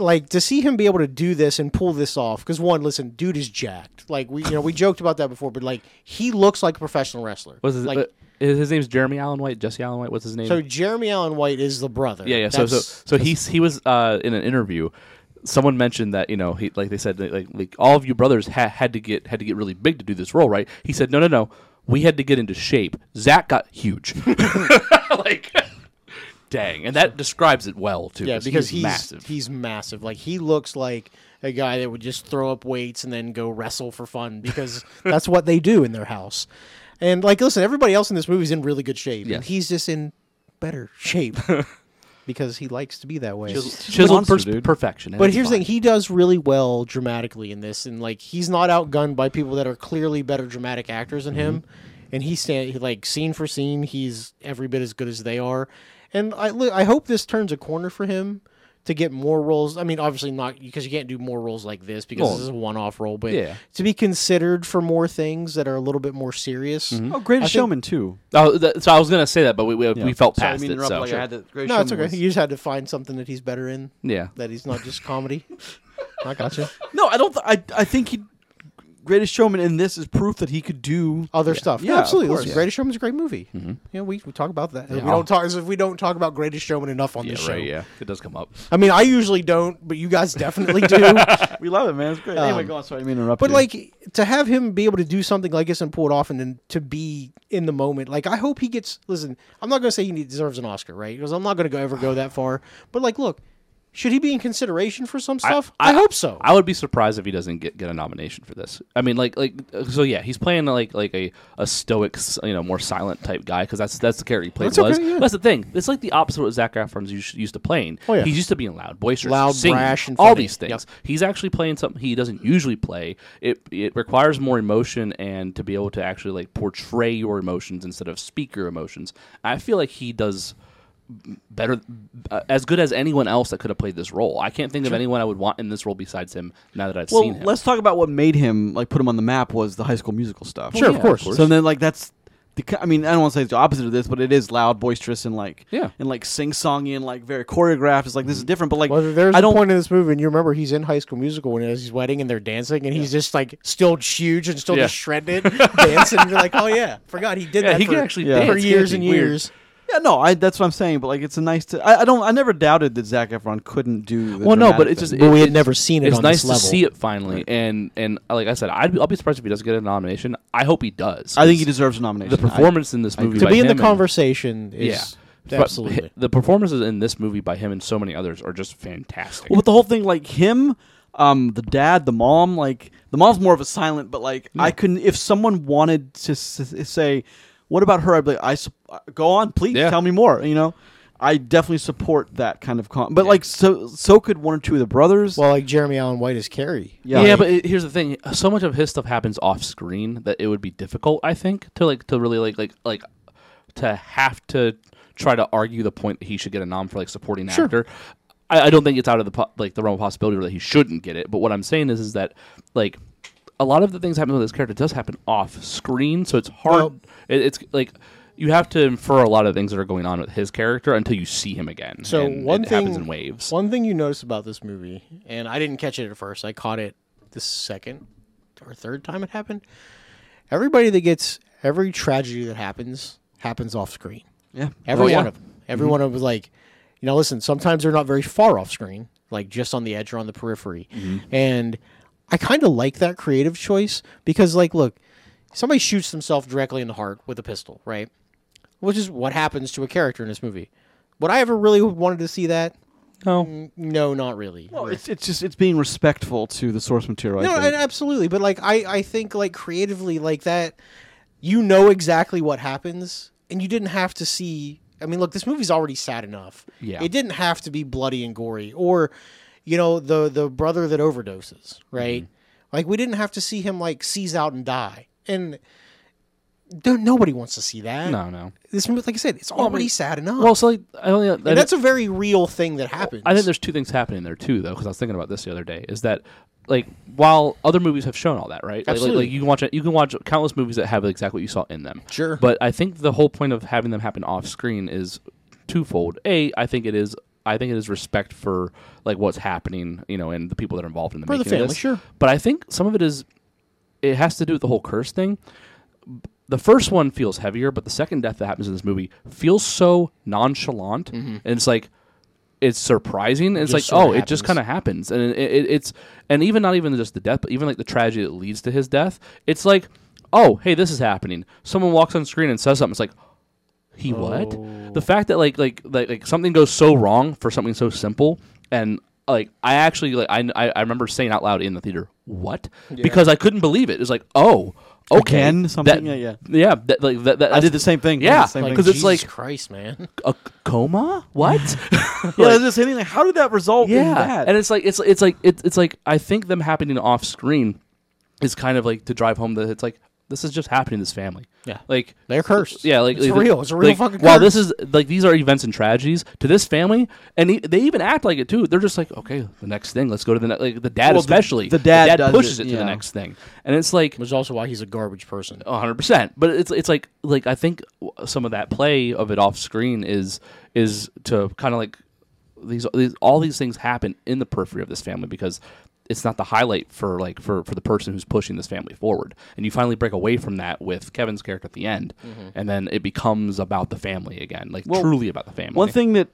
[SPEAKER 3] like to see him be able to do this and pull this off, because one, listen, dude is jacked. Like we, you know, we joked about that before, but like he looks like a professional wrestler.
[SPEAKER 2] What's his,
[SPEAKER 3] like?
[SPEAKER 2] uh, his his name's Jeremy Allen White, Jesse Allen White. What's his name?
[SPEAKER 3] so Jeremy Allen White is the brother.
[SPEAKER 2] Yeah, yeah. So, so,
[SPEAKER 3] That's-
[SPEAKER 2] so he he was uh, in an interview. Someone mentioned that you know he like they said like like all of you brothers ha- had to get had to get really big to do this role, right? He said, no, no, no. We had to get into shape. Zach got
[SPEAKER 3] [laughs]
[SPEAKER 2] huge. like, dang, and that describes it well too.
[SPEAKER 3] Yeah, because
[SPEAKER 2] he's,
[SPEAKER 3] he's
[SPEAKER 2] massive.
[SPEAKER 3] He's massive. Like he looks like a guy that would just throw up weights and then go wrestle for fun because that's what they do in their house. And like, listen, everybody else in this movie is in really good shape,
[SPEAKER 2] Yeah.
[SPEAKER 3] and he's just in better shape because he likes to be that way.
[SPEAKER 2] chiseled
[SPEAKER 1] monster,
[SPEAKER 2] pers-
[SPEAKER 1] dude.
[SPEAKER 2] perfection. and
[SPEAKER 3] But
[SPEAKER 2] it's
[SPEAKER 3] here's the
[SPEAKER 2] fine.
[SPEAKER 3] thing: he does really well dramatically in this, and like he's not outgunned by people that are clearly better dramatic actors than him.
[SPEAKER 2] Mm-hmm.
[SPEAKER 3] And he stand he, like scene for scene, he's every bit as good as they are. And I li- I hope this turns a corner for him to get more roles. I mean, obviously not because you can't do more roles like this because
[SPEAKER 2] Well,
[SPEAKER 3] this is a one off role, but
[SPEAKER 2] yeah.
[SPEAKER 3] to be considered for more things that are a little bit more serious.
[SPEAKER 2] Mm-hmm.
[SPEAKER 1] Oh, Greatest
[SPEAKER 3] think-
[SPEAKER 1] Showman too.
[SPEAKER 2] Oh, that, so I was gonna say that, but we we, we felt
[SPEAKER 1] Sorry, I
[SPEAKER 2] past
[SPEAKER 1] mean,
[SPEAKER 2] it.
[SPEAKER 1] interrupt,
[SPEAKER 2] So
[SPEAKER 1] like, I had to- Greatest
[SPEAKER 3] No, it's
[SPEAKER 1] Showman
[SPEAKER 3] okay. You just had to find something that he's better in
[SPEAKER 2] yeah,
[SPEAKER 3] that he's not
[SPEAKER 2] [laughs]
[SPEAKER 3] just comedy. I gotcha.
[SPEAKER 1] was- No, I don't. Th- I I think he. Greatest Showman in this is proof that he could do.
[SPEAKER 3] other stuff.
[SPEAKER 1] Yeah,
[SPEAKER 3] Yeah,
[SPEAKER 1] of
[SPEAKER 3] absolutely. Listen,
[SPEAKER 1] course.
[SPEAKER 3] Greatest Showman's a great movie. Yeah, we, we talk about that. We don't talk as if we don't talk about Greatest Showman enough on
[SPEAKER 2] yeah,
[SPEAKER 3] this show.
[SPEAKER 2] right. Yeah, it does come up.
[SPEAKER 3] I mean, I usually don't, but you guys definitely do.
[SPEAKER 1] We love it, man. It's great. anyway, go on. Sorry, I mean, interrupt.
[SPEAKER 3] But
[SPEAKER 1] you.
[SPEAKER 3] like to have him be able to do something like this and pull it off, and then to be in the moment. Like I hope he gets. Listen, I'm not gonna say he need- deserves an Oscar, right? Because I'm not gonna go, ever go that far. But like, look, should he be in consideration for some stuff? I, hope so.
[SPEAKER 2] I would be surprised if he doesn't get, get a nomination for this. I mean, like, like, uh, so yeah, he's playing like like a, a stoic, s- you know, more silent type guy because that's that's the character he played
[SPEAKER 3] That's okay,
[SPEAKER 2] was.
[SPEAKER 3] yeah.
[SPEAKER 2] That's the thing. It's like the opposite of what Zach Efron's used, used to playing.
[SPEAKER 3] Oh, yeah.
[SPEAKER 2] He's used to being loud, boisterous,
[SPEAKER 3] Loud,
[SPEAKER 2] singing,
[SPEAKER 3] brash, and
[SPEAKER 2] all
[SPEAKER 3] funny.
[SPEAKER 2] these things.
[SPEAKER 3] Yep.
[SPEAKER 2] He's actually playing something he doesn't usually play. It it requires more emotion and to be able to actually like portray your emotions instead of speak your emotions. I feel like he does better uh, as good as anyone else that could have played this role. I can't think of anyone I would want in this role besides him now that I've
[SPEAKER 1] well,
[SPEAKER 2] seen him.
[SPEAKER 1] let's talk about what made him like put him on the map was the High School Musical stuff.
[SPEAKER 3] Sure, of course.
[SPEAKER 1] So then, like that's the ki- I mean, I don't want to say it's the opposite of this, but it is loud, boisterous, and like
[SPEAKER 2] Yeah.
[SPEAKER 1] and like sing songy and like very choreographed. It's like this is different, but like
[SPEAKER 3] Well, there's
[SPEAKER 1] I don't.
[SPEAKER 3] a point in this movie, and you remember he's in High School Musical when it's his wedding, and they're dancing, and he's just like still huge and still
[SPEAKER 2] Yeah.
[SPEAKER 3] just
[SPEAKER 2] [laughs]
[SPEAKER 3] shredded, dancing. You're like, oh yeah, forgot he did
[SPEAKER 2] Yeah,
[SPEAKER 3] that
[SPEAKER 2] he
[SPEAKER 3] for,
[SPEAKER 2] can actually
[SPEAKER 1] Yeah.
[SPEAKER 2] dance.
[SPEAKER 3] for
[SPEAKER 2] It's
[SPEAKER 3] years
[SPEAKER 2] goofy.
[SPEAKER 3] and
[SPEAKER 2] Weird.
[SPEAKER 3] years.
[SPEAKER 1] yeah, no, I that's what I'm saying. But like, it's a nice. To, I, I don't. I never doubted that Zach Efron couldn't do. The
[SPEAKER 2] Well, no,
[SPEAKER 1] dramatic
[SPEAKER 2] but it's
[SPEAKER 1] thing.
[SPEAKER 2] just
[SPEAKER 3] But we had
[SPEAKER 2] it's-
[SPEAKER 3] never seen it
[SPEAKER 2] It's
[SPEAKER 3] on
[SPEAKER 2] nice
[SPEAKER 3] this level.
[SPEAKER 2] to see it finally, and and uh, like I said, I'd, be- I'll be surprised if he doesn't get a nomination. I hope he does.
[SPEAKER 1] I think he
[SPEAKER 2] 'cause
[SPEAKER 1] deserves a nomination.
[SPEAKER 2] the performance in this movie
[SPEAKER 3] To
[SPEAKER 2] by
[SPEAKER 3] be in the
[SPEAKER 2] him and-
[SPEAKER 3] conversation
[SPEAKER 2] Yeah.
[SPEAKER 3] is
[SPEAKER 2] But [laughs]
[SPEAKER 3] absolutely.
[SPEAKER 2] hi- the performances in this movie by him and so many others are just fantastic.
[SPEAKER 1] I, well, but the whole thing, like him, um, the dad, the mom, like the mom's more of a silent. But like, I couldn't. If someone wanted to s- s- say, "What about her?" I'd be like, "I sup- uh, go on, please
[SPEAKER 2] Yeah.
[SPEAKER 1] tell me more." You know, I definitely support that kind of con. But like, so so could one or two of the brothers.
[SPEAKER 3] Well, like Jeremy Allen White is Carrie.
[SPEAKER 2] yeah, but it, here's the thing: so much of his stuff happens off screen that it would be difficult, I think, to like to really like like like to have to try to argue the point that he should get a nom for like supporting actor. I, I don't think it's out of the po- like the realm of possibility that he shouldn't get it. But what I'm saying is is that like a lot of the things that happen with this character does happen off screen, so it's hard.
[SPEAKER 3] Well-
[SPEAKER 2] it, it's like. You have to infer a lot of things that are going on with his character until you see him again.
[SPEAKER 3] So
[SPEAKER 2] and
[SPEAKER 3] one
[SPEAKER 2] it
[SPEAKER 3] thing
[SPEAKER 2] happens in waves.
[SPEAKER 3] One thing you notice about this movie, and I didn't catch it at first. I caught it the second or third time it happened. Everybody that gets every tragedy that happens happens off screen.
[SPEAKER 1] Oh, yeah.
[SPEAKER 3] Every
[SPEAKER 2] yeah.
[SPEAKER 3] one of them. Every one of them was like, you know, listen, sometimes they're not very far off screen, like just on the edge or on the periphery. And I kind of like that creative choice because, like, look, somebody shoots themselves directly in the heart with a pistol, right? Which is what happens to a character in this movie. Would I ever really wanted to see that?
[SPEAKER 2] no,
[SPEAKER 3] N- No, not really.
[SPEAKER 1] Well, Oh, it's it's just it's being respectful to the source material.
[SPEAKER 3] No,
[SPEAKER 1] I
[SPEAKER 3] and
[SPEAKER 1] think.
[SPEAKER 3] absolutely. But like I, I think like creatively like that, you know exactly what happens, and you didn't have to see. I mean, look, this movie's already sad enough.
[SPEAKER 2] Yeah.
[SPEAKER 3] it didn't have to be bloody and gory, or you know the the brother that overdoses, right?
[SPEAKER 2] Mm-hmm.
[SPEAKER 3] Like we didn't have to see him like seize out and die, and don't, nobody wants to see that.
[SPEAKER 2] no, no.
[SPEAKER 3] This movie, like I said, it's already sad enough.
[SPEAKER 2] Well, so like I only
[SPEAKER 3] and that's a very real thing that happens.
[SPEAKER 2] I think there's two things happening there too, though, because I was thinking about this the other day. Is that like while other movies have shown all that, right? Like- Like, like,
[SPEAKER 3] Absolutely.
[SPEAKER 2] you can watch you can watch countless movies that have exactly what you saw in them.
[SPEAKER 3] Sure.
[SPEAKER 2] But I think the whole point of having them happen off screen is twofold. A, I think it is. I think it is respect for like what's happening, you know, and the people that are involved in the
[SPEAKER 3] For the
[SPEAKER 2] making of
[SPEAKER 3] family,
[SPEAKER 2] this.
[SPEAKER 3] sure.
[SPEAKER 2] But I think some of it is it has to do with the whole curse thing. The first one feels heavier, but the second death that happens in this movie feels so nonchalant, and it's like it's surprising. And it's like,
[SPEAKER 3] just
[SPEAKER 2] oh,
[SPEAKER 3] sorta
[SPEAKER 2] it just
[SPEAKER 3] happens.
[SPEAKER 2] kind of happens, and it, it, it's and even not even just the death, but even like the tragedy that leads to his death. It's like, oh, hey, this is happening. Someone walks on screen and says something. It's like, he what? The fact that like like like like something goes so wrong for something so simple and like I actually like I I, I remember saying out loud in the theater what because I couldn't believe it. It was like oh okay
[SPEAKER 1] Again?
[SPEAKER 2] that-
[SPEAKER 1] Something? Yeah, yeah.
[SPEAKER 2] yeah that, like that, that
[SPEAKER 1] I did the same thing.
[SPEAKER 2] yeah
[SPEAKER 1] The same thing.
[SPEAKER 2] because it's
[SPEAKER 3] Jesus
[SPEAKER 2] like
[SPEAKER 3] Christ, man.
[SPEAKER 2] a coma [laughs] what
[SPEAKER 1] yeah, it's the same thing. Like, how did that result in
[SPEAKER 2] yeah
[SPEAKER 1] that?
[SPEAKER 2] and it's like it's it's like it's it's like I think them happening off screen is kind of like to drive home that it's like this is just happening to this family
[SPEAKER 3] Yeah.
[SPEAKER 2] like
[SPEAKER 3] They're
[SPEAKER 2] [laughs]
[SPEAKER 3] cursed.
[SPEAKER 2] yeah, like
[SPEAKER 3] it's
[SPEAKER 2] like,
[SPEAKER 3] real. It's a real
[SPEAKER 2] like,
[SPEAKER 3] fucking.
[SPEAKER 2] While
[SPEAKER 3] curse.
[SPEAKER 2] this is like these are events and tragedies to this family, and e- they even act like it too. They're just like, okay, the next thing, let's go to the next. Like the dad,
[SPEAKER 1] Well, the-
[SPEAKER 2] especially
[SPEAKER 1] the dad does
[SPEAKER 2] pushes
[SPEAKER 1] it,
[SPEAKER 2] it, to
[SPEAKER 1] yeah.
[SPEAKER 2] the next thing, and it's like
[SPEAKER 3] which is also why he's a garbage person.
[SPEAKER 2] 100. percent But it's it's like like I think w- some of that play of it off screen is is to kind of like these, these all these things happen in the periphery of this family because it's not the highlight for like for for the person who's pushing this family forward and you finally break away from that with kevin's character at the end and then it becomes about the family again like
[SPEAKER 1] Well,
[SPEAKER 2] truly about the family
[SPEAKER 1] One thing that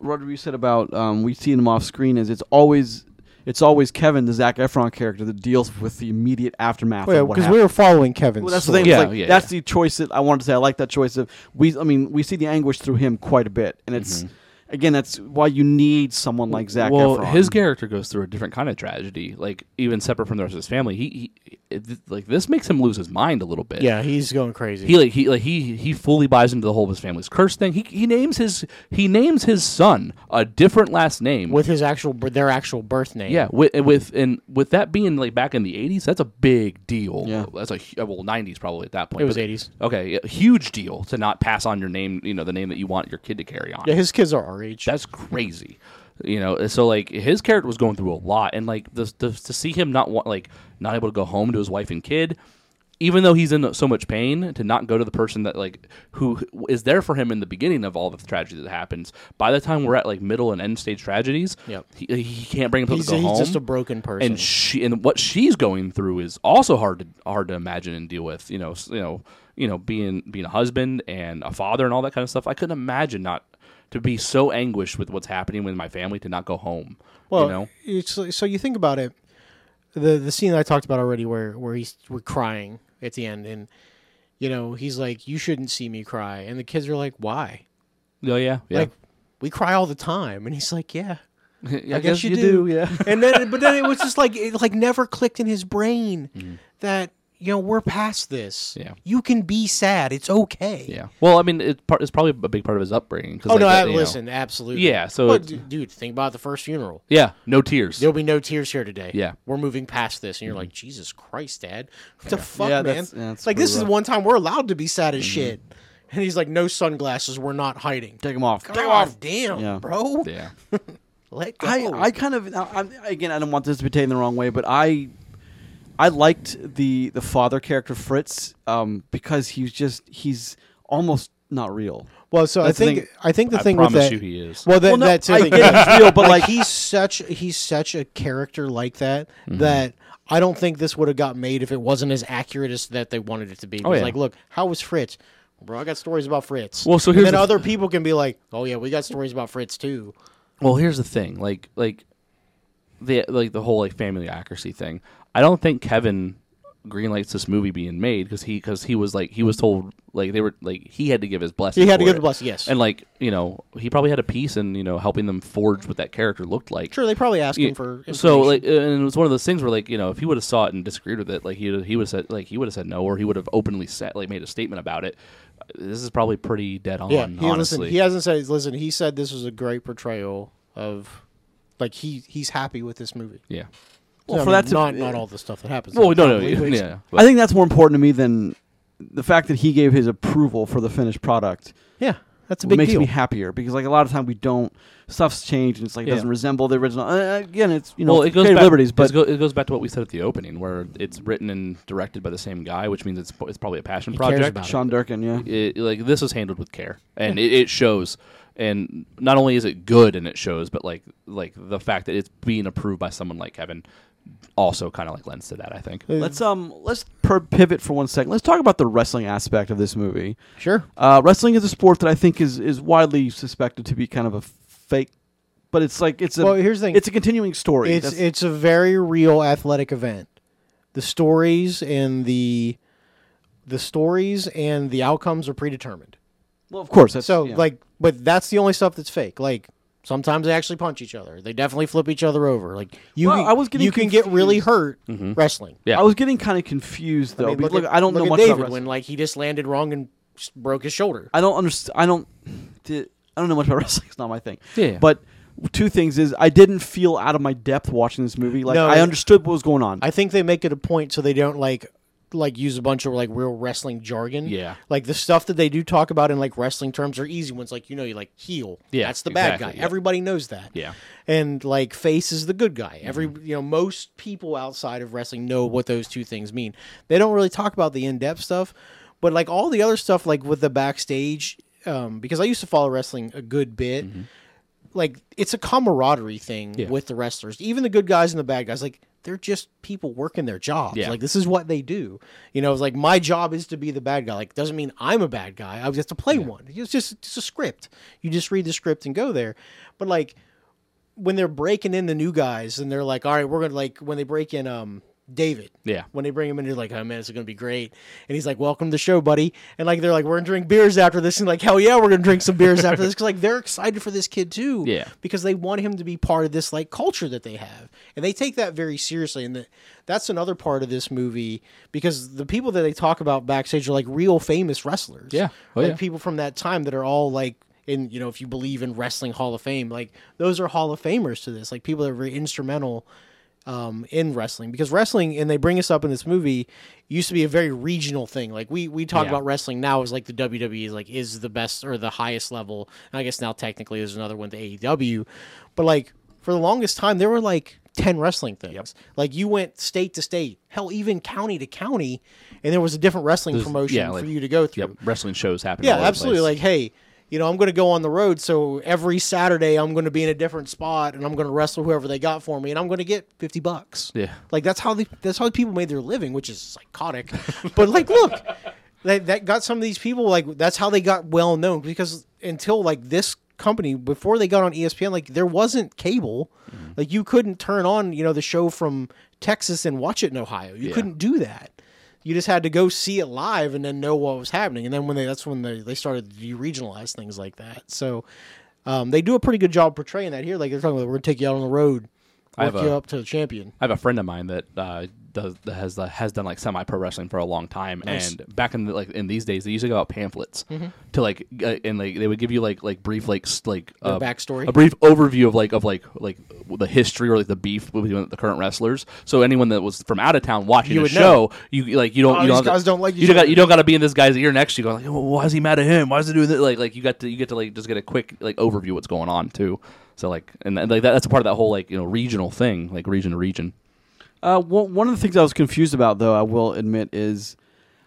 [SPEAKER 1] Rodriguez said about um, we see them off screen is it's always it's always Kevin, the Zach Efron character, that deals with the immediate aftermath
[SPEAKER 2] Oh,
[SPEAKER 4] Well,
[SPEAKER 1] of what
[SPEAKER 4] because
[SPEAKER 1] happened.
[SPEAKER 4] we were following Kevin's.
[SPEAKER 1] well, that's the
[SPEAKER 4] story.
[SPEAKER 1] thing. it's
[SPEAKER 2] Yeah,
[SPEAKER 1] like,
[SPEAKER 2] yeah,
[SPEAKER 1] that's the choice that I wanted to say. I like that choice of we. I mean, we see the anguish through him quite a bit, and it's
[SPEAKER 2] Mm-hmm.
[SPEAKER 1] again that's why you need someone like Zach
[SPEAKER 2] well,
[SPEAKER 1] Efron.
[SPEAKER 2] his character goes through a different kind of tragedy, like even separate from the rest of his family. He, he it, like this makes him lose his mind a little bit.
[SPEAKER 3] Yeah, he's going crazy.
[SPEAKER 2] He like he like he he fully buys into the whole of his family's curse thing. He he names his he names his son a different last name.
[SPEAKER 3] with his actual bir- their actual birth name.
[SPEAKER 2] yeah, with with and with that being like back in the eighties, that's a big deal.
[SPEAKER 1] Yeah.
[SPEAKER 2] that's a hu- uh, well nineties probably at that point.
[SPEAKER 3] It was
[SPEAKER 2] but-
[SPEAKER 3] 80s.
[SPEAKER 2] Okay, a huge deal to not pass on your name, you know, the name that you want your kid to carry on.
[SPEAKER 3] yeah, his kids are our age.
[SPEAKER 2] That's crazy. You know, so like his character was going through a lot, and like the, the, to see him not want like not able to go home to his wife and kid, even though he's in so much pain, to not go to the person that like who is there for him in the beginning of all the tragedy that happens. By the time we're at like middle and end stage tragedies,
[SPEAKER 3] Yep.
[SPEAKER 2] he, he can't bring him
[SPEAKER 3] He's,
[SPEAKER 2] to go
[SPEAKER 3] he's
[SPEAKER 2] home.
[SPEAKER 3] just a broken person.
[SPEAKER 2] And she and what she's going through is also hard to hard to imagine and deal with. You know, s- you know, you know, being being a husband and a father and all that kind of stuff. I couldn't imagine not to be so anguished with what's happening with my family to not go home.
[SPEAKER 4] Well,
[SPEAKER 2] you know,
[SPEAKER 4] it's like-
[SPEAKER 3] so you think about it, the the scene I talked about already, where where he's we're crying at the end, and you know he's like, "You shouldn't see me cry," and the kids are like, "Why?"
[SPEAKER 2] oh yeah, yeah. [laughs]
[SPEAKER 3] Like, we cry all the time, and he's like, "Yeah."
[SPEAKER 2] I,
[SPEAKER 3] guess you do.
[SPEAKER 2] yeah.
[SPEAKER 3] And then, but then it was just like it like never clicked in his brain that you know we're past this.
[SPEAKER 2] Mm-hmm. Yeah.
[SPEAKER 3] you can be sad. It's okay.
[SPEAKER 2] Yeah. Well, I mean, it part, it's probably a big part of his upbringing. 'cause,
[SPEAKER 3] Oh
[SPEAKER 2] like,
[SPEAKER 3] no!
[SPEAKER 2] that,
[SPEAKER 3] I,
[SPEAKER 2] you know-
[SPEAKER 3] listen, absolutely.
[SPEAKER 2] Yeah, so
[SPEAKER 3] Well,
[SPEAKER 2] it-
[SPEAKER 3] d- dude, think about the first funeral.
[SPEAKER 2] Yeah. No tears.
[SPEAKER 3] There'll be no tears here today.
[SPEAKER 2] Yeah. Mm-hmm.
[SPEAKER 3] We're moving past this. And you're like, Jesus Christ, Dad. What the fuck,
[SPEAKER 1] Yeah,
[SPEAKER 3] man?
[SPEAKER 1] that's- yeah, that's
[SPEAKER 3] like, this
[SPEAKER 1] pretty
[SPEAKER 3] is
[SPEAKER 1] rough.
[SPEAKER 3] one time we're allowed to be sad
[SPEAKER 2] Mm-hmm.
[SPEAKER 3] as shit. And he's like, no sunglasses. We're not hiding.
[SPEAKER 1] Take him off.
[SPEAKER 3] God off. damn,
[SPEAKER 1] Yeah.
[SPEAKER 3] bro.
[SPEAKER 2] Yeah.
[SPEAKER 3] Let go.
[SPEAKER 1] I,
[SPEAKER 2] Oh.
[SPEAKER 1] I kind of I, I'm- again I don't want this to be taken the wrong way, but I I liked the the father character Fritz um, because he's just he's almost not real.
[SPEAKER 4] well, so I
[SPEAKER 1] That's the
[SPEAKER 4] think
[SPEAKER 1] thing.
[SPEAKER 4] I think the
[SPEAKER 2] I
[SPEAKER 4] thing with
[SPEAKER 2] promise
[SPEAKER 4] that,
[SPEAKER 2] you he is.
[SPEAKER 4] Well, that,
[SPEAKER 1] Well, no,
[SPEAKER 4] that's the
[SPEAKER 1] I
[SPEAKER 4] thing.
[SPEAKER 1] get it's real, but
[SPEAKER 4] like,
[SPEAKER 1] like,
[SPEAKER 4] he's such he's such a character like that
[SPEAKER 2] Mm-hmm.
[SPEAKER 4] that
[SPEAKER 3] I don't think this would have got made if it wasn't as accurate as that they wanted it to be. It was
[SPEAKER 2] Oh, yeah.
[SPEAKER 3] like, look, how was Fritz? Bro, I got stories about Fritz.
[SPEAKER 2] Well, so
[SPEAKER 3] And
[SPEAKER 2] here's
[SPEAKER 3] then
[SPEAKER 2] the-
[SPEAKER 3] other people can be like, oh, yeah, we got stories about Fritz, too.
[SPEAKER 2] Well, here's the thing, like like the like the whole like family accuracy thing. I don't think Kevin greenlights this movie being made because he because he was like he was told like they were like he had to give his blessing.
[SPEAKER 3] He had to
[SPEAKER 2] for
[SPEAKER 3] give the
[SPEAKER 2] it.
[SPEAKER 3] blessing, yes.
[SPEAKER 2] And like you know he probably had a piece in you know helping them forge what that character looked like.
[SPEAKER 3] Sure, they probably asked
[SPEAKER 2] Yeah,
[SPEAKER 3] him for.
[SPEAKER 2] so
[SPEAKER 3] information.
[SPEAKER 2] like uh, and it was one of those things where like you know if he would have saw it and disagreed with it like he he would have said like he would have said no or he would have openly said like made a statement about it. This is probably pretty dead on.
[SPEAKER 3] Yeah, he,
[SPEAKER 2] honestly,
[SPEAKER 3] listen, he hasn't said. Listen, he said this was a great portrayal of, like he he's happy with this movie.
[SPEAKER 2] yeah.
[SPEAKER 1] Well,
[SPEAKER 3] I
[SPEAKER 1] for
[SPEAKER 3] mean,
[SPEAKER 1] that to-
[SPEAKER 3] not not all the stuff that happens.
[SPEAKER 2] Well, no, no,
[SPEAKER 3] Probably, but-
[SPEAKER 2] yeah.
[SPEAKER 1] I think that's more important to me than the fact that he gave his approval for the finished product.
[SPEAKER 3] yeah, that's a big
[SPEAKER 1] makes
[SPEAKER 3] deal.
[SPEAKER 1] me happier because like a lot of time we don't stuff's changed and it's like
[SPEAKER 2] Yeah.
[SPEAKER 1] doesn't resemble the original. Uh, again, it's you know
[SPEAKER 2] well, it goes
[SPEAKER 1] creative
[SPEAKER 2] back,
[SPEAKER 1] liberties, but
[SPEAKER 2] it, go, it goes back to what we said at the opening, where it's written and directed by the same guy, which means it's it's probably a passion
[SPEAKER 3] cares
[SPEAKER 2] project.
[SPEAKER 3] about
[SPEAKER 1] Sean Durkin, yeah.
[SPEAKER 2] It- like this is handled with care, and it, it shows. And not only is it good, and it shows, but like like the fact that it's being approved by someone like Kevin also kind of like lends to that. I think.
[SPEAKER 1] Let's um let's per- pivot for one second. Let's talk about the wrestling aspect of this movie.
[SPEAKER 3] Sure.
[SPEAKER 1] Uh, wrestling is a sport that I think is is widely suspected to be kind of a fake, but it's like it's a
[SPEAKER 4] Well, here's the thing.
[SPEAKER 1] it's a continuing story.
[SPEAKER 4] it's
[SPEAKER 1] That's-
[SPEAKER 4] it's a very real athletic event.
[SPEAKER 3] The stories and the the stories and the outcomes are predetermined.
[SPEAKER 1] well, of course. That's,
[SPEAKER 3] So
[SPEAKER 1] yeah.
[SPEAKER 3] like, but that's the only stuff that's fake. Like sometimes they actually punch each other. They definitely flip each other over. Like you,
[SPEAKER 1] Well,
[SPEAKER 3] can,
[SPEAKER 1] I was getting
[SPEAKER 3] you can get really
[SPEAKER 1] confused.
[SPEAKER 3] hurt wrestling.
[SPEAKER 2] yeah.
[SPEAKER 1] I was getting kind of confused though.
[SPEAKER 3] I mean,
[SPEAKER 1] because, look, I don't
[SPEAKER 3] look
[SPEAKER 1] know
[SPEAKER 3] at
[SPEAKER 1] much
[SPEAKER 3] David
[SPEAKER 1] about wrestling.
[SPEAKER 3] when like he just landed wrong and s- broke his shoulder.
[SPEAKER 1] I don't understand. I don't. di- I don't know much about [laughs] wrestling. It's not my thing.
[SPEAKER 2] Yeah.
[SPEAKER 1] But two things is I didn't feel out of my depth watching this movie. Like
[SPEAKER 3] No,
[SPEAKER 1] I
[SPEAKER 3] it-
[SPEAKER 1] understood what was going on.
[SPEAKER 3] I think they make it a point so they don't like like use a bunch of like real wrestling jargon.
[SPEAKER 2] Yeah.
[SPEAKER 3] Like the stuff that they do talk about in like wrestling terms are easy ones. Like you know, you like heel.
[SPEAKER 2] Yeah,
[SPEAKER 3] That's the bad
[SPEAKER 2] exactly,
[SPEAKER 3] guy.
[SPEAKER 2] yeah.
[SPEAKER 3] Everybody knows that.
[SPEAKER 2] Yeah. Mm-hmm.
[SPEAKER 3] And like face is the good guy. Every you know most people outside of wrestling know what those two things mean. They don't really talk about the in depth stuff, but like all the other stuff like with the backstage. Um, because I used to follow wrestling a good bit
[SPEAKER 2] Mm-hmm.
[SPEAKER 3] like it's a camaraderie thing
[SPEAKER 2] Yeah.
[SPEAKER 3] with the wrestlers, even the good guys and the bad guys. Like they're just people working their jobs.
[SPEAKER 2] Yeah.
[SPEAKER 3] Like this is what they do. You know, it's like my job is to be the bad guy. Like doesn't mean I'm a bad guy. I just to play one. It's just it's a script. You just read the script and go there. But like when they're breaking in the new guys and they're like, all right, we're gonna like when they break in um David.
[SPEAKER 2] Yeah.
[SPEAKER 3] When they bring him in, they're like, oh man, this is gonna be great. And he's like, Welcome to the show, buddy. And like they're like, We're gonna drink beers after this, and like, hell yeah, we're gonna drink some beers after this. Cause like they're excited for this kid too.
[SPEAKER 2] Yeah.
[SPEAKER 3] Because they want him to be part of this like culture that they have. And they take that very seriously. And that that's another part of this movie because the people that they talk about backstage are like real famous wrestlers.
[SPEAKER 2] Yeah. Oh,
[SPEAKER 3] like
[SPEAKER 2] yeah.
[SPEAKER 3] people from that time that are all like in you know if you believe in wrestling hall of fame like those are hall of famers to this like people that were instrumental um, in wrestling because wrestling and they bring us up in this movie used to be a very regional thing like we we talk
[SPEAKER 2] Yeah.
[SPEAKER 3] about wrestling now as like the WWE is like is the best or the highest level and I guess now technically there's another one the AEW E but like for the longest time there were like 10 wrestling things. Like you went state to state, hell even county to county and there was a different wrestling promotion
[SPEAKER 2] yeah, like-
[SPEAKER 3] for you to go through.
[SPEAKER 2] Yep, wrestling shows happen. all
[SPEAKER 3] Yeah,
[SPEAKER 2] over the
[SPEAKER 3] absolutely.
[SPEAKER 2] place.
[SPEAKER 3] Like, hey, you know, I'm going to go on the road, so every Saturday I'm going to be in a different spot, and I'm going to wrestle whoever they got for me, and I'm going to get fifty bucks.
[SPEAKER 2] Yeah.
[SPEAKER 3] like that's how the, that's how people made their living, which is psychotic. [laughs] but like, look, that that got some of these people like that's how they got well known because until like this company before they got on E ESPN, like there wasn't cable,
[SPEAKER 2] Mm-hmm.
[SPEAKER 3] like you couldn't turn on you know the show from Texas and watch it in Ohio. You couldn't do that you just had to go see it live and then know what was happening. And then when they that's when they, they started to regionalize things like that. So um, they do a pretty good job portraying that here. Like they're talking about, we're gonna take you out on the road,
[SPEAKER 2] I have
[SPEAKER 3] work you
[SPEAKER 2] a-
[SPEAKER 3] up to the champion.
[SPEAKER 2] I have a friend of mine that uh, does that has uh, has done like semi pro wrestling for a long time, and back in the, like in these days, they used to go out pamphlets
[SPEAKER 3] Mm-hmm.
[SPEAKER 2] to like uh, and like they would give you like like brief like s- like uh,
[SPEAKER 3] Their backstory?
[SPEAKER 2] a brief overview of like of like like the history or like the beef between the current wrestlers. So anyone that was from out of town watching
[SPEAKER 3] You
[SPEAKER 2] the
[SPEAKER 3] would
[SPEAKER 2] show,
[SPEAKER 3] know.
[SPEAKER 2] you like you don't
[SPEAKER 3] Oh,
[SPEAKER 2] you don't
[SPEAKER 3] these
[SPEAKER 2] have to-
[SPEAKER 3] guys don't like
[SPEAKER 2] you
[SPEAKER 3] each
[SPEAKER 2] don't got
[SPEAKER 3] other.
[SPEAKER 2] you don't got to be in this guy's ear next. to You go like, "Well, why is he mad at him? Why is he doing that? Like like you got to you get to like just get a quick like overview of what's going on too. So like and that, like that, that's a part of that whole like you know regional thing like region to region.
[SPEAKER 1] Uh, one one of the things I was confused about, though, I will admit, is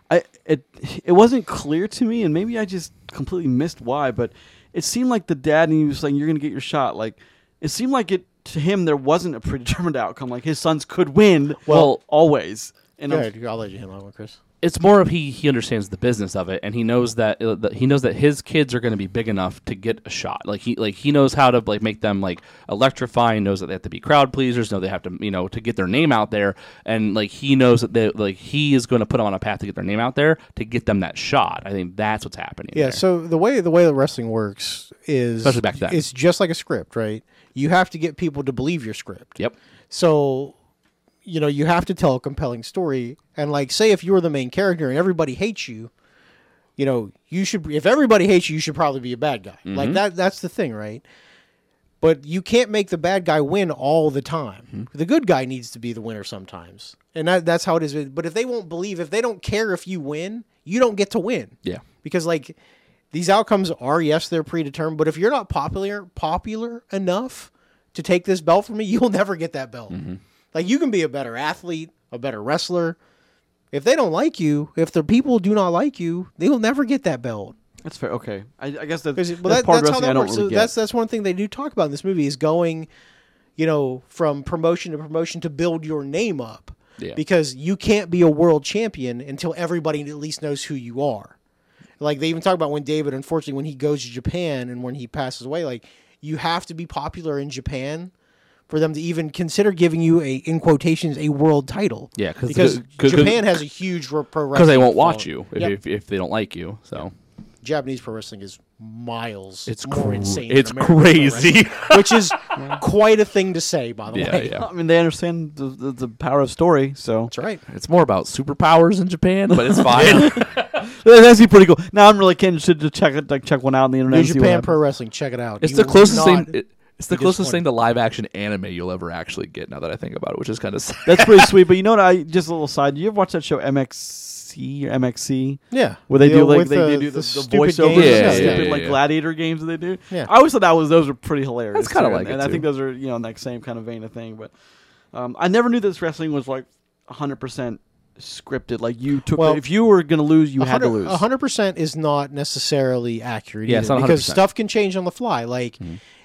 [SPEAKER 1] I it it wasn't clear to me, and maybe I just completely missed why. But it seemed like the dad, and he was saying, "You're going to get your shot." Like it seemed like it to him there wasn't a predetermined [laughs] outcome. Like his sons could win,
[SPEAKER 2] Well-
[SPEAKER 1] always. And
[SPEAKER 3] Go
[SPEAKER 1] I'm-
[SPEAKER 3] ahead, I'll let you handle that one, Chris.
[SPEAKER 2] it's more of he he understands the business of it and he knows that, uh, that he knows that his kids are going to be big enough to get a shot like he like he knows how to like make them like electrifying knows that they have to be crowd pleasers know they have to you know to get their name out there and like he knows that they, like he is going to put them on a path to get their name out there to get them that shot i think that's what's happening
[SPEAKER 4] Yeah,
[SPEAKER 2] there.
[SPEAKER 4] so-
[SPEAKER 3] So the way the way that wrestling works is
[SPEAKER 2] Especially back then.
[SPEAKER 3] It's just like a script, right? You have to get people to believe your script.
[SPEAKER 2] yep
[SPEAKER 3] So, you know, you have to tell a compelling story. And like, say if you were the main character and everybody hates you, you know, you should. If everybody hates you, you should probably be a bad guy. Like that. That's the thing, right? But you can't make the bad guy win all the time. The good guy needs to be the winner sometimes, and that, that's how it is. But if they won't believe, if they don't care if you win, you don't get to win
[SPEAKER 2] yeah
[SPEAKER 3] because like these outcomes are yes they're predetermined but if you're not popular popular enough to take this belt from me [laughs] you'll never get that belt like you can be a better athlete a better wrestler if they don't like you if the people do not like you they will never get that belt
[SPEAKER 1] that's fair. Okay, I, I guess that,
[SPEAKER 3] 'Cause
[SPEAKER 1] that's
[SPEAKER 3] it- well, that-
[SPEAKER 1] part of
[SPEAKER 3] that's how
[SPEAKER 1] wrestling I
[SPEAKER 3] that
[SPEAKER 1] don't
[SPEAKER 3] works.
[SPEAKER 1] really
[SPEAKER 3] So
[SPEAKER 1] get.
[SPEAKER 3] that's that's one thing they do talk about in this movie is going, you know, from promotion to promotion to build your name up.
[SPEAKER 2] Yeah.
[SPEAKER 3] Because you can't be a world champion until everybody at least knows who you are. Like they even talk about when David, unfortunately, when he goes to Japan and when he passes away, like you have to be popular in Japan for them to even consider giving you a in quotations a world title.
[SPEAKER 2] Yeah, 'cause-
[SPEAKER 3] because
[SPEAKER 2] 'cause- 'cause-
[SPEAKER 3] Japan has a huge ro- pro wrestling
[SPEAKER 2] because they won't watch
[SPEAKER 3] following.
[SPEAKER 2] you if,
[SPEAKER 3] Yep.
[SPEAKER 2] if, if they don't like you so
[SPEAKER 3] Japanese pro wrestling is miles.
[SPEAKER 2] It's
[SPEAKER 3] more
[SPEAKER 2] cra-
[SPEAKER 3] insane.
[SPEAKER 2] it's
[SPEAKER 3] than American pro
[SPEAKER 2] crazy.
[SPEAKER 3] [laughs] wrestling, which is quite a thing to say, by the
[SPEAKER 2] yeah
[SPEAKER 3] way.
[SPEAKER 2] yeah
[SPEAKER 1] I mean, they understand the, the, the power of story, so
[SPEAKER 3] That's right.
[SPEAKER 2] it's more about superpowers in japan but it's fine
[SPEAKER 1] [laughs] that's actually pretty cool. Now I'm really interested to check it, like check one out on the internet.
[SPEAKER 3] New
[SPEAKER 1] and see what
[SPEAKER 3] Japan
[SPEAKER 1] happens.
[SPEAKER 3] Pro Wrestling, check it out.
[SPEAKER 2] It's
[SPEAKER 3] You
[SPEAKER 2] the
[SPEAKER 3] will
[SPEAKER 2] closest
[SPEAKER 3] not-
[SPEAKER 2] thing. It, it's the
[SPEAKER 3] be
[SPEAKER 2] closest
[SPEAKER 3] disappointed.
[SPEAKER 2] thing to live action anime you'll ever actually get. Now that I think about it, which is kind of sad.
[SPEAKER 1] That's pretty sweet. But you know what? I just a little side. You ever watch that show MXC or MXC?
[SPEAKER 3] yeah,
[SPEAKER 1] Where they
[SPEAKER 3] You know,
[SPEAKER 1] do like
[SPEAKER 3] with
[SPEAKER 1] they, they do the, the,
[SPEAKER 3] stupid
[SPEAKER 1] voiceovers,
[SPEAKER 3] games.
[SPEAKER 1] yeah,
[SPEAKER 2] Yeah,
[SPEAKER 1] stupid
[SPEAKER 2] yeah,
[SPEAKER 1] like
[SPEAKER 2] yeah.
[SPEAKER 1] gladiator games that they do.
[SPEAKER 3] Yeah.
[SPEAKER 1] I always thought that was those were pretty hilarious.
[SPEAKER 2] That's kinda
[SPEAKER 1] too,
[SPEAKER 2] like
[SPEAKER 1] and,
[SPEAKER 2] it,
[SPEAKER 1] and I think
[SPEAKER 2] too.
[SPEAKER 1] those are you know in that same kind of vein of thing. But um, I never knew this wrestling was like 100 percent scripted. Like you took
[SPEAKER 3] Well,
[SPEAKER 1] if you were gonna lose, you had to
[SPEAKER 3] 100
[SPEAKER 1] lose.
[SPEAKER 3] 100% is not necessarily accurate.
[SPEAKER 2] Yeah, it's
[SPEAKER 3] either,
[SPEAKER 2] not Mm-hmm.
[SPEAKER 3] because
[SPEAKER 2] 100%.
[SPEAKER 3] stuff can change on the fly. Like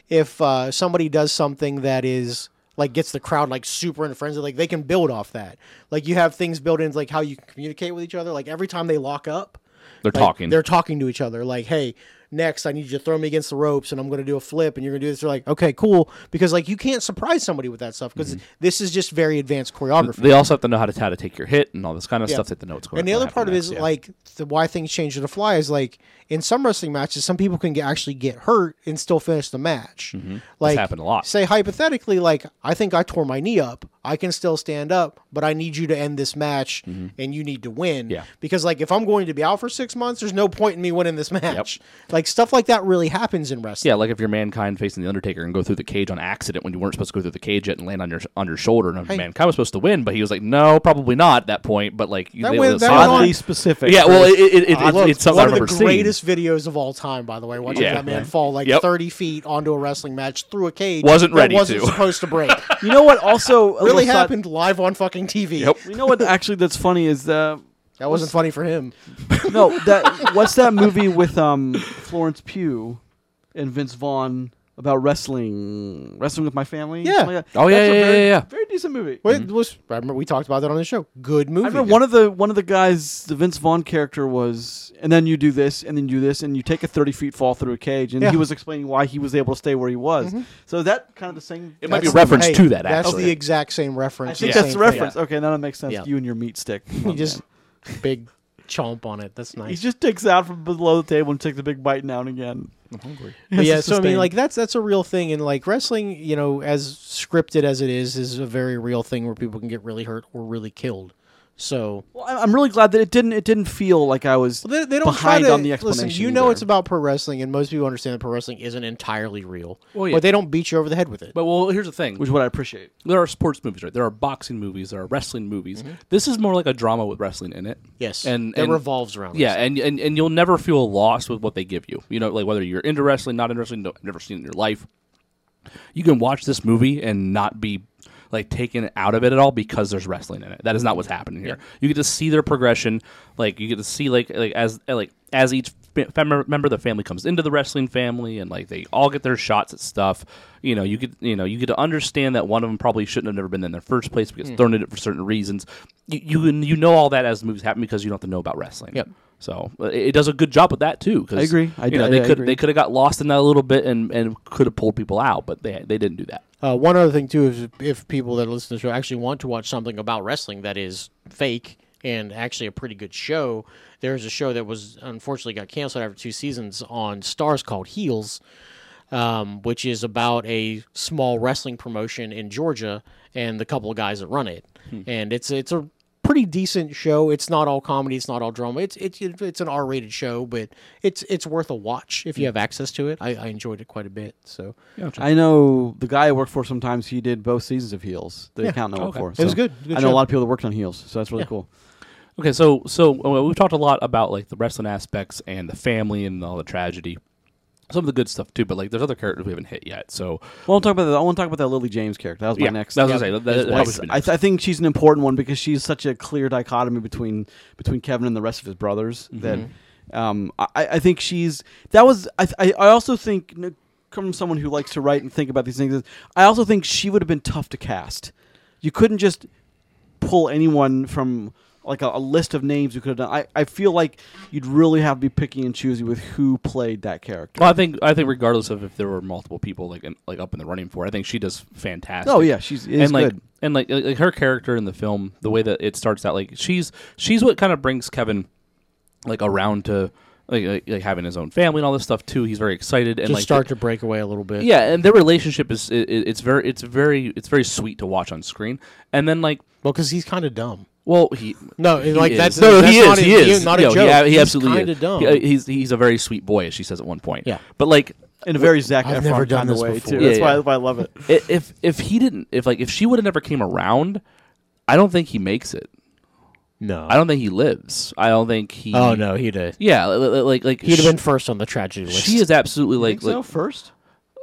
[SPEAKER 3] if uh, somebody does something that is like gets the crowd like super in frenzy, like they can build off that. Like you have things built in, like how you can communicate with each other. Like every time they lock up,
[SPEAKER 2] They're
[SPEAKER 3] like,
[SPEAKER 2] talking.
[SPEAKER 3] They're talking to each other. Like, hey, next I need you to throw me against the ropes, and I'm going to do a flip, and you're going to do this. They're like, okay, cool, because like you can't surprise somebody with that stuff because
[SPEAKER 2] Mm-hmm.
[SPEAKER 3] this is just very advanced
[SPEAKER 2] [laughs]
[SPEAKER 3] choreography.
[SPEAKER 2] they also have to know how to how to take your hit and all this kind of stuff. That the notes going.
[SPEAKER 3] And the other part of it is like the why things change to the fly is like in some wrestling matches, some people can get, actually get hurt and still finish the match. Like
[SPEAKER 2] Mm-hmm. happened a lot.
[SPEAKER 3] Say hypothetically, like I think I tore my knee up. I can still stand up, but I need you to end this match and you need to win.
[SPEAKER 2] Mm-hmm. Yeah.
[SPEAKER 3] Because like if I'm going to be out for six months, there's no point in me winning this match. Like stuff like that really happens in wrestling.
[SPEAKER 2] Yeah, like if you're mankind facing the Undertaker and go through the cage on accident when you weren't supposed to go through the cage yet and land on your on your shoulder, and mankind was supposed to win, but he was like, no, probably not at that point. But like, you-
[SPEAKER 3] That
[SPEAKER 2] they
[SPEAKER 3] went-
[SPEAKER 2] was
[SPEAKER 3] that
[SPEAKER 2] solid.
[SPEAKER 3] went
[SPEAKER 1] Oddly
[SPEAKER 3] on-
[SPEAKER 1] specific.
[SPEAKER 2] yeah, well,
[SPEAKER 1] for-
[SPEAKER 2] it, it, it, it's-
[SPEAKER 3] Look,
[SPEAKER 2] it's something
[SPEAKER 3] one
[SPEAKER 2] I've
[SPEAKER 3] of
[SPEAKER 2] never
[SPEAKER 3] the
[SPEAKER 2] seen.
[SPEAKER 3] greatest videos of all time, by the way. Watching
[SPEAKER 2] Yeah.
[SPEAKER 3] that man fall like
[SPEAKER 2] Yep.
[SPEAKER 3] 30 feet onto a wrestling match through a cage.
[SPEAKER 2] Wasn't
[SPEAKER 3] that
[SPEAKER 2] ready
[SPEAKER 3] wasn't
[SPEAKER 2] to.
[SPEAKER 3] supposed to break.
[SPEAKER 2] [laughs]
[SPEAKER 1] you know what? Also, a
[SPEAKER 3] really
[SPEAKER 1] little side-
[SPEAKER 3] happened live on fucking TV.
[SPEAKER 2] Yep.
[SPEAKER 1] You know what? Actually, that's funny is uh,
[SPEAKER 3] That wasn't funny for him.
[SPEAKER 1] no. That what's that movie with um Florence Pugh and Vince Vaughn about wrestling? Wrestling with my family.
[SPEAKER 3] Yeah.
[SPEAKER 1] Something like that.
[SPEAKER 2] Oh, yeah,
[SPEAKER 1] That's a
[SPEAKER 2] yeah,
[SPEAKER 1] very,
[SPEAKER 2] yeah, yeah.
[SPEAKER 1] Very decent movie.
[SPEAKER 3] Well, it was, I remember we talked about that on the show. Good movie.
[SPEAKER 1] I remember one of the one of the guys, the Vince Vaughn character was, and then you do this, and then you do this, and you take a thirty feet fall through a cage, and
[SPEAKER 3] Yeah. Mm-hmm.
[SPEAKER 1] he was explaining why he was able to stay where he was. So that kind of the same.
[SPEAKER 2] It might be
[SPEAKER 3] That's-
[SPEAKER 2] reference
[SPEAKER 3] hey,
[SPEAKER 2] to that.
[SPEAKER 3] That's
[SPEAKER 2] Actually,
[SPEAKER 3] the exact same reference.
[SPEAKER 1] I think
[SPEAKER 3] the
[SPEAKER 1] that's the
[SPEAKER 3] same thing.
[SPEAKER 1] reference. Okay, now that makes sense.
[SPEAKER 3] Yeah.
[SPEAKER 1] You and your meat stick.
[SPEAKER 3] He just big chomp on it. That's
[SPEAKER 1] he
[SPEAKER 3] nice.
[SPEAKER 1] just takes out from below the table and takes a big bite now and again.
[SPEAKER 2] I'm hungry.
[SPEAKER 3] But
[SPEAKER 1] It's
[SPEAKER 3] yeah,
[SPEAKER 1] just
[SPEAKER 3] so I mean,
[SPEAKER 1] sustained.
[SPEAKER 3] like that's that's a real thing, and like wrestling, you know, as scripted as it is, is a very real thing where people can get really hurt or really killed. So
[SPEAKER 1] Well, I- I'm really glad that it didn't. It didn't feel like I was
[SPEAKER 3] Well, they, they don't
[SPEAKER 1] behind
[SPEAKER 3] try to,
[SPEAKER 1] on the explanation.
[SPEAKER 3] Listen, you know
[SPEAKER 1] either.
[SPEAKER 3] it's about pro wrestling, and most people understand that pro wrestling isn't entirely real.
[SPEAKER 2] Well, yeah.
[SPEAKER 3] But they don't beat you over the head with it.
[SPEAKER 2] But well, here's the thing:
[SPEAKER 1] which is what I appreciate.
[SPEAKER 2] there are sports movies, right? There are boxing movies, there are wrestling movies. This is more like a drama with wrestling in it.
[SPEAKER 3] Mm-hmm. yes,
[SPEAKER 2] and
[SPEAKER 3] it
[SPEAKER 2] and-
[SPEAKER 3] revolves around.
[SPEAKER 2] Yeah,
[SPEAKER 3] wrestling.
[SPEAKER 2] and, and and you'll never feel lost with what they give you. You know, like whether you're into wrestling, not into wrestling, no, never seen it in your life. You can watch this movie and not be like taken out of it at all because there's wrestling in it. That is not what's happening here. You get to see their progression. Like you get to see like like as like as each fa- fam- member of the family comes into the wrestling family and like they all get their shots at stuff. You know, you get you know you get to understand that one of them probably shouldn't have never been in their first place but gets
[SPEAKER 1] Mm.
[SPEAKER 2] thrown in it for certain reasons. You you, you know all that as the movies happen because you don't have to know about wrestling.
[SPEAKER 3] Yep.
[SPEAKER 2] So uh, it it does a good job with that too. 'cause,
[SPEAKER 1] I agree. I
[SPEAKER 2] you know,
[SPEAKER 1] d-
[SPEAKER 2] they
[SPEAKER 1] I
[SPEAKER 2] could
[SPEAKER 1] agree.
[SPEAKER 2] they could have got lost in that a little bit and, and could have pulled people out, but they they didn't do that.
[SPEAKER 3] Uh, one other thing too is if people that listen to the show actually want to watch something about wrestling that is fake and actually a pretty good show, there's a show that was unfortunately got canceled after two seasons on Stars called Heels, um, which is about a small wrestling promotion in Georgia and the couple of guys that run it, and it's it's a pretty decent show. It's not all comedy, it's not all drama. It's it's it's an R-rated show, but it's it's worth a watch if you have access to it. I, I enjoyed it quite a bit, so.
[SPEAKER 1] I know the guy I work for. Sometimes he did both seasons of Heels. The accountant I work
[SPEAKER 2] Okay.
[SPEAKER 1] for.
[SPEAKER 2] It
[SPEAKER 1] so
[SPEAKER 3] was good. It was a good
[SPEAKER 1] I know
[SPEAKER 3] show.
[SPEAKER 1] a lot of people that worked on Heels, so that's really cool.
[SPEAKER 2] Okay, so so uh, we've talked a lot about like the wrestling aspects and the family and all the tragedy, some of the good stuff too. But like, there's other characters we haven't hit yet. So
[SPEAKER 1] Well, I'll talk about that. I want to talk about that Lily James character. That was my
[SPEAKER 2] yeah,
[SPEAKER 1] next.
[SPEAKER 2] I was gonna say that, that, that
[SPEAKER 1] I,
[SPEAKER 2] probably should be
[SPEAKER 1] I,
[SPEAKER 2] next.
[SPEAKER 1] I think she's an important one because she's such a clear dichotomy between between Kevin and the rest of his brothers
[SPEAKER 2] Mm-hmm.
[SPEAKER 1] that um, I, I think she's that was I, I I also think you know, coming from someone who likes to write and think about these things I also think she would have been tough to cast. You couldn't just pull anyone from like a, a list of names you could have done. I, I feel like you'd really have to be picky and choosy with who played that character.
[SPEAKER 2] well, I think I think regardless of if there were multiple people like in, like up in the running for, it, I think she does fantastic.
[SPEAKER 1] Oh yeah, she's it's
[SPEAKER 2] and like
[SPEAKER 1] good.
[SPEAKER 2] and like, like like her character in the film, the way that it starts out, like she's she's what kind of brings Kevin like around to like, like, like having his own family and all this stuff too. He's very excited and
[SPEAKER 3] Just
[SPEAKER 2] like
[SPEAKER 3] start to break away a little bit.
[SPEAKER 2] yeah, and their relationship is it, it- it's very it's very it's very sweet to watch on screen. And then like
[SPEAKER 3] Well, because he's kind of dumb.
[SPEAKER 2] well he
[SPEAKER 3] No, it- like
[SPEAKER 2] he
[SPEAKER 3] that's
[SPEAKER 2] is. no,
[SPEAKER 3] that's
[SPEAKER 2] he
[SPEAKER 3] not
[SPEAKER 2] is.
[SPEAKER 3] a-
[SPEAKER 2] he is.
[SPEAKER 3] not a
[SPEAKER 2] No, he
[SPEAKER 3] joke.
[SPEAKER 2] ab- He,
[SPEAKER 3] He's
[SPEAKER 2] absolutely
[SPEAKER 3] kinda
[SPEAKER 2] is.
[SPEAKER 3] dumb.
[SPEAKER 2] He- uh, he's he's a very sweet boy, as she says at one point.
[SPEAKER 3] Yeah.
[SPEAKER 2] but like
[SPEAKER 1] in a very Zac
[SPEAKER 3] I've
[SPEAKER 1] Efron
[SPEAKER 3] never done
[SPEAKER 1] kind of
[SPEAKER 3] this
[SPEAKER 1] way
[SPEAKER 3] before.
[SPEAKER 1] too.
[SPEAKER 2] Yeah,
[SPEAKER 1] that's
[SPEAKER 2] yeah.
[SPEAKER 1] Why, why I love it.
[SPEAKER 2] i- if if he didn't if like if she would have never came around, I don't think he makes it.
[SPEAKER 3] no,
[SPEAKER 2] I don't think he lives. I don't think he.
[SPEAKER 3] Oh no, he'd have
[SPEAKER 2] Yeah, li- li- like like sh-
[SPEAKER 3] he'd have been first on the tragedy list.
[SPEAKER 2] She is absolutely like,
[SPEAKER 1] so
[SPEAKER 2] like
[SPEAKER 1] first.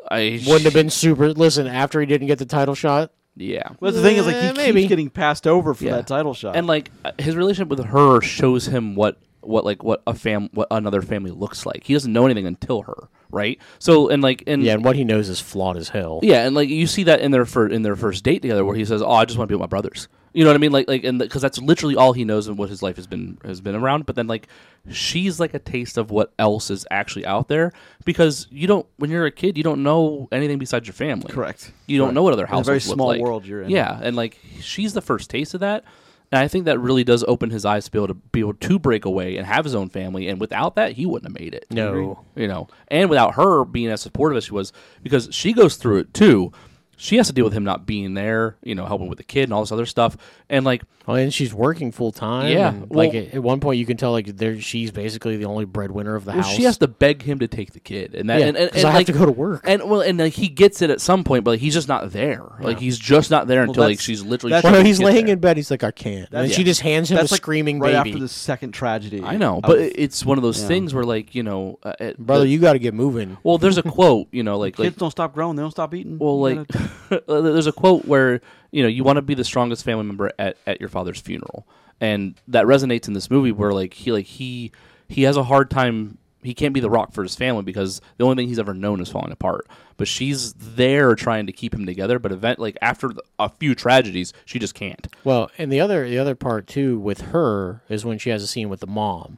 [SPEAKER 2] I
[SPEAKER 3] wouldn't have been super. Listen, after he didn't get the title shot,
[SPEAKER 2] Yeah,
[SPEAKER 1] Well, the thing is, like, he
[SPEAKER 3] Eh, maybe.
[SPEAKER 1] keeps getting passed over for
[SPEAKER 2] Yeah.
[SPEAKER 1] that title shot.
[SPEAKER 2] and like uh, his relationship with her shows him what what like what a fam what another family looks like. He doesn't know anything until her, right? So and like and
[SPEAKER 3] yeah, and what he knows is flawed as hell.
[SPEAKER 2] Yeah, and like you see that in their fir- in their first date together, where he says, "Oh, I just want to be with my brothers." You know what I mean? Like like and because that's literally all he knows and what his life has been has been around. But then like she's like a taste of what else is actually out there because you don't when you're a kid you don't know anything besides your family.
[SPEAKER 1] Correct.
[SPEAKER 2] You don't know what other
[SPEAKER 1] a
[SPEAKER 2] houses
[SPEAKER 1] very
[SPEAKER 2] look
[SPEAKER 1] small
[SPEAKER 2] like.
[SPEAKER 1] world you're in.
[SPEAKER 2] Yeah, and like she's the first taste of that. And I think that really does open his eyes to be able to be able to break away and have his own family. And without that, he wouldn't have made it
[SPEAKER 3] No,
[SPEAKER 2] you know, and without her being as supportive as she was, because she goes through it too. She has to deal with him not being there, you know, helping with the kid and all this other stuff. And like,
[SPEAKER 3] Oh, and she's working full time.
[SPEAKER 2] Yeah,
[SPEAKER 3] and, like
[SPEAKER 2] well-
[SPEAKER 3] at, at one point you can tell like there she's basically the only breadwinner of the
[SPEAKER 2] well,
[SPEAKER 3] house.
[SPEAKER 2] she has to beg him to take the kid, and that,
[SPEAKER 3] Yeah,
[SPEAKER 2] and, and,
[SPEAKER 3] 'cause
[SPEAKER 2] and,
[SPEAKER 3] I have
[SPEAKER 2] like,
[SPEAKER 3] to go to work. [laughs]
[SPEAKER 2] And well, and like, he gets it at some point, but like, he's just not there. Like he's just not there until like
[SPEAKER 1] that's-
[SPEAKER 2] she's literally.
[SPEAKER 1] that's-
[SPEAKER 2] trying
[SPEAKER 4] Well,
[SPEAKER 2] to
[SPEAKER 4] he's
[SPEAKER 2] get
[SPEAKER 4] laying
[SPEAKER 2] there.
[SPEAKER 4] in bed. He's like, I can't.
[SPEAKER 3] and
[SPEAKER 1] That's-
[SPEAKER 3] she just hands him
[SPEAKER 1] That's
[SPEAKER 3] a
[SPEAKER 1] like
[SPEAKER 3] screaming
[SPEAKER 1] right
[SPEAKER 3] baby.
[SPEAKER 1] after the second tragedy.
[SPEAKER 2] I know,
[SPEAKER 1] I
[SPEAKER 2] but
[SPEAKER 1] was-
[SPEAKER 2] it it's one of those
[SPEAKER 1] Yeah.
[SPEAKER 2] things where like you know, uh, at-
[SPEAKER 3] Brother,
[SPEAKER 2] the-
[SPEAKER 3] you got to get moving.
[SPEAKER 2] well, there's a quote, you know, like
[SPEAKER 1] kids
[SPEAKER 2] like
[SPEAKER 1] don't stop growing; they don't stop eating.
[SPEAKER 2] well,
[SPEAKER 1] You
[SPEAKER 2] like
[SPEAKER 1] gotta-
[SPEAKER 2] [laughs] there's a quote where you know you want to be the strongest family member at, at your father's funeral, and that resonates in this movie where like he like he he has a hard time. He can't be the rock for his family because the only thing he's ever known is falling apart. But she's there trying to keep him together. But event like after the- a few tragedies, she just can't.
[SPEAKER 3] Well, and the other the other part too with her is when she has a scene with the mom,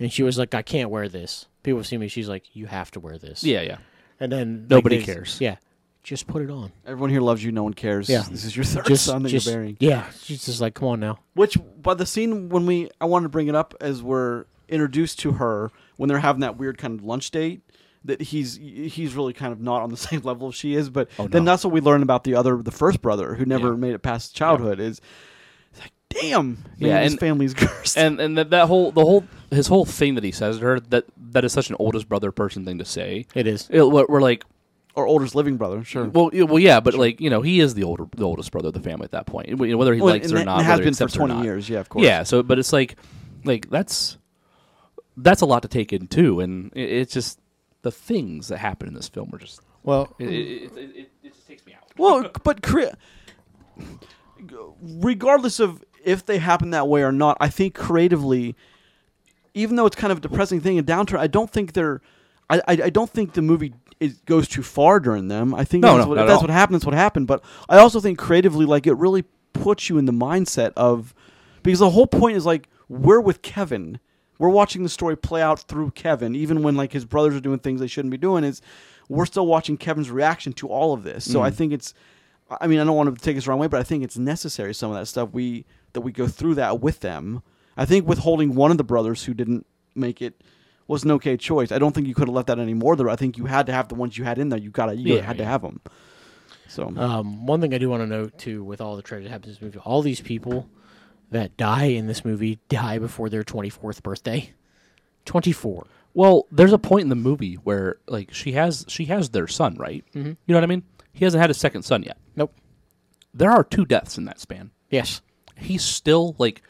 [SPEAKER 3] and she was like, "I can't wear this." People have seen me. She's like, "You have to wear this."
[SPEAKER 2] Yeah, yeah.
[SPEAKER 3] and then
[SPEAKER 2] Nobody
[SPEAKER 3] they-
[SPEAKER 2] cares.
[SPEAKER 3] Yeah, just put it on.
[SPEAKER 1] everyone here loves you; no one cares.
[SPEAKER 3] Yeah.
[SPEAKER 1] this is your third
[SPEAKER 3] Just,
[SPEAKER 1] son that
[SPEAKER 3] just
[SPEAKER 1] you're burying.
[SPEAKER 3] yeah. She's just like, "Come on now."
[SPEAKER 1] Which, by the scene when we, I wanted to bring it up as we're introduced to her when they're having that weird kind of lunch date. That he's he's really kind of not on the [laughs] same level as she is, but then that's what we learn about the other, the first brother who never
[SPEAKER 2] Oh, Yeah.
[SPEAKER 1] made it past childhood. Is it's like, damn, man,
[SPEAKER 2] Yeah,
[SPEAKER 1] his
[SPEAKER 2] and-
[SPEAKER 1] family's [laughs] cursed.
[SPEAKER 2] and and that, that whole the whole his whole thing that he says to her that that is such an oldest brother person thing to say.
[SPEAKER 3] It is.
[SPEAKER 2] It, we're we're like,
[SPEAKER 1] or oldest living brother, sure.
[SPEAKER 2] well, yeah, well, yeah, but like you know, he is the older the oldest brother of the family at that point, You know, whether he
[SPEAKER 1] Well,
[SPEAKER 2] likes
[SPEAKER 1] and
[SPEAKER 2] it or
[SPEAKER 1] that-
[SPEAKER 2] not.
[SPEAKER 1] and it
[SPEAKER 2] whether
[SPEAKER 1] has
[SPEAKER 2] he
[SPEAKER 1] been for
[SPEAKER 2] accepts it or
[SPEAKER 1] 20
[SPEAKER 2] not.
[SPEAKER 1] years, yeah, of course.
[SPEAKER 2] Yeah, so but it's like, like that's that's a lot to take in too, and it, it's just the things that happen in this film are just
[SPEAKER 4] Well,
[SPEAKER 2] it, it, it, it, it just takes me out.
[SPEAKER 1] Well, but cre- regardless of if they happen that way or not, I think creatively, even though it's kind of a depressing thing and downturn, I don't think they're. I, I, I don't think the movie is, goes too far during them. I think
[SPEAKER 2] No,
[SPEAKER 1] that's,
[SPEAKER 2] no,
[SPEAKER 1] what,
[SPEAKER 2] not
[SPEAKER 1] if
[SPEAKER 2] at
[SPEAKER 1] that's
[SPEAKER 2] all.
[SPEAKER 1] what happened. That's what happened. But I also think creatively, like it really puts you in the mindset of because the whole point is like we're with Kevin. We're watching the story play out through Kevin, even when like his brothers are doing things they shouldn't be doing. Is we're still watching Kevin's reaction to all of this. So I think it's I mean, I don't want to take this the wrong way, but I think it's necessary. Some of that stuff we that we go through that with them. I think withholding one of the brothers who didn't make it was an okay choice. I don't think you could have left that any more. There, I think you had to have the ones you had in there. You got to, you
[SPEAKER 3] Yeah,
[SPEAKER 1] had to
[SPEAKER 3] yeah.
[SPEAKER 1] have them. So
[SPEAKER 3] Um, one thing I do want to note too, with all the tragedy that happens in this movie, all these people that die in this movie die before their twenty fourth birthday. Twenty four.
[SPEAKER 2] Well, there's a point in the movie where like she has she has their son, right? Mm-hmm. You know what I mean? He hasn't had a second son yet.
[SPEAKER 3] Nope.
[SPEAKER 2] There are two deaths in that span.
[SPEAKER 3] Yes.
[SPEAKER 2] he's still like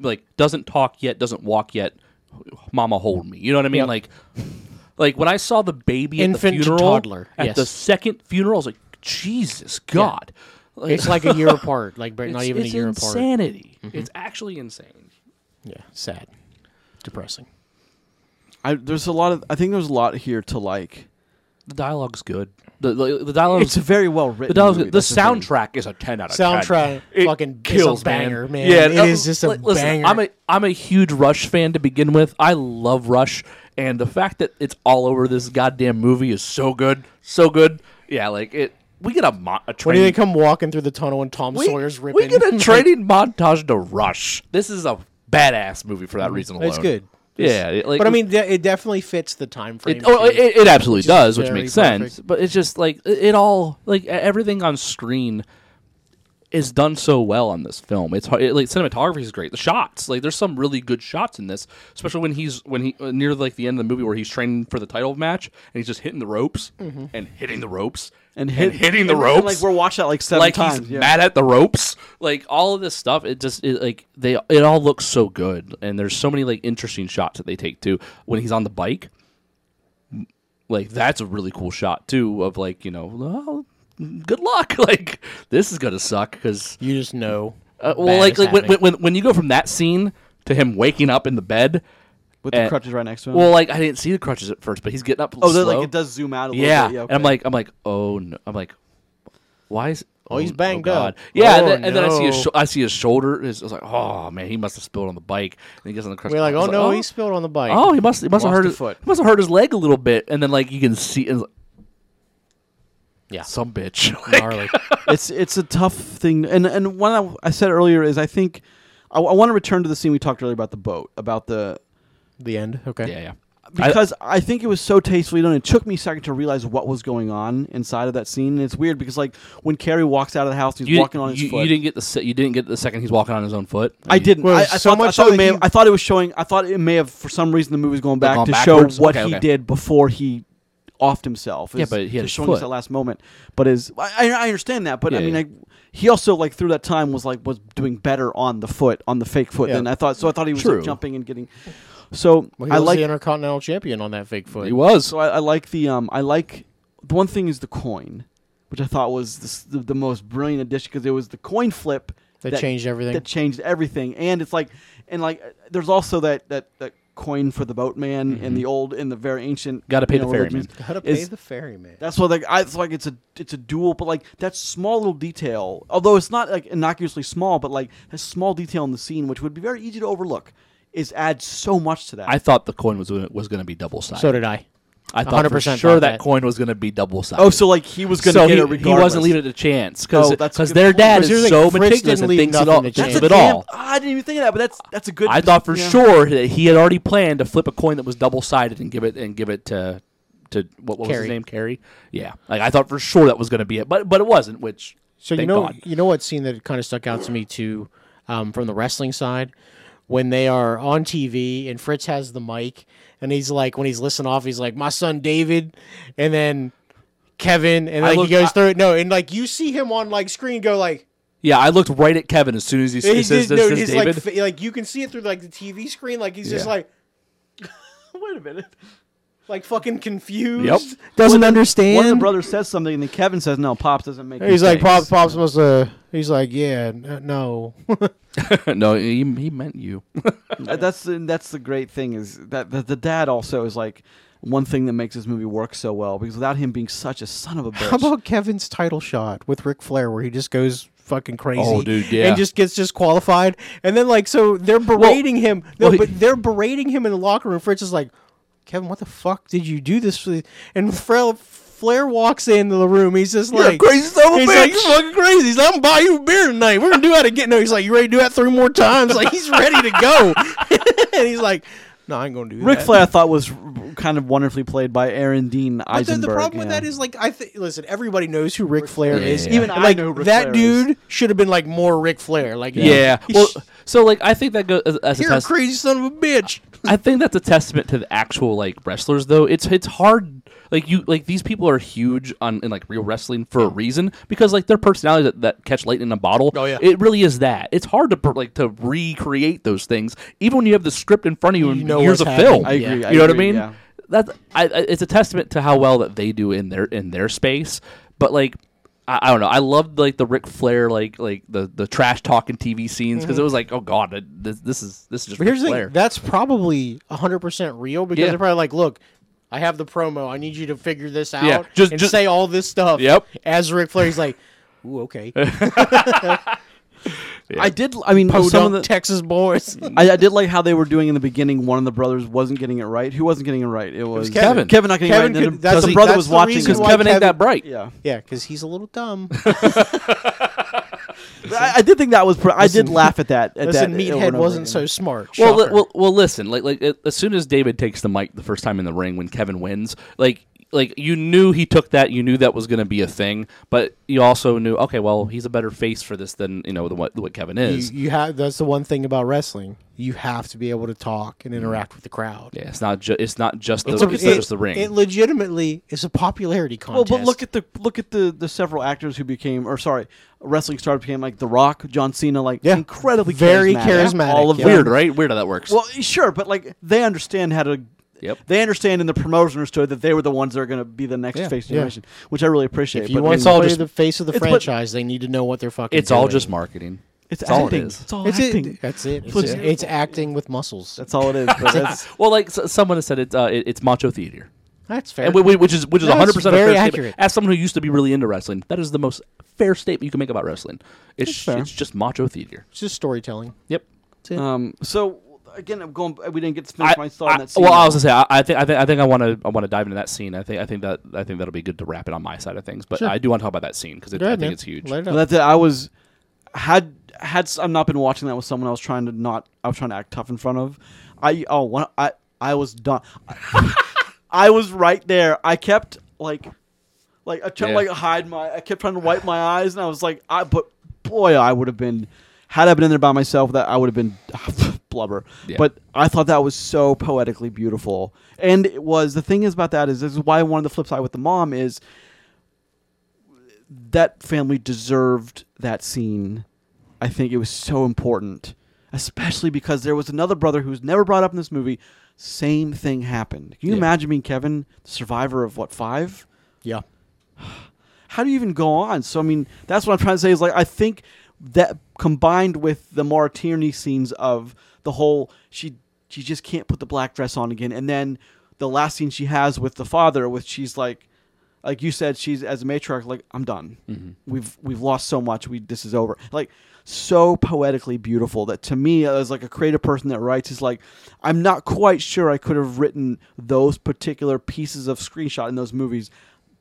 [SPEAKER 2] like doesn't talk yet, doesn't walk yet. Mama hold me. You know what I mean?
[SPEAKER 3] Yep.
[SPEAKER 2] Like like when I saw the baby
[SPEAKER 3] Infant
[SPEAKER 2] at
[SPEAKER 3] to
[SPEAKER 2] the funeral
[SPEAKER 3] toddler,
[SPEAKER 2] at the
[SPEAKER 3] yes.
[SPEAKER 2] second funeral, I was like, Jesus God. Like,
[SPEAKER 3] It's like a
[SPEAKER 2] [laughs]
[SPEAKER 3] year apart. Like but
[SPEAKER 2] it's-
[SPEAKER 3] not even a
[SPEAKER 2] it's
[SPEAKER 3] year apart. Mm-hmm.
[SPEAKER 2] insanity. It's actually insane.
[SPEAKER 3] Yeah. Sad. Depressing.
[SPEAKER 1] I, there's a lot of. I think there's a lot here to like.
[SPEAKER 2] The dialogue's good. The the, the dialogue's
[SPEAKER 1] It's a very well written.
[SPEAKER 2] the, dialogue's
[SPEAKER 1] movie,
[SPEAKER 2] good. the
[SPEAKER 1] that's thing.
[SPEAKER 2] soundtrack is a ten out of ten.
[SPEAKER 3] Soundtrack fucking is a banger, man. It
[SPEAKER 2] that-
[SPEAKER 3] is just a
[SPEAKER 2] li- listen,
[SPEAKER 3] banger.
[SPEAKER 2] I'm a I'm a huge Rush fan to begin with. I love Rush, and the fact that it's all over this goddamn movie is so good, so good. Yeah, like it. We get a, mo- a
[SPEAKER 3] When do they
[SPEAKER 2] training.
[SPEAKER 3] come walking through the tunnel and Tom
[SPEAKER 2] We,
[SPEAKER 3] Sawyer's ripping?
[SPEAKER 2] we get
[SPEAKER 3] [laughs]
[SPEAKER 2] a training montage to Rush. This is a badass movie for that reason alone.
[SPEAKER 3] Mm-hmm. It's good.
[SPEAKER 2] Yeah, it- like,
[SPEAKER 4] but I mean, de- it definitely fits the time frame.
[SPEAKER 2] It, oh,
[SPEAKER 3] too.
[SPEAKER 2] it, it absolutely does, which
[SPEAKER 3] very
[SPEAKER 2] makes sense.
[SPEAKER 3] perfect.
[SPEAKER 2] But it's just like it, it all, like e- everything on screen is done so well on this film. It's hard, it, like cinematography is great. The shots, like there's some really good shots in this, especially when he's when he uh, near like the end of the movie where he's training for the title match and he's just hitting the ropes and hitting the ropes
[SPEAKER 1] and, hit,
[SPEAKER 2] hitting the
[SPEAKER 1] and-
[SPEAKER 2] ropes
[SPEAKER 1] and, like we're watching that like seven
[SPEAKER 2] like
[SPEAKER 1] times.
[SPEAKER 2] he's
[SPEAKER 1] yeah.
[SPEAKER 2] mad at the ropes like all of this stuff it just it, like they it all looks so good and there's so many like interesting shots that they take too when he's on the bike like that's a really cool shot too of like you know well, good luck [laughs] like this is gonna suck because
[SPEAKER 3] You just know.
[SPEAKER 2] uh, well
[SPEAKER 3] bad
[SPEAKER 2] like,
[SPEAKER 3] is
[SPEAKER 2] like when,
[SPEAKER 3] happening.
[SPEAKER 2] when, when you go from that scene to him waking up in the bed
[SPEAKER 1] with the
[SPEAKER 2] at-
[SPEAKER 1] crutches right next to him.
[SPEAKER 2] well like i didn't see the crutches at first but he's getting up
[SPEAKER 1] oh, they're,
[SPEAKER 2] slow.
[SPEAKER 1] like it does zoom out a little
[SPEAKER 2] Yeah.
[SPEAKER 1] bit. Yeah,
[SPEAKER 2] And I'm
[SPEAKER 1] okay.
[SPEAKER 2] like, I'm like, oh no. I'm like, why is?
[SPEAKER 3] Oh, he's banged
[SPEAKER 2] God.
[SPEAKER 3] up.
[SPEAKER 2] Yeah.
[SPEAKER 3] Oh,
[SPEAKER 2] and, then, and then I see his,
[SPEAKER 3] no.
[SPEAKER 2] sho- I see his shoulder. It's, I was like, oh man, he must have spilled on the bike. And he gets on the crutch.
[SPEAKER 3] We're like,
[SPEAKER 2] I
[SPEAKER 3] oh
[SPEAKER 2] was
[SPEAKER 3] no, he spilled on the bike.
[SPEAKER 2] Oh, he must. He must have
[SPEAKER 3] Lost
[SPEAKER 2] hurt
[SPEAKER 3] a
[SPEAKER 2] his
[SPEAKER 3] foot.
[SPEAKER 2] He must have hurt his leg a little bit. And then like you can see. And it's like,
[SPEAKER 3] Yeah.
[SPEAKER 2] Some bitch. [laughs] Like,
[SPEAKER 3] gnarly.
[SPEAKER 1] it's it's a tough thing, and and one I, I said earlier is I think I, want to return to the scene we talked earlier about the boat, about the
[SPEAKER 3] [laughs] the end. Okay.
[SPEAKER 2] yeah. Yeah.
[SPEAKER 1] because I, think it was so tastefully done. It took me a second to realize what was going on inside of that scene. And it's weird because like when Carrie walks out of the house, he's
[SPEAKER 2] You,
[SPEAKER 1] walking on his
[SPEAKER 2] you,
[SPEAKER 1] foot.
[SPEAKER 2] you didn't get the se- you didn't get the second he's walking on his own foot.
[SPEAKER 1] I
[SPEAKER 2] You-
[SPEAKER 1] didn't.
[SPEAKER 4] Well,
[SPEAKER 1] I, I
[SPEAKER 4] so
[SPEAKER 1] thought,
[SPEAKER 4] much
[SPEAKER 1] I thought
[SPEAKER 4] so
[SPEAKER 1] it may
[SPEAKER 4] that
[SPEAKER 1] have,
[SPEAKER 4] he-
[SPEAKER 1] I thought it was showing. I thought it may have, for some reason, the movie's going back
[SPEAKER 2] going
[SPEAKER 1] to
[SPEAKER 2] backwards?
[SPEAKER 1] show what
[SPEAKER 2] Okay,
[SPEAKER 1] he
[SPEAKER 2] okay.
[SPEAKER 1] did before he offed himself.
[SPEAKER 2] Yeah,
[SPEAKER 1] is
[SPEAKER 2] but he had
[SPEAKER 1] just
[SPEAKER 2] his
[SPEAKER 1] showing us
[SPEAKER 2] foot.
[SPEAKER 1] that last moment. But is I, I- I understand that, but I
[SPEAKER 2] Yeah,
[SPEAKER 1] mean,
[SPEAKER 2] yeah.
[SPEAKER 1] I, he also like through that time was like was doing better on the foot on the fake foot
[SPEAKER 4] Yeah.
[SPEAKER 1] than I thought. So I thought he was like,
[SPEAKER 2] True.
[SPEAKER 1] jumping and getting. So
[SPEAKER 3] Well, he
[SPEAKER 1] I
[SPEAKER 3] was
[SPEAKER 1] like
[SPEAKER 3] the Intercontinental Champion on that fake foot.
[SPEAKER 2] He was.
[SPEAKER 1] so I, I like the um I like the one thing is the coin, which I thought was the, s- the, the most brilliant addition because it was the coin flip
[SPEAKER 3] That changed everything.
[SPEAKER 1] That changed everything, and it's like and like uh, there's also that that that coin for the boatman in the old in the very ancient.
[SPEAKER 2] Mm-hmm. Gotta pay
[SPEAKER 1] you know,
[SPEAKER 2] the ferryman.
[SPEAKER 1] religions.
[SPEAKER 4] Gotta pay
[SPEAKER 1] Is-
[SPEAKER 4] the ferryman.
[SPEAKER 1] that's what like I it's like it's a it's a duel, but like that small little detail, although it's not like innocuously small, but like that small detail in the scene, which would be very easy to overlook, is adds so much to that.
[SPEAKER 2] I thought the coin was gonna- was going to be double sided.
[SPEAKER 3] so did I.
[SPEAKER 2] I thought for
[SPEAKER 3] 100%
[SPEAKER 2] sure that,
[SPEAKER 3] thought that.
[SPEAKER 2] coin was going to be double sided.
[SPEAKER 1] oh, so like he was going to
[SPEAKER 2] so
[SPEAKER 1] get
[SPEAKER 2] he,
[SPEAKER 1] it
[SPEAKER 2] he
[SPEAKER 1] regardless.
[SPEAKER 2] wasn't leaving it a chance because
[SPEAKER 1] Oh, that's a good
[SPEAKER 2] their
[SPEAKER 1] point.
[SPEAKER 2] dad
[SPEAKER 3] Because here's
[SPEAKER 2] is
[SPEAKER 3] the
[SPEAKER 2] so
[SPEAKER 3] thing, Fritz
[SPEAKER 2] meticulous
[SPEAKER 3] didn't
[SPEAKER 2] and
[SPEAKER 3] leave
[SPEAKER 2] thinks it
[SPEAKER 3] nothing
[SPEAKER 2] all
[SPEAKER 3] to
[SPEAKER 2] thinks
[SPEAKER 3] chance.
[SPEAKER 2] of
[SPEAKER 1] That's
[SPEAKER 2] it
[SPEAKER 1] a damn,
[SPEAKER 2] all.
[SPEAKER 1] I didn't even think of that, but that's that's a good.
[SPEAKER 2] I thought for
[SPEAKER 1] yeah.
[SPEAKER 2] sure that he had already planned to flip a coin that was double sided and give it and give it to to what, what was his
[SPEAKER 3] Carrie.
[SPEAKER 2] name Carrie. Yeah, like I thought for sure that was going to be it, but but it wasn't. Which
[SPEAKER 3] So you
[SPEAKER 2] thank
[SPEAKER 3] know,
[SPEAKER 2] God.
[SPEAKER 3] you know what scene that kind of stuck out to me too, um, from the wrestling side, when they are on TV and Fritz has the mic and he's like, when he's listening off, he's like, "My son David," and then Kevin, and
[SPEAKER 2] I
[SPEAKER 3] like
[SPEAKER 2] looked-
[SPEAKER 3] he goes
[SPEAKER 2] I-
[SPEAKER 3] through it. No, and like you see him on like screen go like.
[SPEAKER 2] yeah, I looked right at Kevin as soon as he, s-
[SPEAKER 3] And
[SPEAKER 2] he
[SPEAKER 3] he's
[SPEAKER 2] says
[SPEAKER 3] just-
[SPEAKER 2] this,
[SPEAKER 3] no,
[SPEAKER 2] this
[SPEAKER 3] his,
[SPEAKER 2] David.
[SPEAKER 3] like, fa- like you can see it through like the TV screen. Like he's just
[SPEAKER 2] Yeah.
[SPEAKER 3] like, [laughs]
[SPEAKER 1] Wait a minute.
[SPEAKER 3] like fucking confused.
[SPEAKER 4] Doesn't
[SPEAKER 1] One of the
[SPEAKER 4] understand.
[SPEAKER 1] brothers says something, and then Kevin says, "No, pops doesn't make."
[SPEAKER 3] He's like,
[SPEAKER 1] mistakes."
[SPEAKER 3] "Pops, pops must." Uh, he's like, "Yeah, n- no."
[SPEAKER 2] [laughs] no, he, he meant you.
[SPEAKER 1] Uh, That's the- that's the great thing is that the, the dad also is like one thing that makes this movie work so well because without him being such a son of a bitch,
[SPEAKER 3] How about Kevin's title shot with Ric Flair, where he just goes fucking crazy?
[SPEAKER 2] Oh, dude, yeah.
[SPEAKER 3] and just gets disqualified, and then like so they're berating him. No,
[SPEAKER 2] well, he-
[SPEAKER 3] but they're berating him in the locker room. Fritz is like, "Kevin, what the fuck did you do this?" For? And Flair, Flair walks into the room. He's just
[SPEAKER 2] [laughs]
[SPEAKER 3] like,
[SPEAKER 2] crazy son of a
[SPEAKER 3] He's
[SPEAKER 2] bitch."
[SPEAKER 3] like, "You're fucking crazy." He's like, "I'm buying you a beer tonight. We're gonna do that again." No, he's like, "You ready to do that three more times?" Like he's ready to go, [laughs] and he's like, "No, I ain't gonna do
[SPEAKER 1] Ric
[SPEAKER 3] that."
[SPEAKER 1] Flair? I thought was r- kind of wonderfully played by Aaron Dean
[SPEAKER 3] But the,
[SPEAKER 1] Eisenberg.
[SPEAKER 3] the problem with
[SPEAKER 1] yeah.
[SPEAKER 3] that is like I think listen everybody knows who Ric Flair
[SPEAKER 2] Yeah,
[SPEAKER 3] is
[SPEAKER 2] yeah, yeah.
[SPEAKER 1] Even
[SPEAKER 3] And,
[SPEAKER 1] I
[SPEAKER 3] like
[SPEAKER 1] know who Ric
[SPEAKER 3] that
[SPEAKER 1] Flair is.
[SPEAKER 3] dude should have been like more Ric Flair like
[SPEAKER 2] Yeah. Well, so like I think that goes as, as a
[SPEAKER 3] you're a
[SPEAKER 2] test.
[SPEAKER 3] crazy son of a bitch
[SPEAKER 2] I think that's a testament to the actual like wrestlers though. It's it's hard like you like these people are huge on in like real wrestling for a reason because like their personalities that, that catch lightning in a bottle.
[SPEAKER 3] Oh, yeah.
[SPEAKER 2] It really is that. It's hard to per- like to recreate those things even when you have the script in front of you and
[SPEAKER 3] know
[SPEAKER 2] years
[SPEAKER 3] what's
[SPEAKER 2] of
[SPEAKER 3] happening.
[SPEAKER 2] film.
[SPEAKER 1] I agree. I
[SPEAKER 2] you know what I
[SPEAKER 1] agree,
[SPEAKER 2] mean?
[SPEAKER 1] yeah.
[SPEAKER 2] That's I, I, it's a testament to how well that they do in their in their space. But like I, I don't know. I loved like the Ric Flair like like the the trash talking TV scenes because it was like oh god th- this, this is this is just
[SPEAKER 3] but here's
[SPEAKER 2] Ric
[SPEAKER 3] the
[SPEAKER 2] Flair.
[SPEAKER 3] thing that's probably 100% real because
[SPEAKER 2] Yeah.
[SPEAKER 3] they're probably like look I have the promo I need you to figure this out
[SPEAKER 2] Yeah, just-
[SPEAKER 3] and
[SPEAKER 2] just-
[SPEAKER 3] say all this stuff
[SPEAKER 2] Yep.
[SPEAKER 3] as Ric Flair he's like
[SPEAKER 2] [laughs]
[SPEAKER 3] ooh okay
[SPEAKER 1] I did. I mean, some of
[SPEAKER 3] Podunk
[SPEAKER 1] the.
[SPEAKER 3] Texas boys [laughs]
[SPEAKER 1] I, I did like how they were doing in the beginning. One of the brothers wasn't getting it right. Who wasn't getting it right? It was,
[SPEAKER 2] Kevin.
[SPEAKER 1] Kevin not getting
[SPEAKER 3] Kevin
[SPEAKER 1] it right. and then
[SPEAKER 3] could-
[SPEAKER 1] the-
[SPEAKER 3] that's
[SPEAKER 1] the
[SPEAKER 3] the-
[SPEAKER 1] brother
[SPEAKER 3] that's
[SPEAKER 1] was
[SPEAKER 3] the
[SPEAKER 1] watching
[SPEAKER 3] reason
[SPEAKER 1] his-
[SPEAKER 3] why-
[SPEAKER 2] Kevin, ain't
[SPEAKER 3] Kevin-
[SPEAKER 2] that bright.
[SPEAKER 1] Yeah,
[SPEAKER 3] yeah because he's a little
[SPEAKER 2] [laughs]
[SPEAKER 3] dumb
[SPEAKER 1] I, I did think that was. Pr- I did laugh at that. At
[SPEAKER 3] listen
[SPEAKER 1] that over and
[SPEAKER 3] Meathead
[SPEAKER 1] over
[SPEAKER 3] wasn't
[SPEAKER 1] again.
[SPEAKER 3] so smart
[SPEAKER 2] Well, li-
[SPEAKER 3] Shocker.
[SPEAKER 2] well, well. Listen, like, like it- as soon as David takes the mic the first time in the ring when Kevin wins, like, like you knew he took that. You knew that was going to be a thing, but you also knew, okay, well, he's a better face for this than you know the what what Kevin is.
[SPEAKER 3] You, you have that's the one thing about wrestling. You have to be able to talk and interact with the crowd.
[SPEAKER 2] Mm. yeah, it's not just it's not just the it's,
[SPEAKER 3] So
[SPEAKER 2] not
[SPEAKER 3] it-
[SPEAKER 2] just the ring.
[SPEAKER 3] It legitimately is a popularity
[SPEAKER 1] Well,
[SPEAKER 3] contest.
[SPEAKER 1] but look at the look at the the several actors who became, or sorry, wrestling stars became like The Rock, John Cena, like
[SPEAKER 3] Yeah.
[SPEAKER 1] incredibly
[SPEAKER 3] Very charismatic,
[SPEAKER 1] All of
[SPEAKER 3] yeah.
[SPEAKER 1] them.
[SPEAKER 2] Weird, right? Weird how that works.
[SPEAKER 1] Well, sure, but like they understand how to.
[SPEAKER 2] Yep.
[SPEAKER 1] They understand, and the promoters understood that they were the ones that are going to be the next
[SPEAKER 3] Yeah,
[SPEAKER 1] face
[SPEAKER 3] yeah.
[SPEAKER 1] generation, which I really appreciate.
[SPEAKER 3] if you
[SPEAKER 1] but
[SPEAKER 3] want
[SPEAKER 1] it's
[SPEAKER 3] to
[SPEAKER 1] all
[SPEAKER 3] play
[SPEAKER 1] just
[SPEAKER 3] the face of the
[SPEAKER 1] it's what-
[SPEAKER 3] franchise, they need to know what they're fucking.
[SPEAKER 2] it's all
[SPEAKER 3] doing.
[SPEAKER 2] just marketing.
[SPEAKER 1] it's
[SPEAKER 2] it's all it
[SPEAKER 1] acting.
[SPEAKER 2] is.
[SPEAKER 1] It's all
[SPEAKER 3] It's
[SPEAKER 1] acting.
[SPEAKER 3] it. That's it. It's,
[SPEAKER 1] what it is.
[SPEAKER 3] it's acting with muscles.
[SPEAKER 1] That's all it is.
[SPEAKER 3] [laughs]
[SPEAKER 1] But that's,
[SPEAKER 2] Well, like s someone has said, it's uh, it, it's macho theater.
[SPEAKER 3] That's fair.
[SPEAKER 2] And whi- whi- which is which is
[SPEAKER 3] That's
[SPEAKER 2] one hundred percent a fair
[SPEAKER 3] very accurate.
[SPEAKER 2] statement. As someone who used to be really into wrestling, that is the most fair statement you can make about wrestling. It's sh-
[SPEAKER 1] fair.
[SPEAKER 2] it's just macho theater.
[SPEAKER 3] it's just storytelling.
[SPEAKER 2] Yep.
[SPEAKER 1] um. So again, I'm going. We didn't get to finish
[SPEAKER 2] I,
[SPEAKER 1] my thought on
[SPEAKER 2] I-
[SPEAKER 1] that scene.
[SPEAKER 2] well, I was gonna say I, I think I think I think I want to I want to dive into that scene. I think I think that I think that'll be good to wrap it on my side of things. But
[SPEAKER 3] Sure.
[SPEAKER 2] I do want to talk about that scene because I
[SPEAKER 3] Go ahead,
[SPEAKER 2] think
[SPEAKER 3] man.
[SPEAKER 2] it's huge.
[SPEAKER 3] Let it
[SPEAKER 1] Well,
[SPEAKER 3] out.
[SPEAKER 1] that's it. I was had had s- I've not been watching that with someone I was trying to not I was trying to act tough in front of. I oh one I I was done. [laughs] I was right there. I kept like, like I tried to
[SPEAKER 2] Yeah.
[SPEAKER 1] like hide my. I kept trying to wipe my eyes, and I was like, I but boy, I would have been had I been in there by myself. That I would have been [laughs] blubber.
[SPEAKER 2] Yeah.
[SPEAKER 1] But I thought that was so poetically beautiful, and it was. The thing is about that is this is why I wanted the flip side with the mom is that family deserved that scene. I think it was so important, especially because there was another brother who's never brought up in this movie. Same thing happened. Can you
[SPEAKER 2] Yeah.
[SPEAKER 1] imagine being Kevin, the survivor of what five?
[SPEAKER 3] Yeah.
[SPEAKER 1] How do you even go on? So I mean, that's what I'm trying to say is like I think that combined with the Mara Tierney scenes of the whole she she just can't put the black dress on again, and then the last scene she has with the father, with she's like, like you said, she's as a matriarch, like I'm done. We've we've lost so much. We this is over. Like so poetically beautiful that to me uh, as like a creative person that writes is like I'm not quite sure I could have written those particular pieces of screenshot in those movies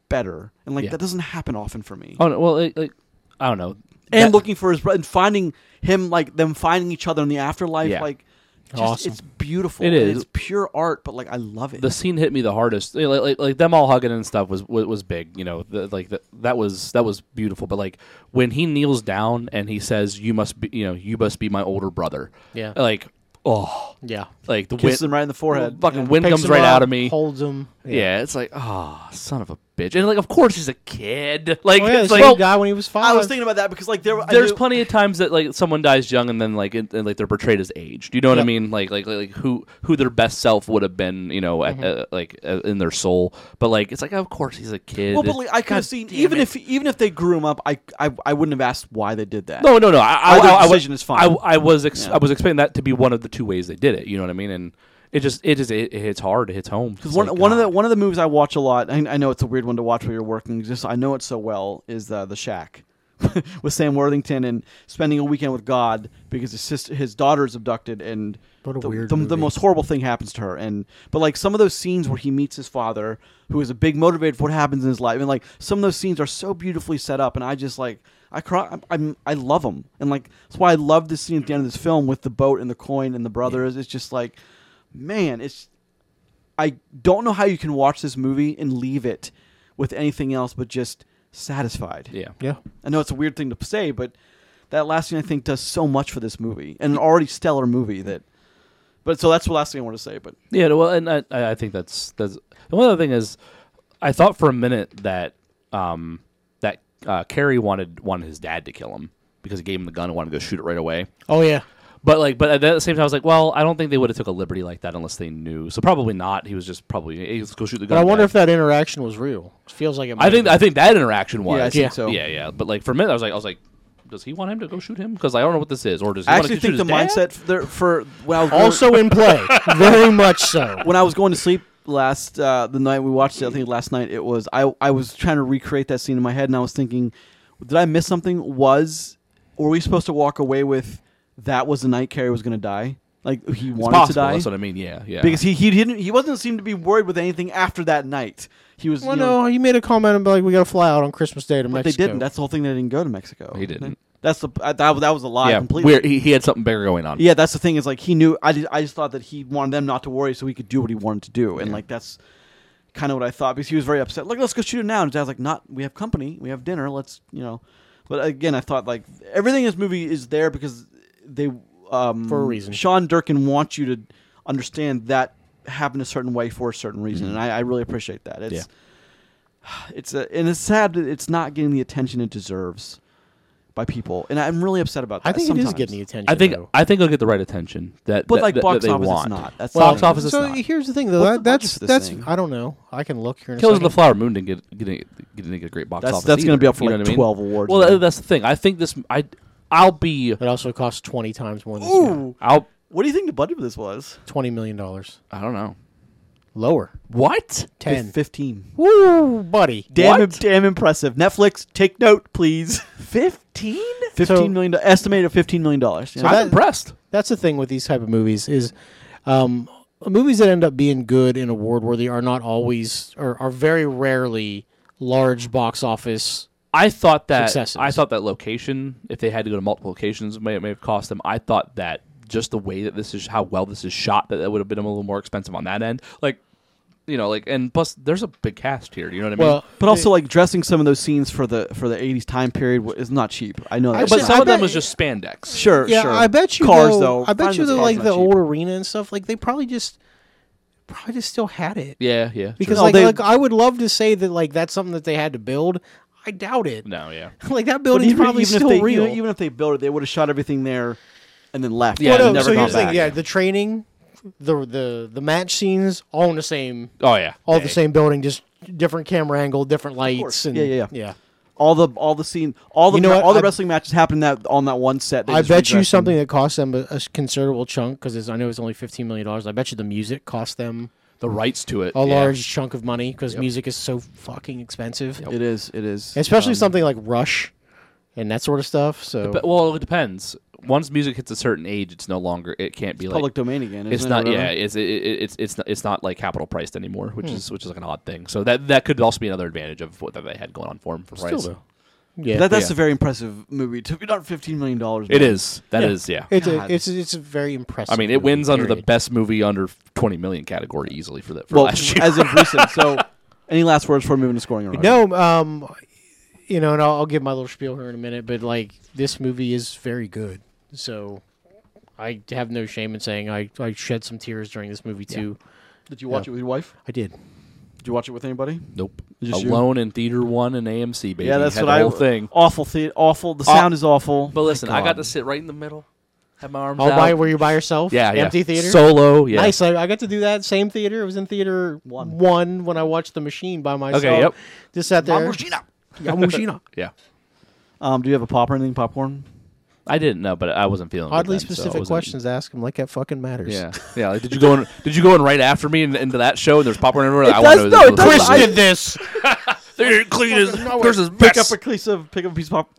[SPEAKER 1] better. And like
[SPEAKER 2] Yeah.
[SPEAKER 1] that doesn't happen often for me.
[SPEAKER 2] Oh no, well, it, like I don't know.
[SPEAKER 1] and
[SPEAKER 2] That-
[SPEAKER 1] looking for his brother and finding him like them finding each other in the afterlife
[SPEAKER 2] Yeah.
[SPEAKER 1] like just,
[SPEAKER 3] Awesome.
[SPEAKER 1] it's beautiful.
[SPEAKER 2] It
[SPEAKER 1] and
[SPEAKER 2] is.
[SPEAKER 1] It's pure art, but like I love it.
[SPEAKER 2] the scene hit me the hardest. Yeah, Like, like, like them all hugging and stuff was was, was big. You know, the, like the, that was that was beautiful. But like when he kneels down and he says, "You must be, you know, you must be my older brother."
[SPEAKER 3] Yeah.
[SPEAKER 2] Like, oh,
[SPEAKER 3] Yeah.
[SPEAKER 2] like the
[SPEAKER 1] Kisses
[SPEAKER 2] wind,
[SPEAKER 1] him right in the forehead.
[SPEAKER 2] fucking
[SPEAKER 1] Yeah.
[SPEAKER 2] wind
[SPEAKER 3] Picks
[SPEAKER 2] comes
[SPEAKER 3] him
[SPEAKER 2] right
[SPEAKER 3] up,
[SPEAKER 2] out of me.
[SPEAKER 3] Holds him.
[SPEAKER 2] yeah. it's like, oh, son of a bitch. And like, of course he's a kid. [laughs] Like,
[SPEAKER 3] Oh, yeah,
[SPEAKER 2] it's
[SPEAKER 3] the
[SPEAKER 2] like.
[SPEAKER 3] same guy when he was five.
[SPEAKER 1] I was thinking about that because like there I
[SPEAKER 2] there's
[SPEAKER 1] knew-
[SPEAKER 2] plenty of times that like someone dies young and then like it, and, like they're portrayed as aged. You know what
[SPEAKER 3] Yeah.
[SPEAKER 2] I mean? Like like like who who their best self would have been, you know, at-
[SPEAKER 1] Mm-hmm.
[SPEAKER 2] uh, like uh, in their soul. But like it's like of course he's a kid.
[SPEAKER 1] Well, but like, I could have seen even if even if they grew him up, I, I I wouldn't have asked why they did that.
[SPEAKER 2] no, no, no. I, I,
[SPEAKER 1] Either
[SPEAKER 2] I, I-
[SPEAKER 1] decision is fine.
[SPEAKER 2] I, I was ex-
[SPEAKER 1] Yeah.
[SPEAKER 2] I was expecting that to be one of the two ways they did it. You know what I mean? And it just it just it, it hits hard. It hits home.
[SPEAKER 1] Because one, one of the one of the movies I watch a lot, I, I know it's a weird one to watch while you're working. Just I know it so well is uh, the Shack [laughs] with Sam Worthington and spending a weekend with God because his sister, his daughter is abducted and
[SPEAKER 3] What a
[SPEAKER 1] the,
[SPEAKER 3] weird
[SPEAKER 1] the, the
[SPEAKER 3] movie.
[SPEAKER 1] most horrible thing happens to her. And but like some of those scenes where he meets his father, who is a big motivator for what happens in his life, and like some of those scenes are so beautifully set up, and I just like I cry, I'm, I'm I love them, and like that's why I love this scene at the end of this film with the boat and the coin and the brothers. It's just like, man, it's I don't know how you can watch this movie and leave it with anything else but just satisfied.
[SPEAKER 2] yeah.
[SPEAKER 3] Yeah.
[SPEAKER 1] I know it's a weird thing to say, but that last scene I think does so much for this movie and an already stellar movie that. But so that's the last thing I want to say. But
[SPEAKER 2] Yeah, well, and I, I I think that's that's and one other thing is, I thought for a minute that um that uh, Carrie wanted wanted his dad to kill him because he gave him the gun and wanted to go shoot it right away.
[SPEAKER 3] Oh yeah.
[SPEAKER 2] But like, but at the same time, I was like, well, I don't think they would have took a liberty like that unless they knew. So probably not. He was just probably hey, let's go shoot the gun.
[SPEAKER 3] But I wonder
[SPEAKER 2] guy."
[SPEAKER 3] if that interaction was real. It feels like it. Might
[SPEAKER 2] I think
[SPEAKER 3] have
[SPEAKER 2] I think that interaction was.
[SPEAKER 1] yeah, I think
[SPEAKER 3] Yeah.
[SPEAKER 1] so.
[SPEAKER 2] yeah, yeah. But like for a minute, I was like, I was like, does he want him to go shoot him? Because I don't know what this is, or does he
[SPEAKER 1] I
[SPEAKER 2] want to
[SPEAKER 1] actually
[SPEAKER 2] shoot
[SPEAKER 1] think the
[SPEAKER 2] his dad?
[SPEAKER 1] mindset there for well
[SPEAKER 3] been. also in play.
[SPEAKER 1] [laughs]
[SPEAKER 3] Very much so.
[SPEAKER 1] when I was going to sleep last uh, the night we watched it, I think last night it was I I was trying to recreate that scene in my head and I was thinking, did I miss something? Was were we supposed to walk away with that was the night Carrie was going to die? Like he
[SPEAKER 2] It's
[SPEAKER 1] wanted
[SPEAKER 2] possible.
[SPEAKER 1] to die
[SPEAKER 2] That's what I mean. Yeah, yeah.
[SPEAKER 1] because he he didn't he wasn't seem to be worried with anything after that night. He was
[SPEAKER 3] Well,
[SPEAKER 1] you know,
[SPEAKER 3] no, you made a comment about like we got to fly out on Christmas Day to
[SPEAKER 1] but they
[SPEAKER 3] Mexico.
[SPEAKER 1] didn't. That's the whole thing. They didn't go to Mexico.
[SPEAKER 2] He didn't.
[SPEAKER 1] That's the I, that, was- that was a lie
[SPEAKER 2] yeah.
[SPEAKER 1] completely.
[SPEAKER 2] Weird. He, he had something bigger going on.
[SPEAKER 1] Yeah, that's the thing is like he knew. I just, I just thought that he wanted them not to worry, so he could do what he wanted to do, and like that's kind of what I thought because he was very upset. Like, let's go shoot it now. And his dad's like, not. We have company. We have dinner. Let's you know. But again, I thought like everything in this movie is there because they um,
[SPEAKER 3] For a reason.
[SPEAKER 1] Sean Durkin wants you to understand that happened a certain way for a certain reason,
[SPEAKER 3] Mm-hmm.
[SPEAKER 1] and I, I really appreciate that. It's [sighs] it's a, and it's sad that it's not getting the attention it deserves by people, and I'm really upset about that.
[SPEAKER 3] I think it
[SPEAKER 1] sometimes.
[SPEAKER 3] is getting the attention.
[SPEAKER 2] I think
[SPEAKER 3] though.
[SPEAKER 2] I think they'll get the right attention that,
[SPEAKER 1] But
[SPEAKER 2] that-
[SPEAKER 1] like
[SPEAKER 2] that-
[SPEAKER 1] box
[SPEAKER 2] that they
[SPEAKER 1] office,
[SPEAKER 2] want.
[SPEAKER 1] it's not. That's
[SPEAKER 2] Well, box
[SPEAKER 1] not-
[SPEAKER 2] office is
[SPEAKER 3] so
[SPEAKER 2] not.
[SPEAKER 3] here's the thing, though.
[SPEAKER 1] What's the
[SPEAKER 3] That, that's
[SPEAKER 1] budget for this
[SPEAKER 3] that's.
[SPEAKER 1] thing?
[SPEAKER 3] I don't know. I can look here. In
[SPEAKER 2] Killers
[SPEAKER 3] a
[SPEAKER 2] of the
[SPEAKER 3] second.
[SPEAKER 2] Flower Moon didn't get didn't, didn't get a great box
[SPEAKER 1] That's-
[SPEAKER 2] office.
[SPEAKER 1] that's gonna
[SPEAKER 2] going to
[SPEAKER 1] be up for
[SPEAKER 2] you know
[SPEAKER 1] like
[SPEAKER 2] what I mean?
[SPEAKER 1] 12 awards
[SPEAKER 2] Well,
[SPEAKER 1] now.
[SPEAKER 2] that- that's the thing. I think this. I I'll be.
[SPEAKER 3] It also costs twenty times more. Than this guy.
[SPEAKER 1] Ooh,
[SPEAKER 2] I'll.
[SPEAKER 1] what do you think the budget for this was?
[SPEAKER 3] twenty million dollars
[SPEAKER 2] I don't know.
[SPEAKER 3] lower.
[SPEAKER 2] What?
[SPEAKER 3] Ten.
[SPEAKER 1] fifteen.
[SPEAKER 3] Woo, buddy.
[SPEAKER 1] Damn,
[SPEAKER 2] What?
[SPEAKER 1] damn impressive. Netflix, take note,
[SPEAKER 3] [laughs]
[SPEAKER 1] please.
[SPEAKER 2] Fifteen?
[SPEAKER 1] Fifteen million, do- estimated fifteen million dollars.
[SPEAKER 3] So
[SPEAKER 2] I'm
[SPEAKER 3] that-
[SPEAKER 2] impressed.
[SPEAKER 3] That's the thing with these type of movies is, um, movies that end up being good and award worthy are not always or are very rarely large box office.
[SPEAKER 2] I thought that
[SPEAKER 3] Successes.
[SPEAKER 2] I thought that location, if they had to go to multiple locations, may may have cost them. I thought that just the way that this is how well this is shot that that would have been a little more expensive on that end. Like, you know, like and plus there's a big cast here. Do you know what I mean?
[SPEAKER 3] Well,
[SPEAKER 1] But also, like dressing some of those scenes for the for the '80s time period w- is not cheap. I know that.
[SPEAKER 2] but
[SPEAKER 3] actually,
[SPEAKER 1] But
[SPEAKER 2] some
[SPEAKER 3] I
[SPEAKER 2] of them
[SPEAKER 3] bet-
[SPEAKER 2] was just spandex.
[SPEAKER 1] sure,
[SPEAKER 3] yeah,
[SPEAKER 1] sure.
[SPEAKER 3] I bet you
[SPEAKER 1] cars
[SPEAKER 3] though,
[SPEAKER 1] though.
[SPEAKER 3] I bet
[SPEAKER 1] finding
[SPEAKER 3] you
[SPEAKER 1] those
[SPEAKER 3] that,
[SPEAKER 1] cars
[SPEAKER 3] like
[SPEAKER 1] not
[SPEAKER 3] the
[SPEAKER 1] cheap.
[SPEAKER 3] old arena and stuff, like they probably just probably just still had it.
[SPEAKER 2] Yeah, yeah. sure.
[SPEAKER 3] Because
[SPEAKER 1] No,
[SPEAKER 3] like,
[SPEAKER 1] Oh, they-
[SPEAKER 3] like I would love to say that like that's something that they had to build. I doubt it.
[SPEAKER 2] no, yeah.
[SPEAKER 3] [laughs] Like that
[SPEAKER 1] But
[SPEAKER 3] building's
[SPEAKER 1] even,
[SPEAKER 3] probably
[SPEAKER 1] even
[SPEAKER 3] still
[SPEAKER 1] if they,
[SPEAKER 3] real.
[SPEAKER 1] Even, even if they built it, they would have shot everything there and then left.
[SPEAKER 2] Yeah,
[SPEAKER 1] and
[SPEAKER 2] Well, no,
[SPEAKER 1] never
[SPEAKER 3] so
[SPEAKER 1] gone
[SPEAKER 3] here's the
[SPEAKER 1] back.
[SPEAKER 3] thing, yeah, the training, the the the match scenes, all in the same,
[SPEAKER 2] Oh yeah.
[SPEAKER 3] all
[SPEAKER 2] Yeah,
[SPEAKER 3] the same building, just different camera angle, different lights, and
[SPEAKER 1] Yeah, yeah, yeah.
[SPEAKER 3] yeah.
[SPEAKER 1] All the all the scene, all the
[SPEAKER 3] You know
[SPEAKER 1] ma-
[SPEAKER 3] what?
[SPEAKER 1] all the
[SPEAKER 3] I-
[SPEAKER 1] wrestling matches happened that on that one set. They
[SPEAKER 3] I
[SPEAKER 1] just
[SPEAKER 3] bet you
[SPEAKER 1] redressed them.
[SPEAKER 3] something that cost them a, a considerable chunk because I know it's only fifteen million dollars. I bet you the music cost them
[SPEAKER 2] The rights to it.
[SPEAKER 3] a
[SPEAKER 2] yeah.
[SPEAKER 3] large chunk of money because music is so fucking expensive,
[SPEAKER 1] It is. It is.
[SPEAKER 3] especially something like Rush and that sort of stuff. So
[SPEAKER 2] Um, But, well, it depends. Once music hits a certain age, it's no longer. It can't be like
[SPEAKER 1] public domain again.
[SPEAKER 2] It's
[SPEAKER 1] isn't it,
[SPEAKER 2] not.
[SPEAKER 1] or
[SPEAKER 2] Yeah.
[SPEAKER 1] whatever?
[SPEAKER 2] It's it, it, it's it's not, it's not like capital priced anymore, which is which is like an odd thing. So that that could also be another advantage of what that they had going on for them for price.
[SPEAKER 3] though. yeah,
[SPEAKER 1] That, that's
[SPEAKER 2] Yeah.
[SPEAKER 1] a very impressive movie to be done. Fifteen million dollars.
[SPEAKER 2] It is. That is. Yeah.
[SPEAKER 3] it's a,
[SPEAKER 1] God.
[SPEAKER 3] it's a- it's a very impressive.
[SPEAKER 2] I mean, it wins under the
[SPEAKER 3] period.
[SPEAKER 2] best movie under twenty million category easily for that for [laughs]
[SPEAKER 1] Well,
[SPEAKER 3] [laughs]
[SPEAKER 2] last year.
[SPEAKER 1] as of recent. So, any last words before moving to scoring? Roger?
[SPEAKER 3] No, um, you know, and I'll, I'll give my little spiel here in a minute, but like this movie is very good, so I have no shame in saying I, I shed some tears during this movie too.
[SPEAKER 1] Did you watch it with your wife?
[SPEAKER 3] I did.
[SPEAKER 2] Mm-hmm.
[SPEAKER 1] Did you watch it with anybody?
[SPEAKER 2] nope.
[SPEAKER 1] Just you?
[SPEAKER 2] Alone in theater one and AMC baby.
[SPEAKER 1] yeah, that's
[SPEAKER 2] Had
[SPEAKER 1] what
[SPEAKER 2] the
[SPEAKER 1] I.
[SPEAKER 2] whole thing.
[SPEAKER 1] Awful. The, awful. The
[SPEAKER 2] Aw-
[SPEAKER 1] sound is awful.
[SPEAKER 2] But listen, I got
[SPEAKER 1] God.
[SPEAKER 2] to sit right in the middle. Have my arms
[SPEAKER 3] All
[SPEAKER 2] out.
[SPEAKER 3] by were you by yourself?
[SPEAKER 1] [laughs]
[SPEAKER 2] yeah, yeah.
[SPEAKER 3] empty theater.
[SPEAKER 2] Solo. Yeah.
[SPEAKER 3] Nice. I, I got to do that same theater. It was in theater
[SPEAKER 1] One.
[SPEAKER 3] one, when I watched The Machine by myself.
[SPEAKER 2] yep.
[SPEAKER 3] Just sat there.
[SPEAKER 4] Yamushina.
[SPEAKER 2] Yeah.
[SPEAKER 1] Um, do you have a popper? Anything popcorn?
[SPEAKER 2] I didn't know, but I wasn't feeling good
[SPEAKER 3] [laughs] Oddly
[SPEAKER 2] then, so I
[SPEAKER 3] specific
[SPEAKER 2] wasn't-
[SPEAKER 3] questions to ask him, like that fucking matters.
[SPEAKER 2] Yeah, yeah. Like, did you go in? Did you go in right after me and into that show? And there's popcorn everywhere. I
[SPEAKER 1] does-
[SPEAKER 2] want
[SPEAKER 1] no, it does-
[SPEAKER 3] Chris
[SPEAKER 1] I- [laughs]
[SPEAKER 3] did this.
[SPEAKER 2] They're clean as Chris is
[SPEAKER 1] Pick up a piece of pick up a piece of pop.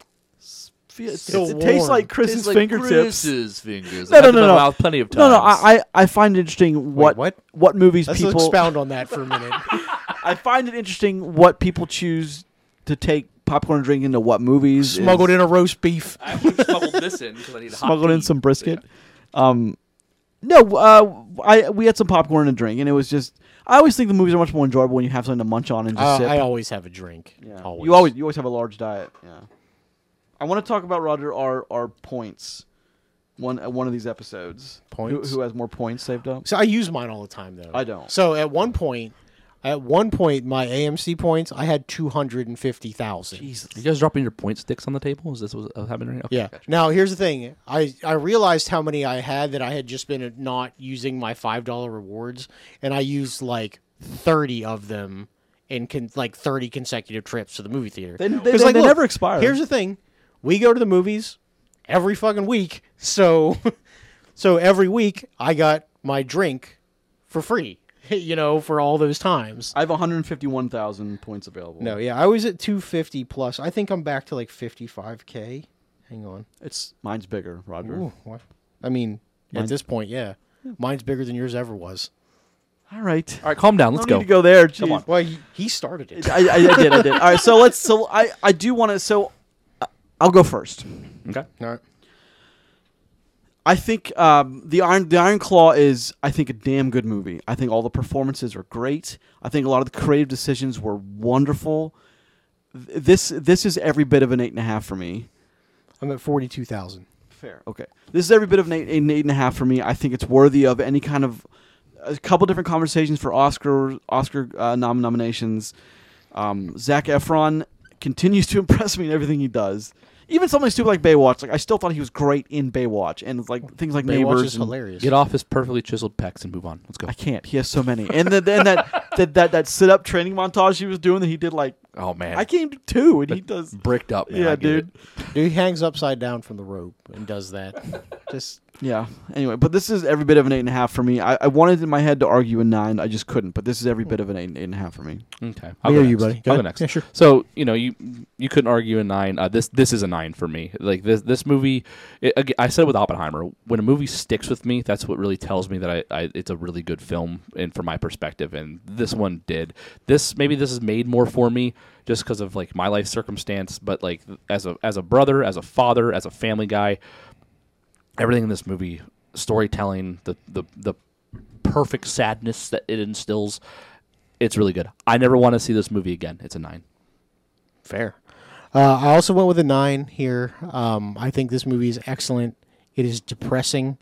[SPEAKER 1] s- fe- It,
[SPEAKER 3] Still
[SPEAKER 1] it tastes
[SPEAKER 3] warm.
[SPEAKER 1] like Chris's fingertips.
[SPEAKER 2] Chris's fingers.
[SPEAKER 1] No,
[SPEAKER 2] I've
[SPEAKER 1] no,
[SPEAKER 2] had
[SPEAKER 1] no,
[SPEAKER 2] them in
[SPEAKER 1] no.
[SPEAKER 2] my mouth plenty of times.
[SPEAKER 1] No, no. I, I I find it interesting what
[SPEAKER 3] what?
[SPEAKER 1] movies
[SPEAKER 3] Let's
[SPEAKER 1] people.
[SPEAKER 3] expound on that for a minute.
[SPEAKER 1] I find it interesting what people choose to take popcorn and drink into what movies. is-
[SPEAKER 3] Smuggled in a roast beef.
[SPEAKER 2] I would have smuggled this in because I need
[SPEAKER 1] smuggled in some brisket. Um, no, uh, I we had some popcorn and drink, and it was just. I always think the movies are much more enjoyable when you have something to munch on and just
[SPEAKER 3] Uh,
[SPEAKER 1] sip.
[SPEAKER 3] I always have a drink.
[SPEAKER 1] Yeah.
[SPEAKER 3] Always.
[SPEAKER 1] You always you always have a large diet. Yeah. I want to talk about Roger our our points. One uh, one of these episodes. Who-
[SPEAKER 3] Points?
[SPEAKER 1] Who, has more points saved up?
[SPEAKER 3] So I use mine all the time though.
[SPEAKER 1] I don't.
[SPEAKER 3] So at one point, at one point, my AMC points, I had two hundred and fifty thousand.
[SPEAKER 1] Jesus.
[SPEAKER 2] You guys dropping your point sticks on the table? Is this what's uh, happening right now?
[SPEAKER 3] Yeah. Now here's the thing. I I realized how many I had that I had just been uh, not using my five dollar rewards, and I used like thirty of them in con- like thirty consecutive trips to the movie theater.
[SPEAKER 1] They- they-
[SPEAKER 3] 'Cause,
[SPEAKER 1] they- they
[SPEAKER 3] look,
[SPEAKER 1] never expire.
[SPEAKER 3] Here's the thing. We go to the movies every fucking week, so [laughs] so every week I got my drink for free. [laughs] You know, for all those times.
[SPEAKER 1] I have 151,000 points available.
[SPEAKER 3] No, yeah, I was at 250 plus. I think I'm back to like 55k. Hang on.
[SPEAKER 1] It's mine's bigger, Roger.
[SPEAKER 3] Ooh, what? I mean,
[SPEAKER 1] Mine-
[SPEAKER 3] at this point, yeah, mine's bigger than yours ever was.
[SPEAKER 1] All right.
[SPEAKER 2] All right, calm down. Let's
[SPEAKER 1] Don't
[SPEAKER 2] go.
[SPEAKER 1] need to go there. Come on.
[SPEAKER 3] Well, he, he started it.
[SPEAKER 1] I, I, I did. I did. All right. So let's. So I I do want to. So uh, I'll go first.
[SPEAKER 2] Okay.
[SPEAKER 3] All right.
[SPEAKER 1] I think um, the Iron the Iron Claw is I think a damn good movie. I think all the performances are great. I think a lot of the creative decisions were wonderful. Th- This this is every bit of an eight and a half for me.
[SPEAKER 3] I'm at 42,000.
[SPEAKER 1] Fair. Okay. This is every bit of an eight, an eight and a half for me. I think it's worthy of any kind of a couple different conversations for Oscar Oscar uh, nom- nominations. Um, Zach Efron continues to [laughs] impress me in everything he does. Even something stupid like Baywatch, like I still thought he was great in Baywatch, and like things like
[SPEAKER 3] Baywatch
[SPEAKER 1] Neighbors
[SPEAKER 3] is
[SPEAKER 1] and-
[SPEAKER 3] hilarious.
[SPEAKER 2] Get off his perfectly chiseled pecs and move on. Let's go.
[SPEAKER 1] I can't. He has so many. And then then
[SPEAKER 2] [laughs]
[SPEAKER 1] that that, that that sit up training montage he was doing that he did like
[SPEAKER 2] Oh man,
[SPEAKER 1] I came to two and he does
[SPEAKER 2] bricked up. Man.
[SPEAKER 1] Yeah,
[SPEAKER 2] I get
[SPEAKER 1] dude.
[SPEAKER 2] it.
[SPEAKER 3] Dude, he hangs upside down from the rope and does that. Just
[SPEAKER 1] Yeah. Anyway, but this is every bit of an eight and a half for me. I, I wanted in my head to argue a nine, I just couldn't. But this is every bit of an eight, eight and a half for me.
[SPEAKER 2] Okay,
[SPEAKER 3] Me
[SPEAKER 2] go
[SPEAKER 3] or you,
[SPEAKER 2] next.
[SPEAKER 3] buddy? Go
[SPEAKER 2] I'll go
[SPEAKER 3] ahead.
[SPEAKER 2] next.
[SPEAKER 3] Yeah, sure.
[SPEAKER 2] So you know you you couldn't argue a nine. Uh, this this is a nine for me. Like this this movie, it, again, I said it with Oppenheimer. When a movie sticks with me, that's what really tells me that I, I it's a really good film, and from my perspective, and this one did. This maybe this is made more for me just because of like my life circumstance, but like as a as a brother, as a father, as a family guy, everything in this movie storytelling, the the the perfect sadness that it instills. It's really good. I never want to see this movie again. It's a nine.
[SPEAKER 4] Fair.
[SPEAKER 3] Uh, I also went with a nine here. Um, I think this movie is excellent. It is depressing.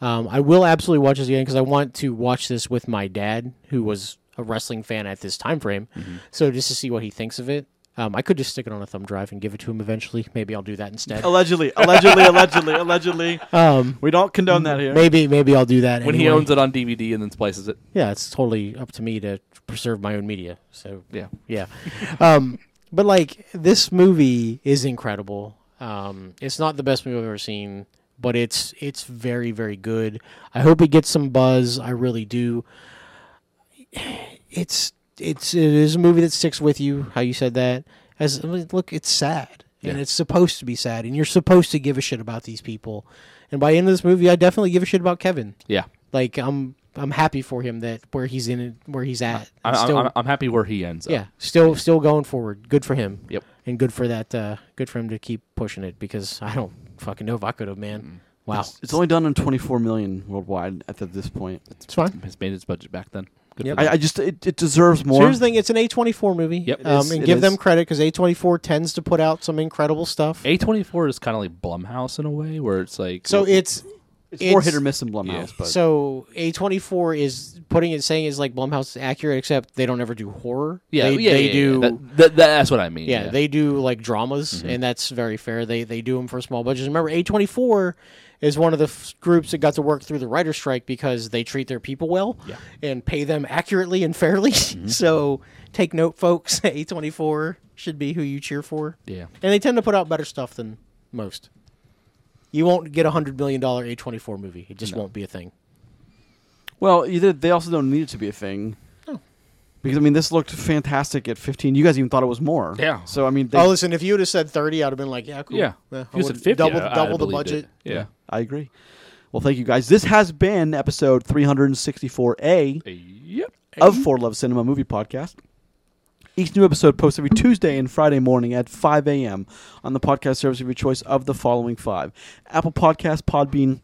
[SPEAKER 3] Um, I will absolutely watch this again because I want to watch this with my dad, who was a wrestling fan at this time frame. So just to see what he thinks of it. Um, I could just stick it on a thumb drive and give it to him eventually. Maybe I'll do that instead.
[SPEAKER 1] Allegedly, [laughs] allegedly, allegedly, allegedly.
[SPEAKER 3] Um,
[SPEAKER 1] We don't condone that here.
[SPEAKER 3] maybe maybe I'll do that
[SPEAKER 2] When he
[SPEAKER 3] anyway.
[SPEAKER 2] owns it on DVD and then splices it.
[SPEAKER 3] Yeah, it's totally up to me to preserve my own media. So
[SPEAKER 2] Yeah.
[SPEAKER 3] yeah um but like this movie is incredible um it's not the best movie i've ever seen but it's it's very very good i hope it gets some buzz i really do [sighs] it's it's it is a movie that sticks with you how you said that as I mean, look it's sad and
[SPEAKER 2] Yeah.
[SPEAKER 3] it's supposed to be sad and you're supposed to give a shit about these people and by the end of this movie i definitely give a shit about kevin
[SPEAKER 2] Yeah.
[SPEAKER 3] like i'm i'm happy for him that where he's in it where he's at
[SPEAKER 2] I, uh,
[SPEAKER 3] and still-
[SPEAKER 2] am I'm happy where he ends. up.
[SPEAKER 3] yeah, still still going forward. Good for him.
[SPEAKER 2] Yep.
[SPEAKER 3] And good for that. Uh, good for him to keep pushing it because I don't fucking know if I could have,
[SPEAKER 2] Mm.
[SPEAKER 3] man. Wow,
[SPEAKER 1] It's, it's only done in 24 million worldwide at the, this point.
[SPEAKER 3] it's fine.
[SPEAKER 2] Has made its budget back then. Good
[SPEAKER 3] Yep.
[SPEAKER 2] for
[SPEAKER 1] I,
[SPEAKER 2] them.
[SPEAKER 1] I just it, it deserves more.
[SPEAKER 3] So here's the thing: it's an A twenty four movie.
[SPEAKER 2] Yep. It
[SPEAKER 3] Um,
[SPEAKER 1] is,
[SPEAKER 3] and
[SPEAKER 1] it
[SPEAKER 3] give them
[SPEAKER 1] is.
[SPEAKER 3] credit because A twenty four tends to put out some incredible stuff.
[SPEAKER 2] A24 is kind of like Blumhouse in a way where it's like
[SPEAKER 3] So it's
[SPEAKER 1] it's, more hit or miss in Blumhouse,
[SPEAKER 2] Yeah.
[SPEAKER 1] but
[SPEAKER 3] so A twenty four is putting it saying is like Blumhouse is accurate, except they don't ever do horror.
[SPEAKER 2] yeah,
[SPEAKER 3] they,
[SPEAKER 2] yeah,
[SPEAKER 3] they
[SPEAKER 2] yeah,
[SPEAKER 3] do.
[SPEAKER 2] yeah. That- that- that's what I mean.
[SPEAKER 3] yeah, they do like dramas,
[SPEAKER 2] Mm-hmm.
[SPEAKER 3] and that's very fair. They they do them for small budgets. Remember, A twenty four is one of the f- groups that got to work through the writer's strike because they treat their people well
[SPEAKER 2] Yeah. Mm-hmm.
[SPEAKER 3] and pay them accurately and fairly. [laughs] so take note, folks. [laughs] A twenty four should be who you cheer for,
[SPEAKER 2] yeah.
[SPEAKER 3] and they tend to put out better stuff than most. You won't get a hundred million dollar A twenty four movie. It just won't be a thing.
[SPEAKER 1] well, either they also don't need it to be a thing. Because I mean, this looked fantastic at 15. You guys even thought it was more.
[SPEAKER 2] Yeah.
[SPEAKER 1] So I mean, they,
[SPEAKER 3] oh, listen, if you would have said thirty, I'd have been like, yeah, cool.
[SPEAKER 2] Yeah.
[SPEAKER 3] I
[SPEAKER 2] If you said
[SPEAKER 3] would've
[SPEAKER 2] 50,
[SPEAKER 3] Oh, double
[SPEAKER 2] I- I
[SPEAKER 3] double the
[SPEAKER 2] believed
[SPEAKER 3] budget.
[SPEAKER 2] it. Yeah.
[SPEAKER 1] I agree. Well, thank you guys. This has been episode 364A
[SPEAKER 2] Yep.
[SPEAKER 1] of For Love Cinema Movie Podcast. Each new episode posts every Tuesday and Friday morning at 5 a.m. on the podcast service of your choice of the following five Apple Podcasts, Podbean,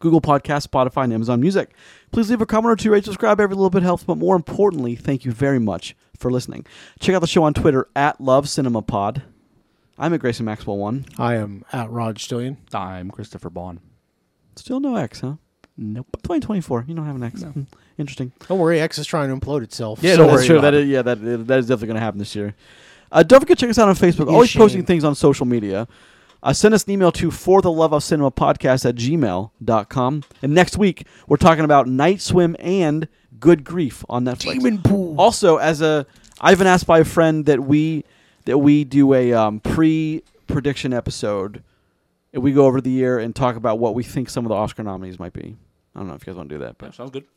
[SPEAKER 1] Google Podcasts, Spotify, and Amazon Music. Please leave a comment or two, rate, subscribe. Every little bit helps, but more importantly, thank you very much for listening. Check out the show on Twitter at Love Cinema Pod. I'm at Grayson Maxwell One.
[SPEAKER 3] I am at Rod Stillian.
[SPEAKER 2] I'm Christopher Bond.
[SPEAKER 1] Still no X, huh?
[SPEAKER 2] Nope.
[SPEAKER 1] 2024. You don't have an X. Hmm. Interesting.
[SPEAKER 3] Don't worry, X is trying to implode itself.
[SPEAKER 2] Yeah,
[SPEAKER 3] so
[SPEAKER 2] don't
[SPEAKER 1] that's
[SPEAKER 2] worry
[SPEAKER 1] true.
[SPEAKER 2] about
[SPEAKER 1] That is, yeah, that is, that is definitely going to happen this year. Uh, don't forget to check us out on Facebook. Always
[SPEAKER 3] shame.
[SPEAKER 1] posting things on social media. Uh, send us an email to for the love of cinema podcast at gmail.com. And next week, we're talking about Night Swim and Good Grief on Netflix.
[SPEAKER 3] pool.
[SPEAKER 1] Also, as a, I've been asked by a friend that we that we do a um, pre prediction episode. And we go over the year and talk about what we think some of the Oscar nominees might be. I don't know if you guys want to do that, but
[SPEAKER 2] Sounds good.